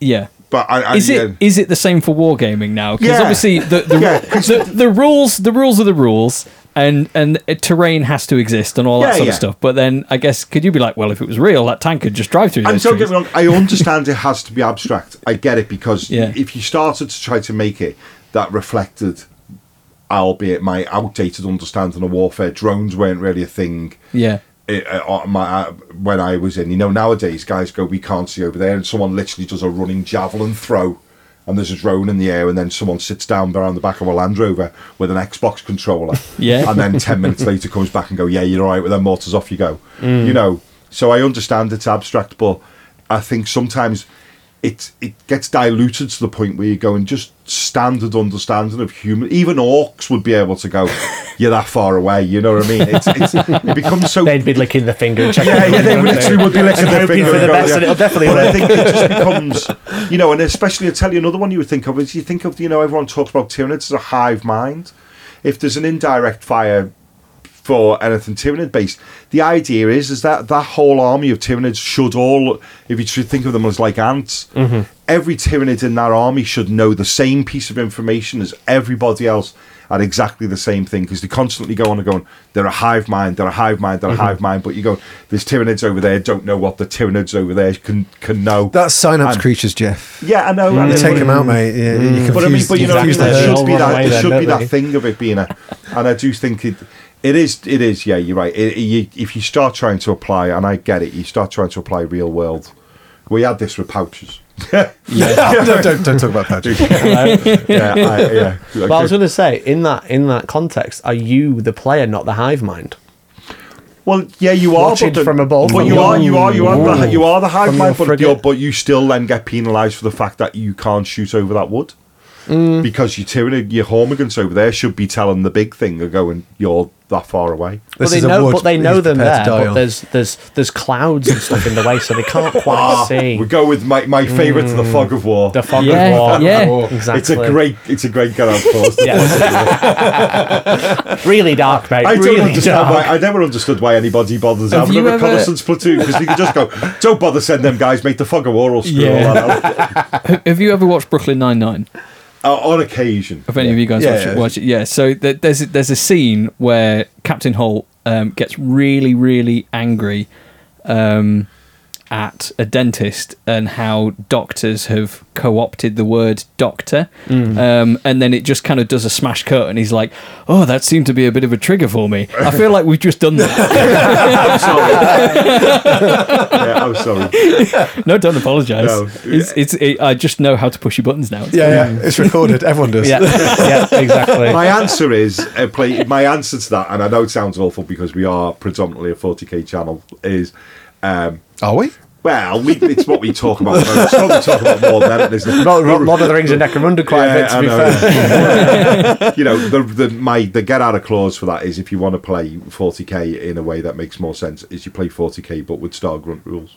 S2: yeah.
S4: but I, I
S2: Is
S4: yeah.
S2: it is it the same for wargaming now? Because
S4: Yeah.
S2: obviously the the,
S4: Yeah,
S2: the the rules the rules are the rules, and and uh, terrain has to exist and all
S4: Yeah,
S2: that sort
S4: yeah.
S2: of stuff. But then I guess could you be like, well, if it was real, that tank could just drive through.
S4: And
S2: those
S4: don't get
S2: trees.
S4: me wrong, I understand it has to be abstract. I get it because
S2: Yeah.
S4: if you started to try to make it that reflected, albeit my outdated understanding of warfare, drones weren't really a thing.
S2: Yeah.
S4: It, uh, on my, uh, when I was in, you know, nowadays guys go, we can't see over there, and someone literally does a running javelin throw, and there's a drone in the air, and then someone sits down behind the back of a Land Rover with an Xbox controller,
S2: Yeah.
S4: and then 10 minutes later comes back and go, yeah, you're all right with them mortars, off you go.
S3: Mm.
S4: You know, so I understand it's abstract, but I think sometimes it it gets diluted to the point where you go and just standard understanding of human, even orcs would be able to go, you're that far away, you know what I mean? It's, it's, it becomes so...
S3: They'd be licking the finger and checking.
S4: Yeah,
S3: the
S4: yeah, they
S3: wouldn't
S4: literally would be licking
S3: And
S4: their
S3: hoping
S4: finger
S3: for the
S4: and go,
S3: best,
S4: yeah.
S3: and it'll definitely
S4: But I
S3: work.
S4: think it just becomes, you know, and especially I'll tell you another one you would think of is you think of, you know, everyone talks about tyrannids as a hive mind. If there's an indirect fire for anything tyrannid based, the idea is is that that whole army of tyrannids should all, if you should think of them as like ants, every tyrannid in that army should know the same piece of information as everybody else at exactly the same thing because they constantly go on and going, they're a hive mind, they're a hive mind, they're a hive mind. But you go, there's tyrannids over there, don't know what the tyrannids over there can can know.
S1: That's synapse
S4: And-
S1: creatures, Jeff.
S4: yeah, I know. and it-
S1: Take them out, mate. Yeah,
S3: Mm.
S1: You confuse,
S4: but I mean, but you know, what I mean,
S1: confuse the
S4: there
S1: herd.
S4: should be
S3: All run
S4: that.
S3: away
S4: There
S3: then,
S4: should be
S3: don't
S4: that
S3: they?
S4: thing of it being a, and I do think it, it is, it is. Yeah, you're right. It, you, if you start trying to apply, and I get it, you start trying to apply real world. We had this with pouches.
S1: no, don't, don't talk about that.
S4: yeah, I, yeah.
S3: Well, I was going to say in that in that context, are you the player, not the hive mind?
S4: Well, yeah, you are.
S3: Watching
S4: but the-
S3: from above.
S4: But you are, you are, you are, the, you are the hive
S3: From
S4: mind,
S3: your
S4: but, you're,
S3: frigate.
S4: but you still then get penalised for the fact that you can't shoot over that wood.
S3: Mm.
S4: Because your tyrannid, your hormigans over there should be telling the big thing and going, you're that far away.
S1: This is
S3: but they
S1: a
S3: know,
S1: wood
S3: but they
S1: he's
S3: know them
S1: prepared to
S3: there.
S1: die
S3: But
S1: on.
S3: there's there's there's clouds and stuff in the way, so they can't quite see.
S4: Ah, We go with my, my favourite to the fog of war.
S3: Mm. The fog
S2: Yeah,
S3: of war.
S2: yeah.
S3: exactly.
S4: It's a great, it's a great get out clause.
S3: Yeah. really dark, mate.
S4: I don't
S3: really
S4: understand
S3: dark.
S4: why. I never understood why anybody bothers
S2: Have
S4: having a
S2: you ever-
S4: reconnaissance platoon because you could just go, "Don't bother sending them guys, make the fog of war or screw
S2: Yeah.
S4: all that out."
S2: Have you ever watched Brooklyn Nine Nine?
S4: Uh, on occasion.
S2: If any of you guys
S4: Yeah,
S2: watch,
S4: yeah.
S2: it, watch it, yeah. So th- there's a- there's a scene where Captain Holt um, gets really, really angry um, at a dentist and how doctors have co opted the word doctor.
S4: Mm.
S2: Um, and then it just kind of does a smash cut, and he's like, oh, that seemed to be a bit of a trigger for me. I feel like we've just done that.
S4: I'm sorry. yeah, I'm sorry.
S2: no, don't apologize.
S4: No.
S2: It's, it's, it, I just know how to push your buttons now. It's-
S1: Yeah, yeah. It's recorded. Everyone does.
S2: Yeah.
S3: Mm. yeah, exactly.
S4: My answer is uh, play, my answer to that, and I know it sounds awful because we are predominantly a 40k channel. Is um,
S1: Are we?
S4: well, we, it's what we talk about. the most. It's what we talk about more than it is.
S3: Not Lord of the Rings and Necromunda quite a bit, to
S4: I
S3: be
S4: know,
S3: fair.
S4: yeah. you know, the, the my the get out of clause for that is if you want to play 40k in a way that makes more sense, is you play 40k but with star grunt rules,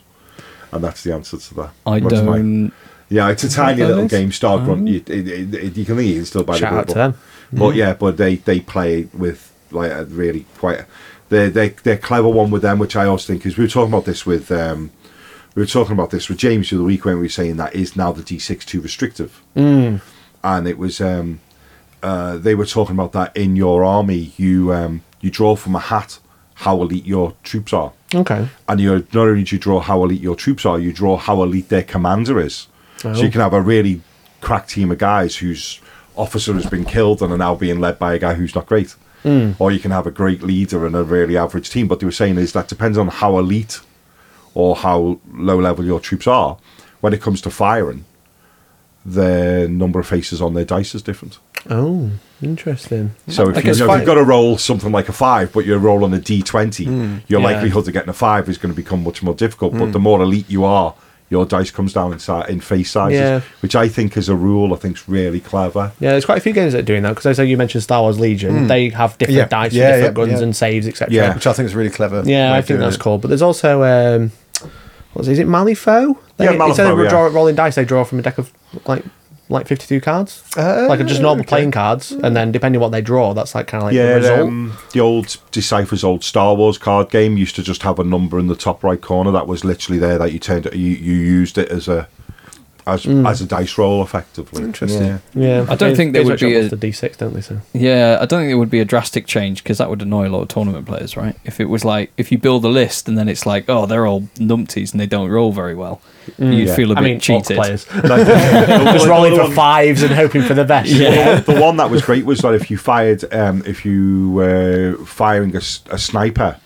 S4: and that's the answer to that.
S2: I
S4: That's my-
S2: don't.
S4: yeah, it's a tiny
S2: that Oh.
S4: little
S2: is?
S4: game, Star Grunt. You, it, it, it, you can think you can still buy
S3: Shout
S4: the
S3: out to
S4: book.
S3: them.
S4: But yeah, but they they play it with like a really quite. They they they're clever one with them, which I also think is. We were talking about this with um, we were talking about this with James the other week when we were saying that is now the D6 too restrictive,
S3: Mm.
S4: and it was um, uh, they were talking about that in your army. You um, you draw from a hat how elite your troops are
S3: Okay.
S4: and you not only do you draw how elite your troops are, you draw how elite their commander is. So you can have a really crack team of guys whose officer has been killed and are now being led by a guy who's not great. Or you can have a great leader and a really average team. What they were saying is that depends on how elite or how low level your troops are. When it comes to firing, the number of faces on their dice is different.
S3: Oh, interesting.
S4: So if,
S3: I
S4: you,
S3: guess
S4: know, if
S3: fi-
S4: you've got to roll something like a five, but you're rolling a d20, your
S3: Hmm, Yeah. Hmm.
S4: likelihood of getting a five is going to become much more difficult. But the more elite you are, your dice comes down in, si- in face sizes,
S3: Yeah.
S4: which I think as a rule, I think's really clever.
S3: Yeah, there's quite a few games that are doing that because I say you mentioned Star Wars Legion. They have different
S1: Yeah.
S3: dice,
S1: Yeah,
S3: for different
S1: yeah,
S3: guns
S1: yeah.
S3: and saves, etc.
S4: Yeah.
S1: Which I think is really clever.
S3: Yeah,
S1: way
S3: I
S1: of
S3: think
S1: doing
S3: that's
S1: it.
S3: cool. But there's also um, what's is it Malifaux? They,
S4: Yeah,
S3: Instead of
S4: Malifaux, yeah.
S3: draw, rolling dice, they draw from a deck of like like 52 cards,
S1: Oh,
S3: like just normal
S1: okay.
S3: playing cards, and then depending what they draw, that's like kind of like
S4: yeah,
S3: the result.
S4: um, the old Decipher's old Star Wars card game used to just have a number in the top right corner that was literally there that you turned you, you used it as a as
S3: Hmm.
S4: as a dice roll effectively.
S1: Interesting.
S4: Yeah.
S3: yeah,
S2: I don't think there
S3: Games
S2: would be a-
S3: Workshop loves the D6, don't they? So
S2: Yeah, I don't think it would be a drastic change because that would annoy a lot of tournament players, right? If it was like if you build a list and then it's like, oh, they're all numpties and they don't roll very well, you'd feel a
S3: I
S2: bit
S3: mean, orc
S2: cheated.
S3: players
S4: Like,
S3: just rolling for
S4: five.
S3: fives and hoping for the best.
S4: the, one, the one that was great was that if you fired, um, if you were firing a, s- a sniper,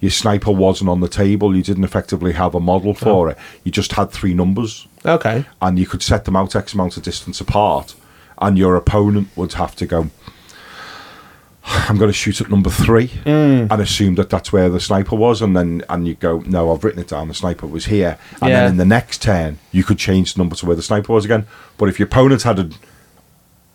S4: your sniper wasn't on the table. You didn't effectively have a model for it. You just had three numbers,
S3: Okay.
S4: and you could set them out X amount of distance apart, and your opponent would have to go. I'm going to shoot at number three
S3: Mm.
S4: and assume that that's where the sniper was, and then and you go, no, I've written it down. The sniper was here, and
S3: Yeah.
S4: then in the next turn you could change the number to where the sniper was again. But if your opponent had a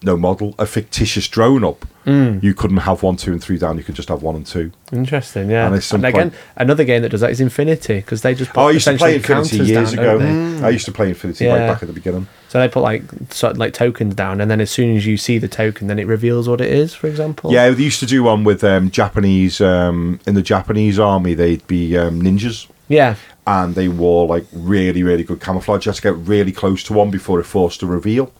S4: no model, a fictitious drone up,
S3: Mm.
S4: you couldn't have one, two, and three down. You could just have one and two.
S3: Interesting,
S4: And
S3: yeah. And,
S4: there's some
S3: again,
S4: point-
S3: another game that does that is Infinity because they just put
S4: Oh, I used to play
S3: essentially
S4: Infinity
S3: counters
S4: years
S3: down,
S4: ago.
S3: don't they?
S4: I used to play Infinity right
S3: Yeah.
S4: back at the beginning.
S3: So they put like sort of like tokens down, and then as soon as you see the token, then it reveals what it is. For example,
S4: Yeah, they used to do one with um, Japanese um, in the Japanese army. They'd be um, ninjas,
S3: yeah,
S4: and they wore like really, really good camouflage. You had to get really close to one before it forced a reveal.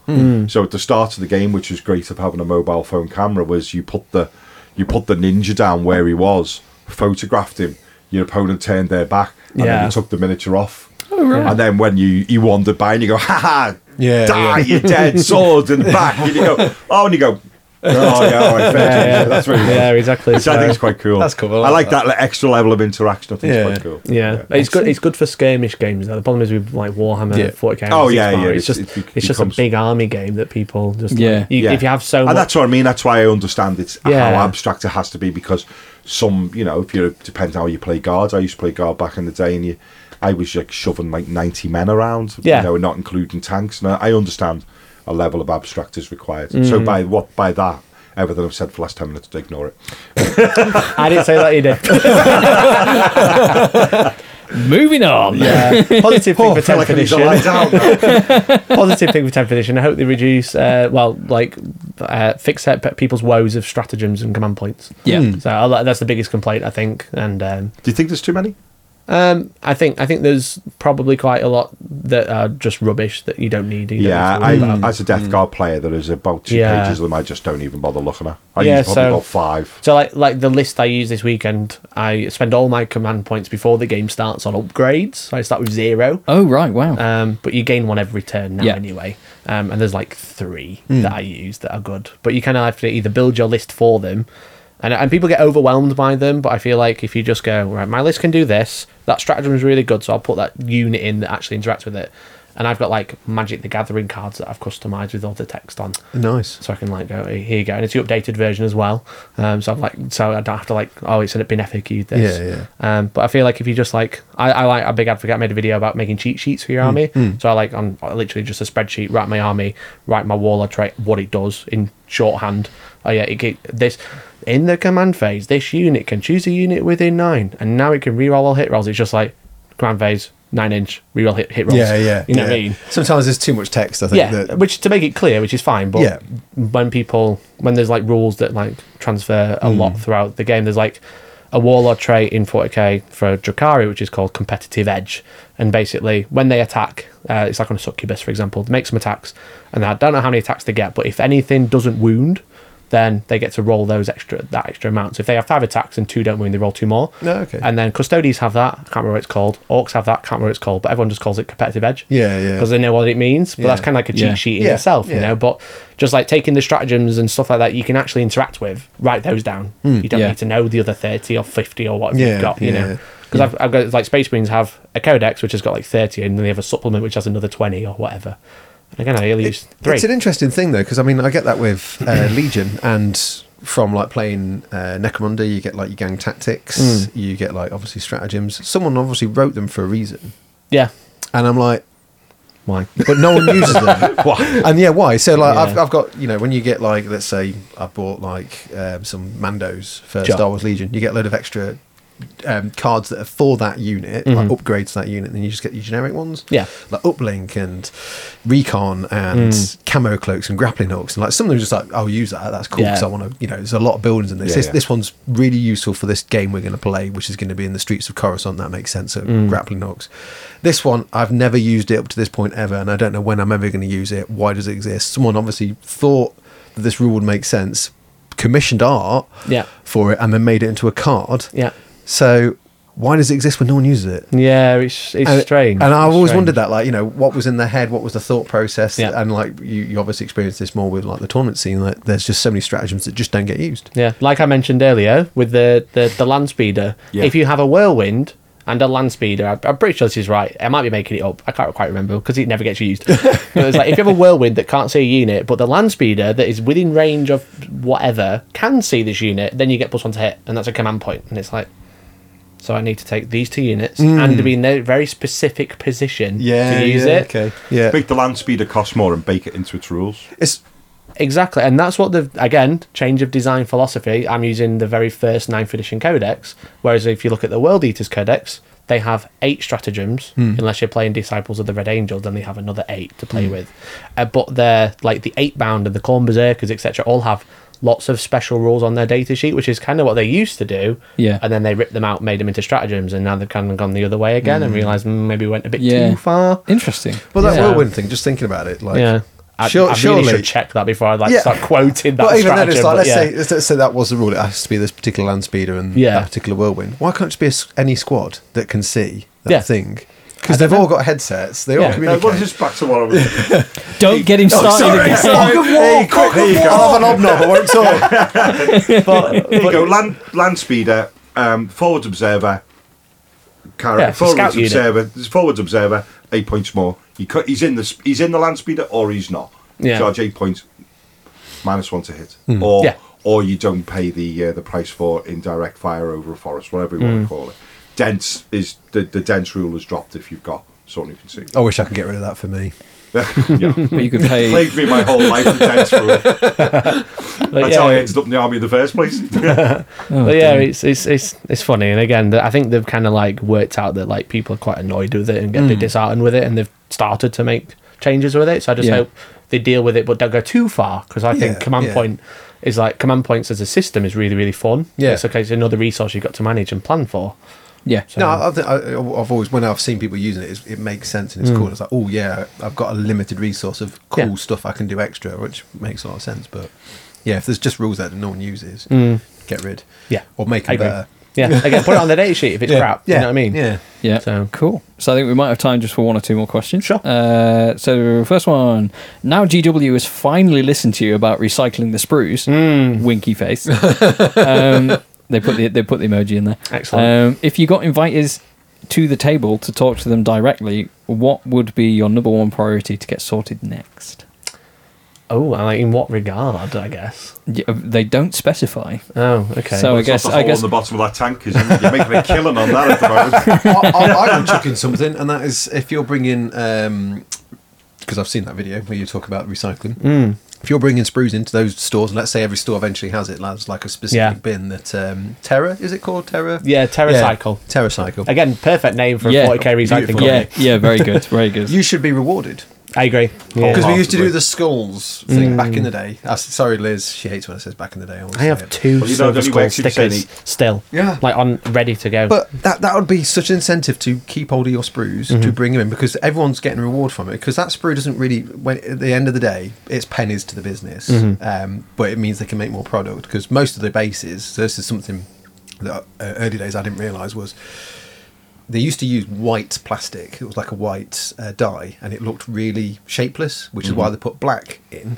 S4: So at the start of the game, which was great of having a mobile phone camera, was you put the you put the ninja down where he was, photographed him. Your opponent turned their back, and then
S3: Yeah.
S4: you took the miniature off.
S3: right.
S4: And then when you he wandered by, and you go, ha ha,
S1: Yeah,
S4: die, you dead, sword and back. And you go, oh, and you go. Oh yeah, all right, fair
S3: Yeah,
S4: yeah,
S3: yeah.
S4: that's really
S3: yeah, exactly.
S4: which I think is
S3: So,
S4: quite cool.
S1: That's cool, I
S4: I like,
S1: like
S4: that. le- extra level of interaction. I think
S1: Yeah.
S4: it's quite cool.
S3: yeah, it's good. It's good for skirmish games. Though. The problem is with like Warhammer
S1: Yeah.
S3: 40k.
S4: Oh,
S3: and
S4: yeah,
S3: 6
S4: yeah,
S3: It's,
S4: it's-
S3: just
S4: it be-
S3: it's just a
S4: becomes-
S3: big army game that people just
S2: Yeah.
S3: Like, you, If you have so
S4: and
S3: much,
S4: that's what I mean. That's why I understand it's
S3: Yeah.
S4: how abstract it has to be because some, you know, if you depends how you play guards. I used to play guard back in the day, and you, I was like shoving like ninety men around.
S3: Yeah.
S4: you know, not including tanks. And I, I understand a level of abstract is required.
S3: Mm.
S4: So by what by that. Everything I've said for the last 10 minutes, ignore it.
S3: I didn't say that you did.
S2: Moving on.
S3: Yeah. Positive thing
S4: Oh,
S3: for
S4: I feel
S3: 10th
S4: like I need to
S3: edition.
S4: lie down now.
S3: positive thing for 10th edition. I hope they reduce, uh, well, like, uh, fix up people's woes of stratagems and command points.
S2: Yeah.
S3: So I, li- that's the biggest complaint, I think. And um,
S4: Do you think there's too many?
S3: Um, I think I think there's probably quite a lot that are just rubbish that you don't need. You don't
S4: Yeah,
S3: need to worry
S4: I,
S3: about.
S4: as a Death Guard player, there is about two
S3: Yeah.
S4: pages of them I just don't even bother looking at. I
S3: Yeah,
S4: use probably
S3: so-
S4: about five.
S3: So like like the list I use this weekend, I spend all my command points before the game starts on upgrades. So I start with zero.
S2: Oh right, wow.
S3: Um, but you gain one every turn now
S2: Yeah.
S3: anyway. Um, and there's like three that I use that are good. But you kind of have to either build your list for them, and and people get overwhelmed by them. But I feel like if you just go right, my list can do this. That stratagem is really good, so I'll put that unit in that actually interacts with it. And I've got like Magic the Gathering cards that I've customized with all the text on
S1: Nice.
S3: so I can like go here you go, and it's the updated version as well. Um, so I'm like, so I don't have to like, oh, it's been FAQ'd this.
S1: Yeah,
S3: Um, but I feel like if you just like, I, I like a big advocate I made a video about making cheat sheets
S1: Mm,
S3: for your army. So I like, I'm literally just a spreadsheet. Write my army, write my warlord trait, what it does in shorthand. Oh yeah, it get this in the command phase. This unit can choose a unit within nine, and now it can reroll all hit rolls. It's just like command phase. Nine inch reroll hit hit rolls.
S1: Yeah, yeah.
S3: You know what I
S1: yeah.
S3: mean?
S1: Sometimes there's too much text, I think.
S3: yeah,
S1: that-
S3: which to make it clear, which is fine. But
S1: Yeah.
S3: when people, when there's like rules that like transfer a
S1: Hmm.
S3: lot throughout the game, there's like a warlord trait in 40k for Drakari, which is called competitive edge. And basically, when they attack, uh, it's like on a succubus, for example, make some attacks, and I don't know how many attacks they get, but if anything doesn't wound, then they get to roll those extra that extra amount. So if they have five attacks and two don't wound, they roll two more.
S1: Oh, okay.
S3: And then custodies have that. I can't remember what it's called. Orcs have that. Can't remember what it's called. But everyone just calls it competitive edge.
S1: Yeah, yeah.
S3: Because they know what it means. But that's
S1: Yeah.
S3: kind of like a cheat
S2: Yeah.
S3: sheet in
S1: Yeah,
S3: itself, you
S1: yeah.
S3: know. But just like taking the stratagems and stuff like that, you can actually interact with. Write those down. you don't
S2: yeah.
S3: need to know the other thirty or fifty or whatever
S1: Hmm. Yeah,
S3: you've got,
S1: yeah.
S3: you know. Because I've, I've got like Space Marines have a codex which has got like thirty, and then they have a supplement which has another twenty or whatever. And again, I only use three.
S1: It's an interesting thing though, because I mean, I get that with uh, Legion and from like playing uh, Necromunda, you get like your gang tactics, you get like obviously stratagems. Someone obviously wrote them for a reason,
S3: yeah.
S1: and I'm like,
S3: Why?
S1: but no one uses them. And yeah, why? So like, I've,
S3: Yeah.
S1: I've got you know when you get like let's say I bought like um, some Mandos for
S3: Sure.
S1: Star Wars Legion, you get a load of extra um, cards that are for that unit, like upgrades to that unit, and then you just get your generic ones.
S3: Yeah.
S1: like uplink and recon and camo cloaks and grappling hooks, and like some of them are just like I'll use that. That's cool
S2: Yeah.
S1: because I want to. You know, there's a lot of buildings in this.
S4: Yeah,
S1: this,
S4: yeah.
S1: this one's really useful for this game we're going to play, which is going to be in the streets of Coruscant. That makes sense. So
S3: Mm.
S1: grappling hooks. This one I've never used it up to this point ever, and I don't know when I'm ever going to use it. Why does it exist? Someone obviously thought that this rule would make sense, commissioned art
S3: Yeah.
S1: for it, and then made it into a card.
S3: Yeah.
S1: So why does it exist when no one uses it?
S3: Yeah, it's it's
S1: and,
S3: strange.
S1: And I've
S3: It's
S1: always
S3: strange.
S1: wondered that, like, you know, what was in their head, what was the thought process,
S3: Yeah.
S1: and like you, you obviously experienced this more with like the tournament scene. Like, there's just so many stratagems that just don't get used.
S3: Yeah, like I mentioned earlier with the the, the land speeder.
S4: Yeah.
S3: If you have a whirlwind and a land speeder, I- I'm pretty sure this is right. I might be making it up. I can't quite remember because it never gets used. but it's like if you have a whirlwind that can't see a unit, but the land speeder that is within range of whatever can see this unit, then you get plus one to hit, and that's a command point. And it's like, so I need to take these two units and be in a very specific position to use it.
S1: yeah.
S4: Make the land speeder cost more and bake it into its rules.
S1: It's
S3: Exactly, and that's what the again change of design philosophy. I'm using the very first ninth edition codex, whereas if you look at the World Eaters codex, they have eight stratagems.
S2: Hmm.
S3: Unless you're playing Disciples of the Red Angels, then they have another eight to play with. Uh, but they're like the eight bound and the Corn Berserkers, etc. All have lots of special rules on their data sheet, which is kind of what they used to do.
S2: Yeah.
S3: and then they ripped them out, made them into stratagems, and now they've kind of gone the other way again and realised mm, maybe we went a bit
S2: Hmm. Yeah.
S3: too far.
S2: Interesting.
S1: well that
S3: Yeah.
S1: whirlwind thing. Just thinking about it, like,
S3: Yeah. I,
S1: Sure-
S3: I really
S1: surely-
S3: should check that before I like
S1: Yeah.
S3: start quoting that
S1: well, even then,
S3: stratagem.
S1: it's like
S3: but
S1: let's
S3: yeah.
S1: say let's, let's say that was the rule. It has to be this particular land speeder and
S3: Yeah.
S1: that particular whirlwind. Why can't it just be a s any squad that can see that
S3: Yeah.
S1: thing? Because they've all got headsets. They all
S3: Yeah.
S4: No,
S1: communicate.
S4: well, just back to what I was.
S2: Don't get him started again.
S1: Hey, quick, I'll have an obnob. I won't talk.
S3: but,
S4: there you go. Land, land speeder, um, forwards observer, carry,
S3: Yeah, it's a
S4: forwards
S3: scout unit.
S4: observer, forwards observer, eight points more. He cut, he's in the s- he's in the land speeder or he's not.
S3: Yeah. Hmm.
S4: Charge eight points, minus one to hit, or
S3: Yeah.
S4: or you don't pay the uh, the price for indirect fire over a forest, whatever you
S3: Hmm.
S4: want to call it. Dense is the, the dense rule is dropped if you've got someone who can see.
S3: Oh.
S1: I wish I could get rid of that for me.
S4: yeah.
S2: But you could pay.
S4: Plagued me my whole life with dense rule. That's
S3: but
S4: how I
S3: yeah,
S4: ended up in the army in the first place.
S2: oh,
S3: but yeah
S1: Mm.
S3: it's, it's it's it's funny. And again, the- I think they've kind of like worked out that like people are quite annoyed with it and get a
S1: Mm.
S3: bit disheartened with it, and they've started to make changes with it. So I just
S2: Yeah.
S3: hope they deal with it, but don't go too far because I
S1: Yeah,
S3: think command
S1: yeah.
S3: point is like command points as a system is really really fun.
S1: Yeah.
S3: it's okay. It's another resource you've got to manage and plan for.
S2: Yeah.
S1: No,
S3: Um,
S1: I, I think I, I've always when I've seen people using it, it's, it makes sense and it's cool. It's like, oh yeah, I've got a limited resource of cool
S3: Hmm. Yeah.
S1: stuff I can do extra, which makes a lot of sense. But yeah, if there's just rules there that no one uses, get rid.
S3: Hmm. Yeah.
S1: or make
S3: I
S1: it
S3: agree.
S1: better.
S3: Yeah, again, put it on the data sheet if it's
S1: Yeah.
S3: crap.
S1: Yeah.
S3: You know what I mean?
S1: Yeah.
S2: Yeah.
S3: So-
S2: cool. So I think we might have time just for one or two more questions.
S3: Sure.
S2: Uh, so first one. Now GW has finally listened to you about recycling the sprues. Winky face. um, they put the they put the emoji in there.
S3: Excellent.
S2: Um, if you got invited to the table to talk to them directly, what would be your number one priority to get sorted next?
S3: Oh, and, like in what regard? I guess.
S2: Yeah, uh, they don't specify.
S3: Oh, okay.
S2: So I
S4: It's not
S2: guess
S4: the
S2: I
S4: hole
S2: guess
S4: on the bottom of that tank is you're making a killing on that at the moment.
S1: I, I, I'm chucking something, and that is if you're bringing because I've seen that video where you talk about recycling.
S3: Hmm.
S1: If you're bringing sprues into those stores, and let's say every store eventually has it, has like a specific
S3: Yeah.
S1: bin that um, Terra is it called Terra?
S3: yeah, TerraCycle.
S1: Terra Cycle.
S3: Again, perfect name for a
S2: Yeah.
S3: 40k recycling
S1: Beautiful.
S3: company.
S2: yeah, yeah, very good, very good.
S1: You should be rewarded
S3: I agree.
S1: Because we used to do
S4: Wholeheartedly.
S1: the skulls thing back in the day. Uh, s- sorry, Liz. She hates when I says back in the day. always
S3: Mm. I
S1: say
S3: have
S1: it.
S3: two
S4: Well, you don't
S3: silver
S4: anyway,
S3: skull
S4: 'cause you've said
S3: stickers
S4: it.
S3: still.
S1: Yeah.
S3: Like on ready to go.
S1: But that, that would be such an incentive to keep hold of your sprues
S3: Mm-hmm.
S1: to bring them in because everyone's getting a reward from it. Because that sprue doesn't really, when at the end of the day, it's pennies to the business.
S3: Mm-hmm.
S1: Um, but it means they can make more product because most of the bases, so this is something that uh, early days I didn't realise was they used to use white plastic. It was like a white uh, dye, and it looked really shapeless, which is
S4: Mm.
S1: why they put black in,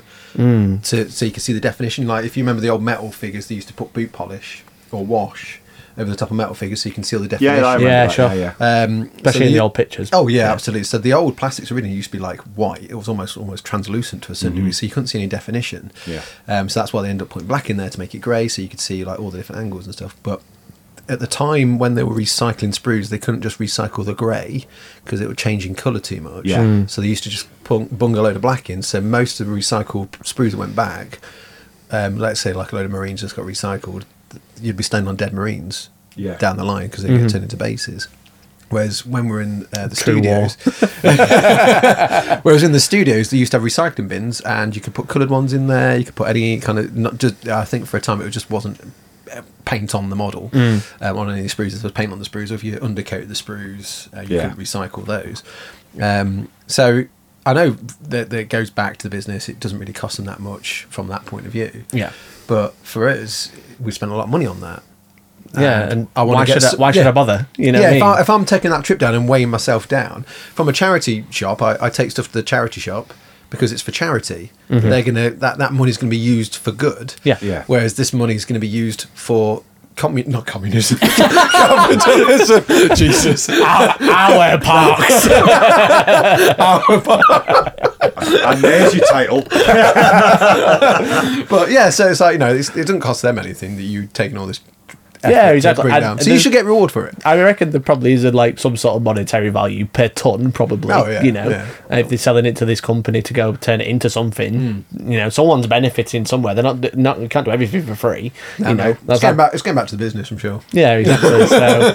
S1: to, so you can see the definition. Like if you remember the old metal figures, they used to put boot polish or wash over the top of metal figures, so you can see all the
S4: Yeah,
S1: definition.
S4: I remember
S3: Yeah,
S4: that,
S3: sure.
S4: Yeah, yeah.
S1: Um,
S3: Especially
S1: so
S3: in the
S1: you-
S3: old pictures.
S1: Oh yeah, absolutely. So the old plastics originally used to be like white. It was almost almost translucent to a certain degree, so you couldn't see any definition.
S4: Mm-hmm. Yeah.
S1: Um, so that's why they end up putting black in there to make it grey, so you could see like all the different angles and stuff. But at the time when they were recycling sprues, they couldn't just recycle the grey because it would change in colour too much.
S4: Yeah. Mm.
S1: So they used to just bung, bung a load of black in. So most of the recycled sprues that went back, um, let's say like a load of marines just got recycled, th- you'd be standing on dead marines
S4: Yeah.
S1: down the line because they get turned into bases. Whereas when we're in uh, the
S3: True war.
S1: studios, whereas in the studios they used to have recycling bins and you could put coloured ones in there. You could put any kind of not just. I think for a time it just wasn't uh, paint on the model um, on any of the sprues. It was paint on the sprues. Or if you undercoat the sprues, uh, you
S4: Yeah.
S1: couldn't recycle those. Um, so I know that, that it goes back to the business. It doesn't really cost them that much from that point of view.
S3: Yeah.
S1: But for us, we spent a lot of money on that.
S3: yeah,
S1: and
S3: and
S1: I wanna
S3: why
S1: get
S3: should I,
S1: s-
S3: why should
S1: yeah.
S3: I bother? You know
S1: yeah,
S3: what I
S1: if,
S3: mean?
S1: I, if I'm taking that trip down and weighing myself down from a charity shop, I, I take stuff to the charity shop because it's for charity. They're gonna that that money's gonna be used for good.
S3: Mm-hmm. Yeah.
S4: Yeah.
S1: Whereas this money is gonna be used for commun not communism, capitalism. Jesus.
S3: Our parks. Uh,
S4: And there's your title.
S1: But yeah, so it's like you know, it's, it doesn't cost them anything that you taking all this. effort
S3: Yeah,
S1: to
S3: exactly.
S1: bring
S3: And-
S1: down.
S3: and
S1: So you
S3: there's-
S1: should get reward for it.
S3: I reckon there probably is a, like some sort of monetary value per ton, probably.
S1: Oh, yeah,
S3: you know,
S1: yeah.
S3: And if they're selling it to this company to go turn it into something,
S1: Hmm.
S3: you know, someone's benefiting somewhere. They're not, not you can't do everything for free. you know,
S1: it's
S3: how-
S1: going, back, it's going back to the business, I'm sure.
S3: yeah, exactly. so,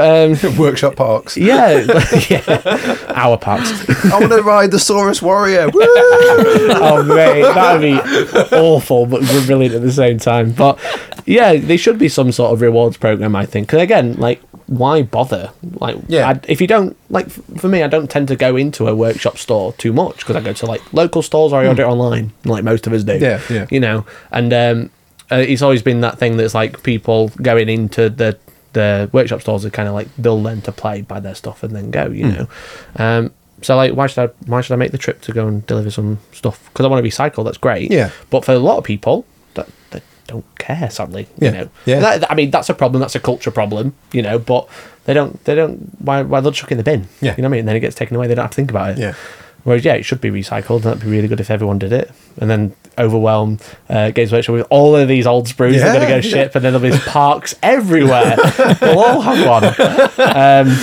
S3: so um,
S1: Workshop parks.
S3: yeah, yeah, our parks.
S1: I want to ride the Saurus Warrior. Woo!
S3: oh mate, that would be awful, but brilliant at the same time. But yeah, there should be some sort of rewards program, I think. Because again, like, why bother? Like,
S1: Yeah.
S3: I, if you don't like, f- for me, I don't tend to go into a workshop store too much because I go to like local stores or I order it online, like most of us do.
S1: Hmm. Yeah, yeah.
S3: You know, and um, uh, it's always been that thing that's like people going into the the workshop stores are kind of like they'll learn to play, buy their stuff, and then go.
S1: Hmm.
S3: You know, um, so like why should I why should I make the trip to go and deliver some stuff because I want to recycle? That's great.
S1: Yeah.
S3: but for a lot of people, that they don't care. Sadly,
S1: Yeah,
S3: you know.
S1: yeah.
S3: That- that- I mean that's a problem. That's a culture problem. You know, but they don't they don't why why they'll chuck it in the bin.
S1: Yeah.
S3: you know what I mean. And then it gets taken away. They don't have to think about it.
S1: Yeah.
S3: Whereas, yeah, it should be recycled. That'd be really good if everyone did it. And then overwhelm uh, Games Workshop with all of these old sprues. they're going to
S1: Yeah,
S3: go
S1: yeah.
S3: ship, and then there'll be parks everywhere. we'll all have one. Um,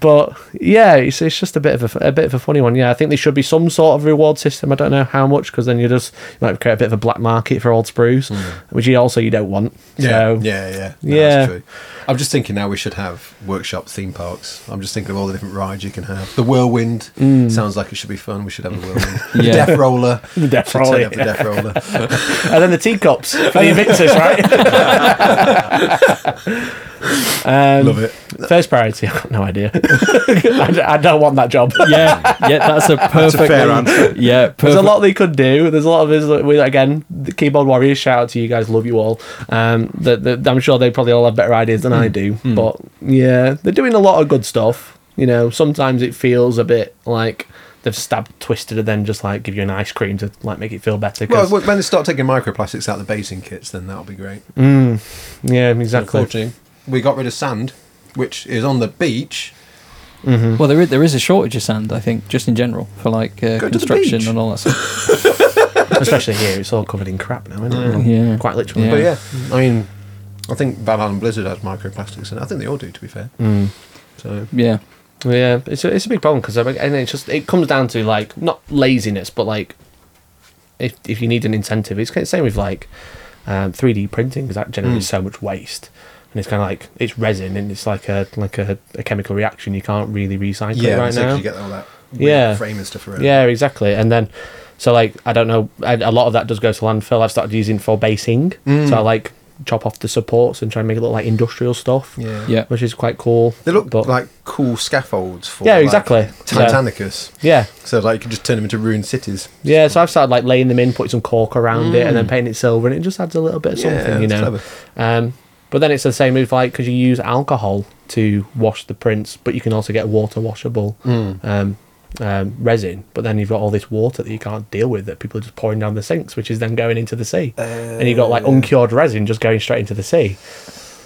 S3: but yeah, it's, it's just a bit of a, a bit of a funny one. Yeah, I think there should be some sort of reward system. I don't know how much because then you just you might create a bit of a black market for old sprues, which you also you don't want.
S1: Hmm. Yeah,
S3: So,
S1: yeah, yeah.
S3: Yeah.
S1: That's true. I'm just thinking now we should have workshop theme parks. I'm just thinking of all the different rides you can have. The whirlwind
S3: Mm.
S1: sounds like it should be fun. We should have a whirlwind.
S2: Yeah.
S1: The death roller.
S3: The Death
S1: Should turn
S3: Roller,
S1: up The death roller.
S3: and then the teacups for the Invictus, right? Um,
S1: Love it.
S3: First priority, I've got no idea. I, d- I don't want that job.
S2: yeah, yeah, that's a perfect
S4: fair
S2: way-
S4: answer.
S2: Yeah, perfect.
S3: There's a lot they could do. There's a lot of us that we again, the keyboard warriors. Shout out to you guys, love you all. Um, that that- I'm sure they probably all have better ideas than
S1: Mm.
S3: I do. But yeah, they're doing a lot of good stuff. You know, sometimes it feels a bit like they've stabbed, twisted, and then just like give you an ice cream to like make it feel better. 'cause-
S1: Well, w- when they start taking microplastics out of the basing kits, then that'll be great.
S3: yeah, exactly.
S1: Unfortunately, we got rid of sand, which is on the beach.
S2: Well, there is, there is a shortage of sand, I think, just in general for like uh,
S1: the
S2: construction
S1: beach.
S2: and all that stuff.
S3: Especially here, it's all covered in crap now, isn't it?
S2: Yeah.
S3: quite literally.
S1: But
S2: Yeah.
S1: yeah, I mean, I think Bad Island Blizzard has microplastics, and I think they all do, to be fair.
S3: Mm.
S1: So
S2: Yeah,
S3: Yeah, it's a, it's a big problem because and it's just it comes down to like not laziness, but like if if you need an incentive, it's kind of same with like um, 3D printing because that
S1: Mm.
S3: generates so much waste, and it's kind of like it's resin and it's like a like a, a chemical reaction. You can't really recycle
S1: yeah,
S3: it right
S1: so
S3: now.
S1: you get all that
S3: Yeah.
S1: yeah frame and stuff around.
S3: Yeah, exactly. And then, so like, I don't know, I, a lot of that does go to landfill. I've started using for basing.
S1: Mm.
S3: So I like chop off the supports and try and make it look like industrial stuff.
S1: yeah,
S2: yeah.
S3: Which is quite cool.
S1: They look
S3: but-
S1: like cool scaffolds for
S3: Yeah,
S1: like,
S3: exactly. Yeah.
S1: Titanicus.
S3: Yeah.
S1: So like you can just turn them into ruined cities.
S3: Yeah, so I've started like laying them in, putting some cork around it, and then painting it silver, and it just adds a little bit of something,
S1: Mm. Yeah,
S3: you
S1: it's
S3: know.
S1: clever.
S3: Um, but then it's the same with like because you use alcohol to wash the prints, but you can also get water washable
S1: Mm.
S3: um, um, resin. But then you've got all this water that you can't deal with that people are just pouring down the sinks, which is then going into the sea, and you've got
S1: Oh,
S3: like uncured resin just going straight into the sea,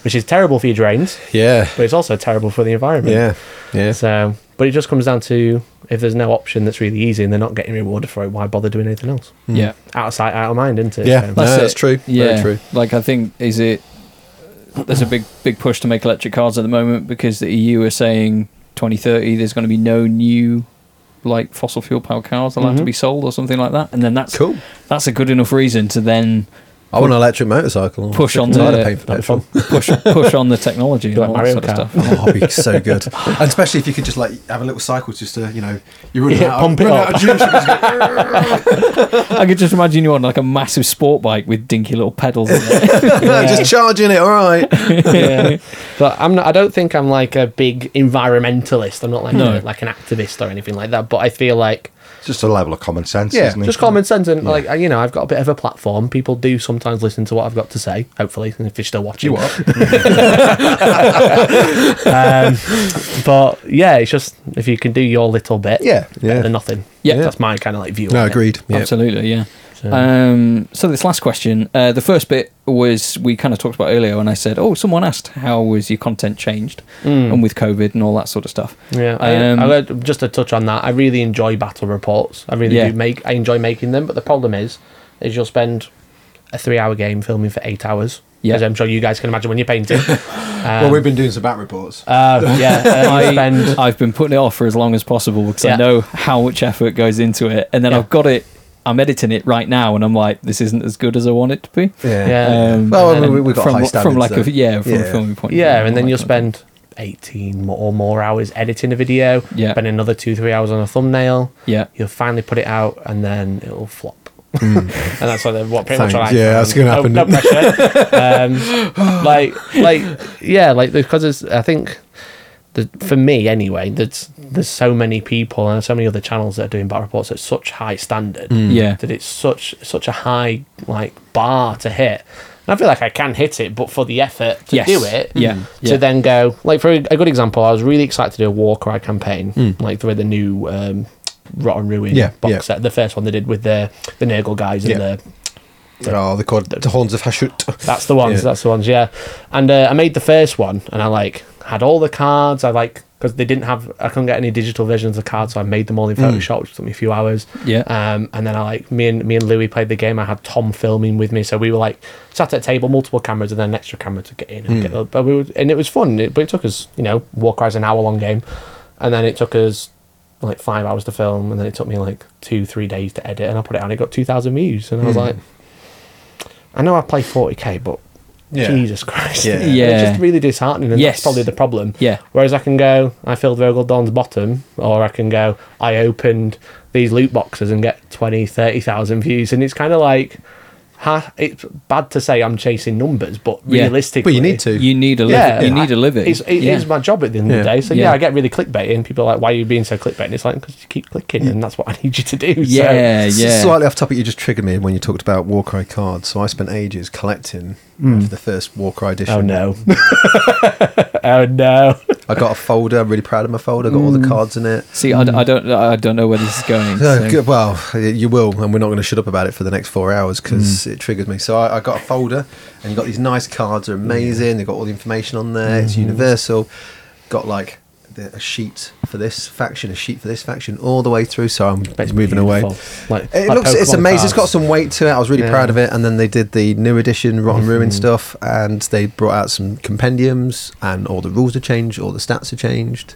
S3: which is terrible for your drains,
S1: Yeah,
S3: but it's also terrible for the environment.
S1: yeah, yeah.
S3: So, but it just comes down to if there's no option that's really easy and they're not getting rewarded for it, why bother doing anything else?
S2: yeah. uh,
S3: Out of sight, out of mind, isn't it? Um,
S1: Yeah.
S3: So-
S1: No, that's true. Very true.
S2: Like I think is it there's a big big push to make electric cars at the moment because the EU are saying 2030 there's going to be no new like fossil fuel powered cars allowed
S3: Mm-hmm.
S2: to be sold or something like that, and then that's
S1: Cool.
S2: That's a good enough reason to then
S1: I want an electric motorcycle.
S2: Push
S1: I'm
S2: on
S1: sick and tired
S2: to-
S1: of paying for
S3: That'd be
S1: petrol.
S3: fun.
S2: push push on the technology and
S3: Like
S2: all
S3: Mario
S2: that sort
S3: Kart.
S2: of stuff.
S1: Oh, it'd be so good. And especially if you could just like have a little cycle just to, you know, you run
S3: Yeah,
S1: out,
S3: pump it
S1: run
S3: up.
S1: out of juice. you just go,
S2: I could just imagine you on like a massive sport bike with dinky little pedals. In it.
S1: "No, Just charging it, all right.
S3: yeah. But I'm not, I don't think I'm like a big environmentalist. I'm not like a, like an activist or anything like that. But I feel like
S4: It's just a level of common sense,
S1: Yeah,
S4: isn't it?
S3: just common sense and like you know I've got a bit of a platform. People do sometimes listen to what I've got to say. Hopefully, and if they're still watching,
S1: You what?
S3: um, but yeah, it's just if you can do your little bit,
S1: Yeah,
S3: better
S1: yeah.
S3: than nothing.
S2: Yeah.
S3: that's my kind of like view.
S1: No,
S3: on it.
S1: agreed. Yeah.
S2: Absolutely, yeah. Um, so this last question, uh, the first bit was we kind of talked about earlier, and I said, "Oh, someone asked how was your content changed, and with COVID and all that sort of stuff."
S3: Mm. Yeah, I,
S2: Um,
S3: I would- just to touch on that, I really enjoy battle reports. I really
S2: Yeah.
S3: do make. I enjoy making them, but the problem is, is you'll spend a three-hour game filming for eight hours.
S2: Yeah.
S3: as I'm sure you guys can imagine when you're painting. Um,
S1: well, we've been doing some bat reports.
S3: Uh, yeah, and I spend.
S2: I've been putting it off for as long as possible because
S3: Yeah.
S2: I know how much effort goes into it, and then
S3: Yeah.
S2: I've got it. I'm editing it right now, and I'm like, "This isn't as good as I want it to be." Um,
S3: Yeah.
S1: Well, I mean,
S2: and
S1: we- we've got
S2: from,
S1: high
S2: from
S1: standards,
S2: like
S1: though.
S2: a yeah, from
S1: Yeah.
S2: a filming point. of view
S3: Yeah, and
S2: all
S3: then
S2: that
S3: you'll
S2: kind of
S3: spend 18 mo- or more hours editing a video.
S2: Yeah.
S3: spend another two, three hours on a thumbnail.
S2: thing. Yeah,
S3: You'll finally put it out, and then it'll flop. and that's what, what pretty much what
S1: Hmm. Thanks.
S3: I
S1: Yeah, that's gonna
S3: found. No-
S1: happen.
S3: no pressure. um, like, like, yeah, like because it's, I think the, for me anyway, there's there's so many people and so many other channels that are doing battle reports at such high standard
S1: Hmm.
S2: Yeah.
S3: that it's such such a high like bar to hit. And I feel like I can hit it, but for the effort to
S2: Yes.
S3: do it,
S2: Yeah.
S3: to
S2: Yeah.
S3: then go like for a a good example, I was really excited to do a War Cry campaign, like the way the new um, Rotten Ruin
S1: Hmm. Yeah,
S3: box
S1: yeah.
S3: set, the first one they did with the the Nurgle guys and
S1: Yeah.
S3: the
S1: Oh, they're called the Horns of Hashut.
S3: that's the ones.
S1: Yeah.
S3: That's the ones. Yeah. And uh, I made the first one, and I like had all the cards. I like because they didn't have. I couldn't get any digital versions of the cards, so I made them all in Photoshop, which took me a few hours.
S2: Yeah.
S3: Um, and then I like me and me and Louis played the game. I had Tom filming with me, so we were like sat at a table, multiple cameras, and then an extra camera to get in. And get the, but we were, and it was fun. It, but it took us, you know, War Cry's an hour long game, and then it took us. Like five hours to film, and then it took me like two, three days to edit, and I put it out. And it got two thousand views, and I was like, I know I play 40k, but
S1: Yeah.
S3: Jesus Christ,
S1: Yeah.
S2: Yeah.
S3: it's just really disheartening, and
S2: Yes.
S3: that's probably the problem.
S2: Yeah.
S3: Whereas I can go, I filled Virgil Dawn's bottom, or I can go, I opened these loot boxes and get 20, 30,000 views, and it's kind of like ha- it's bad to say I'm chasing numbers, but
S2: Yeah.
S3: realistically,
S1: But you need to.
S2: You need a living.
S3: Yeah,
S2: you need a living.
S3: It's, it
S2: yeah.
S3: is my job at the end of the
S1: Yeah.
S3: day. So yeah,
S2: Yeah.
S3: I get really clickbaity, and people are like, "Why are you being so clickbait?" And it's like, "Because you keep clicking, and that's what I need you to do."
S2: yeah,
S3: so,
S1: S-
S2: yeah.
S1: Slightly off topic, you just triggered me when you talked about Warcry cards. So I spent ages collecting the first Warcry edition.
S3: Hmm. Oh no. oh no.
S1: I got a folder. I'm really proud of my folder. I got all
S3: Hmm.
S1: the cards in it.
S2: See, I, d- I don't, I don't know where this is going.
S1: No,
S2: so-
S1: good, well, y- you will, and we're not going to shut up about it for the next four hours because
S3: Hmm.
S1: it triggered me. So I, I got a folder and got these nice cards. They're amazing. They've got all the information on there.
S3: Hmm.
S1: It's universal. Got like the, a sheet for this faction, a sheet for this faction, all the way through. So I'm
S3: It's
S1: moving away.
S3: beautiful. Like,
S1: It
S3: like
S1: looks, it's
S3: Pokemon
S1: amazing. It's
S3: cards.
S1: got some weight to it. I was really
S3: Yeah. Mm-hmm.
S1: proud of it. And then they did the new edition Rotten Ruin stuff, and they brought out some compendiums, and all the rules are changed, all the stats are changed.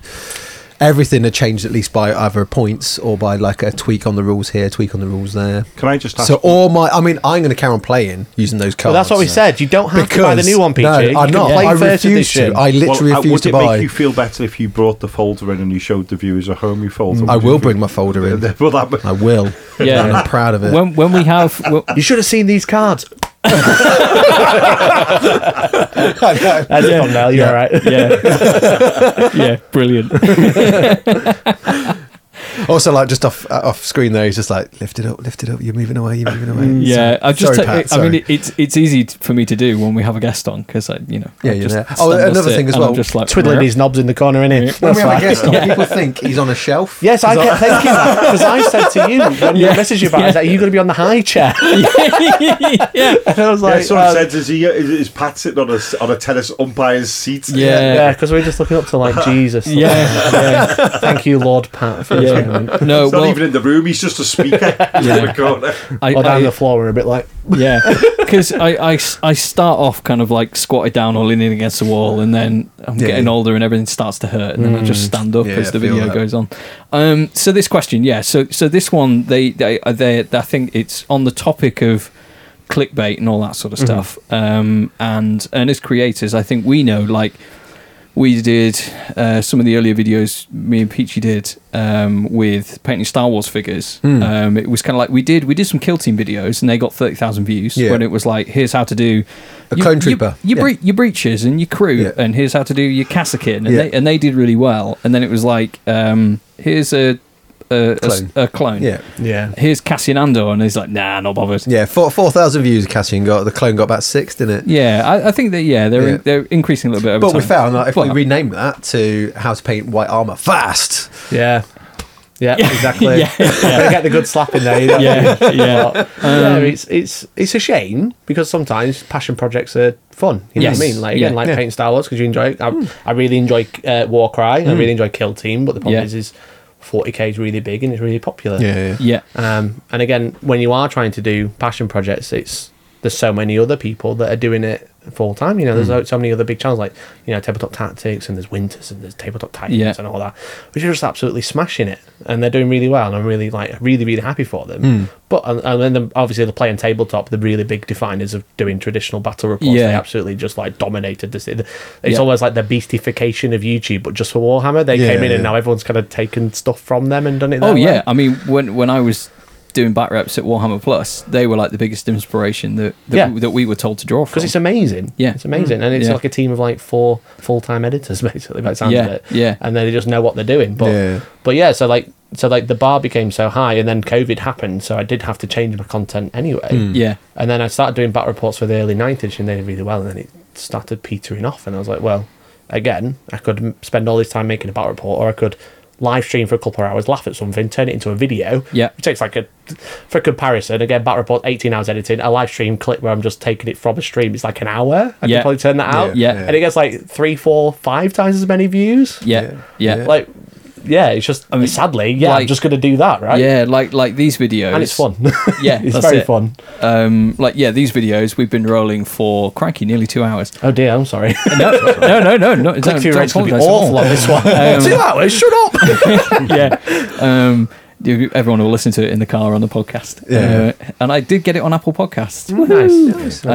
S1: Everything had changed at least by either points or by like a tweak on the rules here, tweak on the rules there.
S4: Can I just ask?
S1: So all my, I mean, I'm going to carry on playing using those cards.
S3: Well, that's what we said. You don't have to buy the new one, Peachy.
S1: No,
S3: You
S1: I'm
S3: can
S1: not.
S3: play
S1: I
S3: first
S1: refuse to.
S3: edition.
S1: I literally
S4: Well, uh,
S1: refuse
S4: would
S1: to
S4: it
S1: buy.
S4: make you feel better if you brought the folder in and you showed the viewers at home your folder?
S1: I
S4: Would you
S1: will
S4: feel-
S1: bring my folder in.
S4: Will that be-
S1: I will.
S2: Yeah.
S1: And I'm proud of it.
S2: When, when we have, well,
S3: You should have seen these cards.
S1: I know.
S3: That's yeah. thumbnail. You're all right.
S2: yeah, yeah, brilliant.
S1: Also, like just off uh, off screen there, he's just like lift it up, lift it up. You're moving away, you're moving away.
S2: Yeah, I've just.
S1: Sorry,
S2: ta-
S1: Pat,
S2: I mean,
S1: sorry.
S2: it, it's it's easy t- for me to do when we have a guest on because I, you know,
S1: Yeah,
S2: I
S1: you're
S2: just
S1: there. Oh,
S2: stand or
S1: another
S2: sit
S1: thing as
S2: and I'm
S1: well,
S2: just like,
S3: Twiddling
S2: "Rrr."
S3: these knobs in the corner, innit?
S1: when we have a
S3: That's
S1: guest on, people think he's on a shelf.
S3: Yes, I
S1: He's
S3: kept thinking that because I said to you when
S2: Yeah.
S3: you messaged you about, it, I was like, "Are you going to be on the high chair?"
S2: yeah,
S3: And I was
S4: Yeah,
S3: like,
S4: someone
S3: "Uh,
S4: said, is, he, is, is Pat sitting on a, s- on a tennis umpire's seat?
S2: yeah,
S3: yeah, because we're just looking up to like Jesus.
S2: yeah,
S3: Yeah. Thank you, Lord Pat, for this moment.
S2: yeah. No,
S4: He's not
S2: well,
S4: even in the room, he's just a speaker. yeah. in the corner.
S2: I,
S3: Or down
S2: I,
S3: the floor, we're a bit like,
S2: yeah, because I, I s- I start off kind of like squatted down or leaning against the wall, and then I'm
S1: Yeah,
S2: getting
S1: yeah.
S2: older and everything starts to hurt, and then I just stand up
S1: Yeah,
S2: as the
S1: I feel
S2: video
S1: that.
S2: goes on. Um, so this question, yeah, so so this one, they they uh, they I think it's on the topic of clickbait and all that sort of
S1: Mm-hmm.
S2: stuff, um, and and as creators, I think we know like we did uh, some of the earlier videos me and Peachy did um, with painting Star Wars figures.
S1: Hmm.
S2: Um, it was kind of like we did we did some kill team videos and they got thirty thousand views
S1: Yeah.
S2: when it was like here's how to do
S1: A clone trooper.
S2: your,
S1: Yeah.
S2: bre- your breaches and your
S1: Yeah.
S2: crew and here's how to do your cassakin and
S1: Yeah.
S2: they and they did really well and then it was like um, here's a a, a s-
S1: Clone.
S2: a clone
S1: yeah,
S3: yeah,
S2: here's Cassian Andor and he's like nah not bothered
S1: yeah. Four four thousand views. Cassian got the clone got about six, didn't it?
S2: Yeah, I, I think that yeah they're
S1: Yeah.
S2: they're increasing a little bit over
S1: But we
S2: time.
S1: found that if we
S2: But-
S1: rename that to how to paint white armor fast,
S3: yeah, yeah, exactly.
S2: yeah
S3: They get the good slap in there. You know?
S2: yeah yeah.
S3: yeah, it's it's it's a shame because sometimes passion projects are fun. You know
S2: Yes.
S3: what I mean? Like again,
S2: Yeah.
S3: like
S1: Yeah.
S3: painting Star Wars because you enjoy. it. I, I really enjoy uh, Warcry. I really enjoy Kill Team, but the problem
S2: Yeah.
S3: is, is 40k is really big and it's really popular.
S1: yeah,
S2: Yeah.
S3: Um, and again, when you are trying to do passion projects, it's there's so many other people that are doing it full time. You know, there's
S2: Hmm.
S3: so- so many other big channels like you know Tabletop Tactics and there's Winters and there's Tabletop Titans
S2: Yeah.
S3: and all that, which are just absolutely smashing it, and they're doing really well, and I'm really like really really happy for them.
S2: Hmm.
S3: But and, and then the, obviously the play and tabletop, the really big definers of doing traditional battle reports, they
S2: Yeah.
S3: absolutely just like dominated this. It's
S2: Yeah.
S3: almost like the beastification of YouTube, but just for Warhammer, they
S1: Yeah,
S3: came in
S1: yeah.
S3: and now everyone's kind of taken stuff from them and done it.
S2: Oh
S3: their way.
S2: yeah. I mean, when when I was doing back reps at Warhammer Plus, they were like the biggest inspiration that that,
S3: Yeah.
S2: we, that we were told to draw from.
S3: because it's amazing.
S2: Yeah. Mm.
S3: it's amazing, and it's
S2: Yeah.
S3: like a team of like four full-time editors basically by the sounds
S2: Yeah,
S3: of it.
S2: yeah.
S3: and they just know what they're doing. But
S1: Yeah.
S3: but yeah, so like so like the bar became so high, and then COVID happened, so I did have to change my content anyway.
S2: yeah.
S3: And then I started doing battle reports for the early 90s, and they did really well, and then it started petering off, and I was like, well, again, I could m- spend all this time making a battle report, or I could live stream for a couple of hours, laugh at something, turn it into a video.
S2: Yeah.
S3: It takes like a, for comparison, again, battle report, 18 hours editing, a live stream clip where I'm just taking it from a stream, it's like an hour. I
S2: Yeah.
S3: could probably turn that out.
S2: Yeah.
S3: And it gets like three, four, five times as many views.
S2: Yeah. Yeah. Yeah. Like,
S3: Like, yeah, it's just,
S2: I mean,
S3: sadly, yeah,
S2: like-
S3: I'm just going to do that, right?
S2: like like these videos.
S3: And it's fun.
S2: Yeah,
S3: it's
S2: that's
S3: very
S2: it.
S3: fun.
S2: Um, like yeah, these videos we've been rolling for cranky nearly two hours.
S3: Oh dear, I'm sorry.
S2: No, no, no, no, no. Don't,
S3: Click through
S2: don't
S3: rates will be
S2: apologise at all.
S3: awful on this one. Two hours, shut up.
S2: yeah. Um, You- Everyone will listen to it in the car on the podcast.
S1: Yeah.
S2: Uh, and I did get it on Apple Podcasts.
S3: Mm. Nice.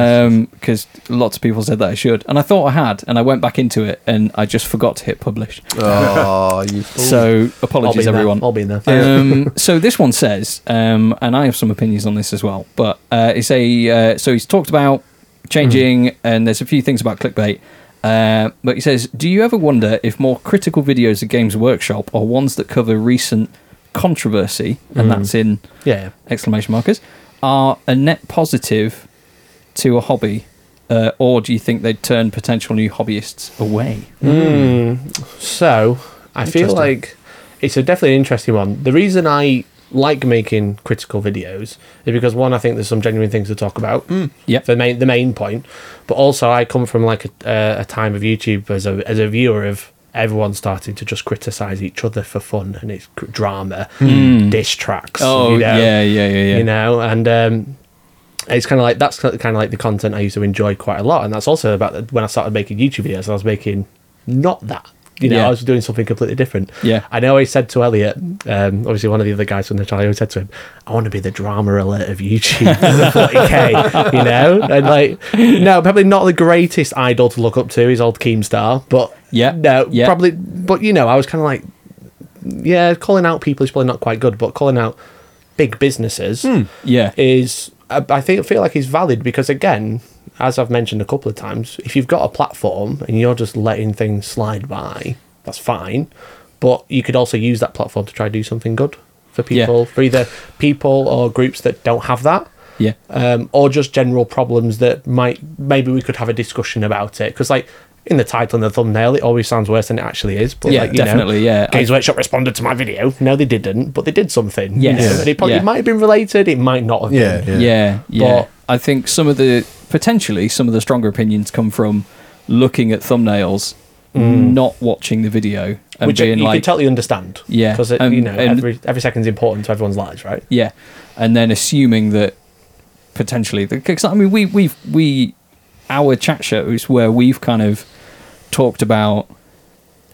S2: because lots of people said that I should, and I thought I had, and I went back into it, and I just forgot to hit publish.
S1: Oh, you fool.
S2: So
S3: I'll be
S2: apologies,
S3: in there.
S2: everyone.
S3: I'll be in there.
S2: Um, so this one says, um, and I have some opinions on this as well, but uh, it's a uh, so he's talked about changing,
S3: Mm-hmm.
S2: and there's a few things about clickbait. Uh, but he says, do you ever wonder if more critical videos of Games Workshop are ones that cover recent controversy,
S3: Mm-hmm.
S2: and that's in
S3: Yeah.
S2: exclamation markers are a net positive to a hobby uh, or do you think they'd turn potential new hobbyists away
S3: So I feel
S1: Interesting.
S3: like it's a definitely an interesting one. The reason I like making critical videos is because one, I think there's some genuine things to talk about.
S2: Yep.
S3: The main the main point, but also I come from like a, uh, a, a time of YouTube as a as a viewer of everyone starting to just criticize each other for fun and it's cr- drama, dish tracks. you know?
S2: Hmm. Oh, yeah yeah
S3: you know and um it's kind of like that's kind of like the content i used to enjoy quite a lot and that's also about the- when i started making youtube videos i was making not that you know
S2: Yeah.
S3: i was doing something completely different
S2: Yeah.
S3: and i always said to elliot um obviously one of the other guys from the channel i always said to him i want to be the drama alert of youtube for the 40k you know and like no probably not the greatest idol to look up to is old keemstar but
S2: Yeah.
S3: no
S2: Yeah.
S3: probably but you know i was kind of like yeah calling out people is probably not quite good but calling out big businesses
S2: Hmm. yeah
S3: is I I think feel like is valid because again, as I've mentioned a couple of times, if you've got a platform and you're just letting things slide by, that's fine. But you could also use that platform to try to do something good for
S2: Yeah.
S3: people, for either people or groups that don't have that
S2: yeah
S3: um, or just general problems that might maybe we could have a discussion about it because like in the title and the thumbnail it always sounds worse than it actually is but
S2: Yeah,
S3: like, you know,
S2: definitely, yeah.
S3: Games Workshop responded to my video no they didn't but they did something
S2: Yes.
S3: you know, and it, probably,
S2: Yeah.
S3: it might have been related it might not have
S1: Yeah,
S3: been
S1: yeah.
S2: yeah yeah,
S3: But-
S2: i think some of the potentially some of the stronger opinions come from looking at thumbnails not watching the video and
S3: which uh, you
S2: being like
S3: can totally understand
S2: Yeah,
S3: because
S2: um,
S3: you know
S2: and-
S3: every, every second's important to everyone's lives right
S2: Yeah, and then assuming that potentially, because I mean, we we've we our chat shows where we've kind of talked about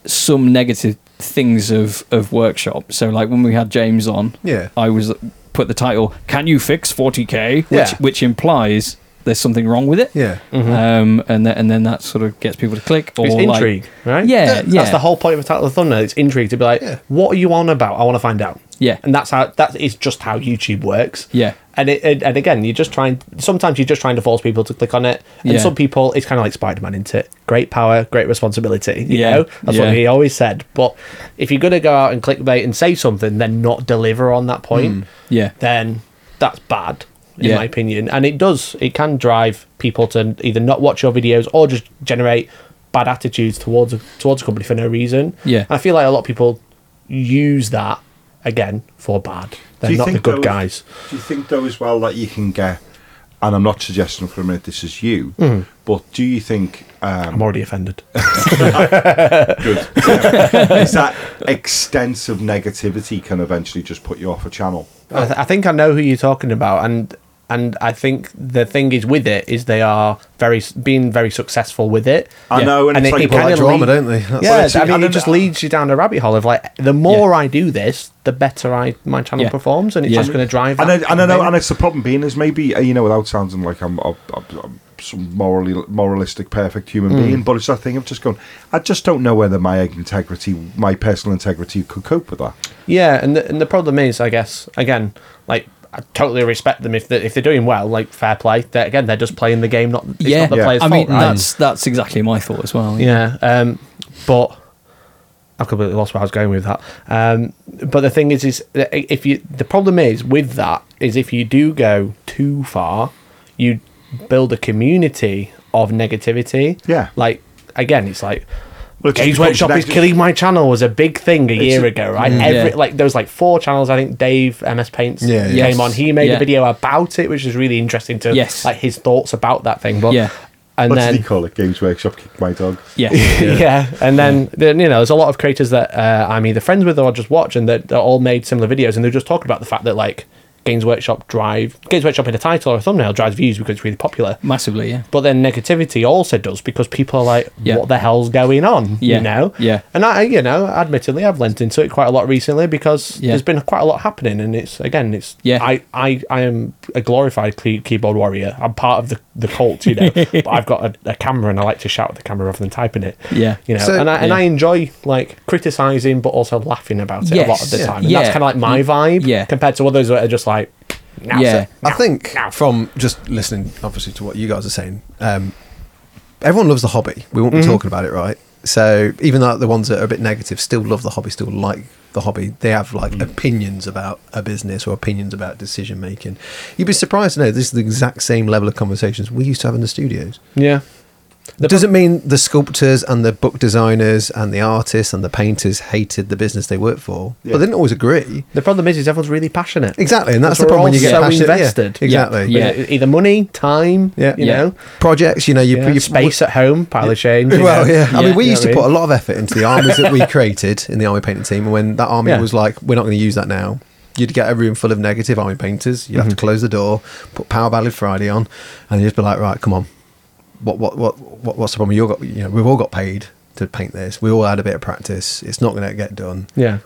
S2: some negative things of of workshop. So like when we had James on,
S1: Yeah.
S2: I was put the title "Can you fix 40k?" which
S3: Yeah.
S2: which implies there's something wrong with it.
S1: Yeah.
S2: Um, and th- and then that sort of gets people to click or
S3: Mm-hmm. it's
S2: like-
S3: intrigue right
S2: Yeah, yeah.
S3: that's the whole point of a title of the thumbnail it's intrigue to be like
S1: Yeah.
S3: what are you on about i want to find out
S2: Yeah.
S3: and that's how that is just how youtube works
S2: Yeah.
S3: and it and, and again you're just trying sometimes you're just trying to force people to click on it and
S2: Yeah.
S3: some people it's kind of like spider-man into it great power great responsibility you
S2: Yeah,
S3: know that's
S2: yeah.
S3: what he always said but if you're going to go out and clickbait and say something then not deliver on that point
S2: Yeah.
S3: then that's bad in
S2: Yeah.
S3: my opinion and it does it can drive people to either not watch your videos or just generate bad attitudes towards a, towards a company for no reason
S2: Yeah.
S3: And i feel like a lot of people use that again for bad they're
S4: you
S3: not the
S4: think
S3: good
S4: though-
S3: guys
S4: Do you think though as well that you can get, and I'm not suggesting for a minute this is you,
S3: Mm-hmm.
S4: but do you think um,
S3: i'm already offended
S4: good. Yeah. is that extensive negativity can eventually just put you off a channel?
S3: I, th- I think I know who you're talking about, and and I think the thing is with it is they are very s- being very successful with it.
S4: I know, and it's like people
S3: kinda
S4: like
S1: drama, don't they? That's-
S3: yeah,
S4: Well, it's-
S3: I mean,
S4: and
S3: it
S4: then-
S3: just leads you down a rabbit hole of like, the more I do this, the better I my channel
S2: Yeah.
S3: performs, and it's
S2: Yeah.
S3: just going to drive.
S4: And I,
S3: that
S4: and I know,
S3: thing.
S4: and it's the problem being is maybe uh, you know without sounding like I'm, I'm, I'm some morally moralistic perfect human
S3: Mm.
S4: being, but it's that thing of just going. I just don't know whether my integrity, my personal integrity, could cope with that.
S3: Yeah, and the, and the problem is, I guess, again, like I totally respect them if they, if they're doing well, like fair play. They're, again, they're just playing the game, not it's
S2: yeah,
S3: not the player's
S2: I mean
S3: fault, right?
S2: that's that's exactly my thought as well.
S3: Yeah, um, but I've completely lost where I was going with that. Um, but the thing is, is that i- if you the problem is with that is if you do go too far, you build a community of negativity.
S4: Yeah.
S3: like again, it's like.
S4: Well, it just
S3: Games
S4: becomes
S3: Workshop is
S4: negative.
S3: killing my channel was a big thing a year ago, right? Every
S2: Mm, Yeah.
S3: like there was like four channels. I think Dave MS Paints
S1: Yeah,
S3: came
S1: yeah.
S3: on. He made
S2: Yeah.
S3: a video about it, which is really interesting to
S2: Yes.
S3: like his thoughts about that thing. But
S2: Yeah.
S3: and
S4: What
S3: then
S4: did he call it? Games Workshop kicked my dog.
S2: Yeah.
S3: yeah. and then, then you know there's a lot of creators that uh, i'm either friends with or just watch and that they're all made similar videos and they're just talking about the fact that like Games Workshop drive Games Workshop in a title or a thumbnail drives views because it's really popular.
S2: Massively, yeah.
S3: But then negativity also does because people are like,
S2: Yeah.
S3: "What the hell's going on?"
S2: Yeah,
S3: You know.
S2: yeah.
S3: And I, you know, admittedly, I've lent into it quite a lot recently because
S2: Yeah.
S3: there's been quite a lot happening, and it's again, it's
S2: Yeah.
S3: I, I, I am a glorified key- keyboard warrior. I'm part of the the cult, you know. but I've got a, a camera, and I like to shout at the camera rather than typing it.
S2: Yeah.
S3: You know,
S1: So-
S3: and I and
S2: Yeah.
S3: I enjoy like criticizing, but also laughing about it a lot of the
S2: Yes.
S3: time. And
S2: Yeah.
S3: that's kind of like my
S2: Yeah.
S3: vibe.
S2: Yeah.
S3: Compared to others that are just like, "Nah,
S2: Yeah.
S3: it's
S1: I think
S3: now.
S1: from just listening, obviously, to what you guys are saying, um, everyone loves the hobby. We
S3: Mm-hmm.
S1: won't be talking about it, right? So even though the ones that are a bit negative still love the hobby, still like the hobby. They have like
S3: Mm.
S1: opinions about a business or opinions about decision making. You'd be surprised to know this is the exact same level of conversations we used to have in the studios.
S3: it." Yeah.
S1: That doesn't mean the sculptors and the book designers and the artists and the painters hated the business they worked for, but they didn't always agree.
S3: The problem is, is everyone's really passionate.
S1: Exactly, and that's,
S3: We're
S1: the problem
S3: all
S1: when you get
S3: so
S1: passionate. yeah,
S3: invested. Yeah.
S1: exactly.
S2: Yeah.
S3: E- Either money, time,
S1: Yeah.
S3: you
S2: Yeah.
S3: know,
S1: Projects, you know, you
S3: yeah.
S1: put your
S3: space at home, pile of change. you
S1: Well,
S3: know.
S1: yeah. I mean,
S2: Yeah.
S1: we
S3: You
S1: used
S3: know
S1: to
S3: what I
S1: put a lot of effort into the armies that we created in the army painting team. And when that army
S3: Yeah.
S1: was like, we're not going to use that now, you'd get a room full of negative army painters. You'd have to
S3: Mhm.
S1: close the door, put Power Ballad Friday on, and you'd just be like, right, come on. What, what, what, what, what's the problem? You all got, you know, we've all got paid to paint this. We all had a bit of practice. It's not going to get done.
S3: Yeah.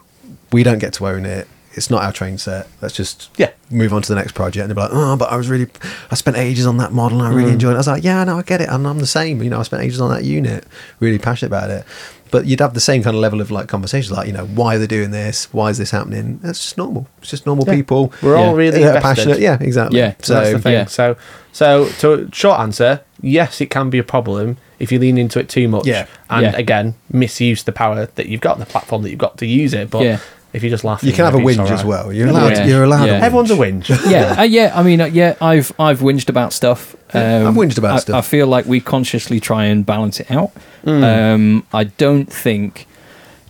S1: We don't get to own it. It's not our train set. Let's just
S3: Yeah.
S1: move on to the next project. And they're like, oh, but I was really, I spent ages on that model and I
S3: Mm.
S1: really enjoyed it. I was like, yeah, no, I get it. And I'm the same. You know, I spent ages on that unit, really passionate about it. But you'd have the same kind of level of like conversations, like, you know, why are they doing this? Why is this happening? That's just normal. It's just normal
S3: Yeah.
S1: people.
S3: We're all
S2: Yeah.
S3: really
S1: that are
S3: invested.
S1: passionate. Yeah, exactly.
S2: Yeah.
S3: So that's the thing.
S2: yeah.
S3: So, so to short answer, yes, it can be a problem if you lean into it too much.
S1: Yeah.
S3: And
S2: Yeah.
S3: again, misuse the power that you've got, the platform that you've got to use it. But
S2: Yeah.
S3: if you just laugh,
S1: You can have a whinge as well. You're allowed.
S2: Yeah.
S1: You're allowed. A
S2: Yeah.
S1: whinge.
S3: Everyone's a whinge.
S2: yeah, uh, yeah. I mean, uh, yeah. I've I've whinged about stuff. um,
S1: Yeah, I've whinged about
S2: I-
S1: stuff. Mm.
S2: I feel like we consciously try and balance it out. Um, I don't think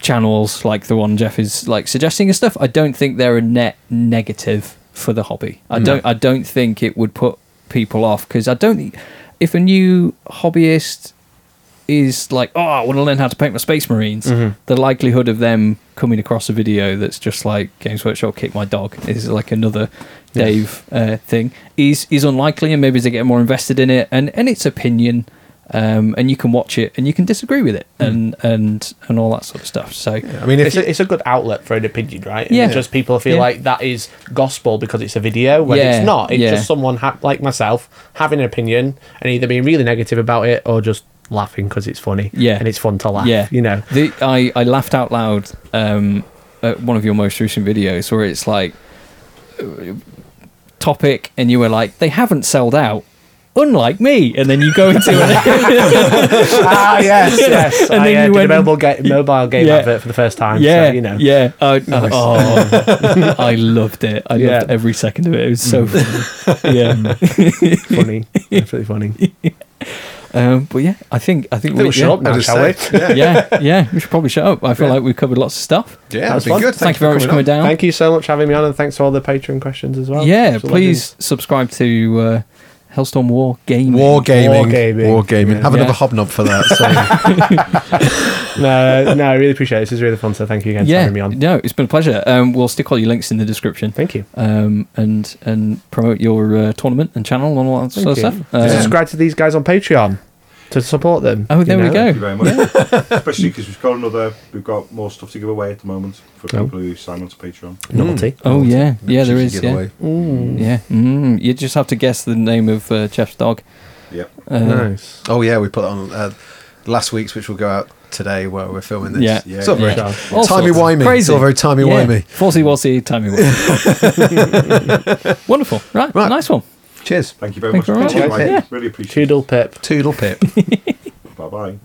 S2: channels like the one Jeff is like suggesting and stuff. I don't think they're a net negative for the hobby. I don't. I don't think it would put people off because I don't. If a new hobbyist is like, oh, I want to learn how to paint my Space Marines, the likelihood of them coming across a video that's just like Games Workshop kick my dog is like another Dave uh, thing is is unlikely, and maybe they get more invested in it and and its opinion, um, and you can watch it and you can disagree with it and and and all that sort of stuff. So
S1: I mean, if
S3: It's
S1: you,
S3: a, it's a good outlet for an opinion, right? And
S2: Yeah.
S3: it's just people feel
S2: Yeah.
S3: like that is gospel because it's a video, when
S2: Yeah,
S3: it's not. It's
S2: yeah.
S3: just someone ha- like myself having an opinion and either being really negative about it or just laughing because it's funny.
S2: Yeah.
S3: And it's fun to laugh.
S2: Yeah,
S3: You know.
S2: the, I I laughed out loud um, at one of your most recent videos where it's like uh, topic, and you were like, they haven't sold out, unlike me, and then you go into it.
S3: ah, yes, yes.
S2: And
S3: I
S2: then
S3: uh,
S2: you
S3: did
S2: went-
S3: a mobile, ga- mobile game
S2: Yeah.
S3: advert for the first time.
S2: yeah,
S3: So, you know.
S2: yeah. I, oh, I loved it. I
S3: Yeah.
S2: loved every second of it. It was so funny. yeah.
S3: Funny. Definitely funny.
S2: Um, but yeah, I think I think
S3: I think we'll
S2: yeah,
S3: shut up now,
S1: just
S3: shall we?
S1: say- yeah,
S2: yeah, yeah, we should probably shut up. I feel
S1: Yeah.
S2: like we've covered lots of stuff.
S1: yeah, that'd
S3: was
S1: be
S3: fun.
S1: good.
S2: Thank, you very much for coming down.
S3: Thank you so much for having me on and thanks for all the Patreon questions as well.
S2: Yeah,
S3: Absolutely.
S2: please subscribe to uh, Hellstorm War Gaming.
S1: War gaming. War gaming.
S3: Wargaming.
S1: Have
S2: Yeah.
S1: another hobnob for that. So.
S3: No, no, I really appreciate it. This is really fun. So thank you again for
S2: Yeah,
S3: having me on.
S2: no, it's been a pleasure. Um, we'll stick all your links in the description.
S3: Thank you.
S2: Um, and and promote your uh, tournament and channel and all that sort of
S3: Thank you.
S2: stuff. Um,
S3: subscribe to these guys on Patreon to support them.
S2: Oh, there
S3: you
S2: we
S3: know?
S2: go.
S4: Thank you very much. Especially because we've got another, we've got more stuff to give away at the moment for
S3: Oh.
S4: people who sign on to Patreon.
S3: Novelty.
S2: Oh yeah, yeah, there
S1: Cheeky
S2: is. Yeah,
S1: giveaway.
S2: yeah. Mm, you just have to guess the name of uh, Jeff's dog.
S4: Yep.
S2: Uh,
S3: Nice.
S1: Oh yeah, we put that on uh, last week's, which will go out today while we're filming this.
S2: Yeah.
S1: it's all very
S3: Yeah.
S2: All
S1: timey
S2: sorts.
S1: wimey. It's
S2: Crazy.
S1: all very timey wimey.
S2: Forsy walsy, timey wimey. Wonderful. Right,
S1: Right.
S2: nice one.
S1: Cheers.
S4: Thank you very
S2: Thank you
S4: much.
S2: very
S4: Thank you,
S1: much.
S4: Mike.
S2: Yeah.
S4: Really appreciate it.
S3: Toodle pip.
S1: Toodle pip.
S4: Bye bye.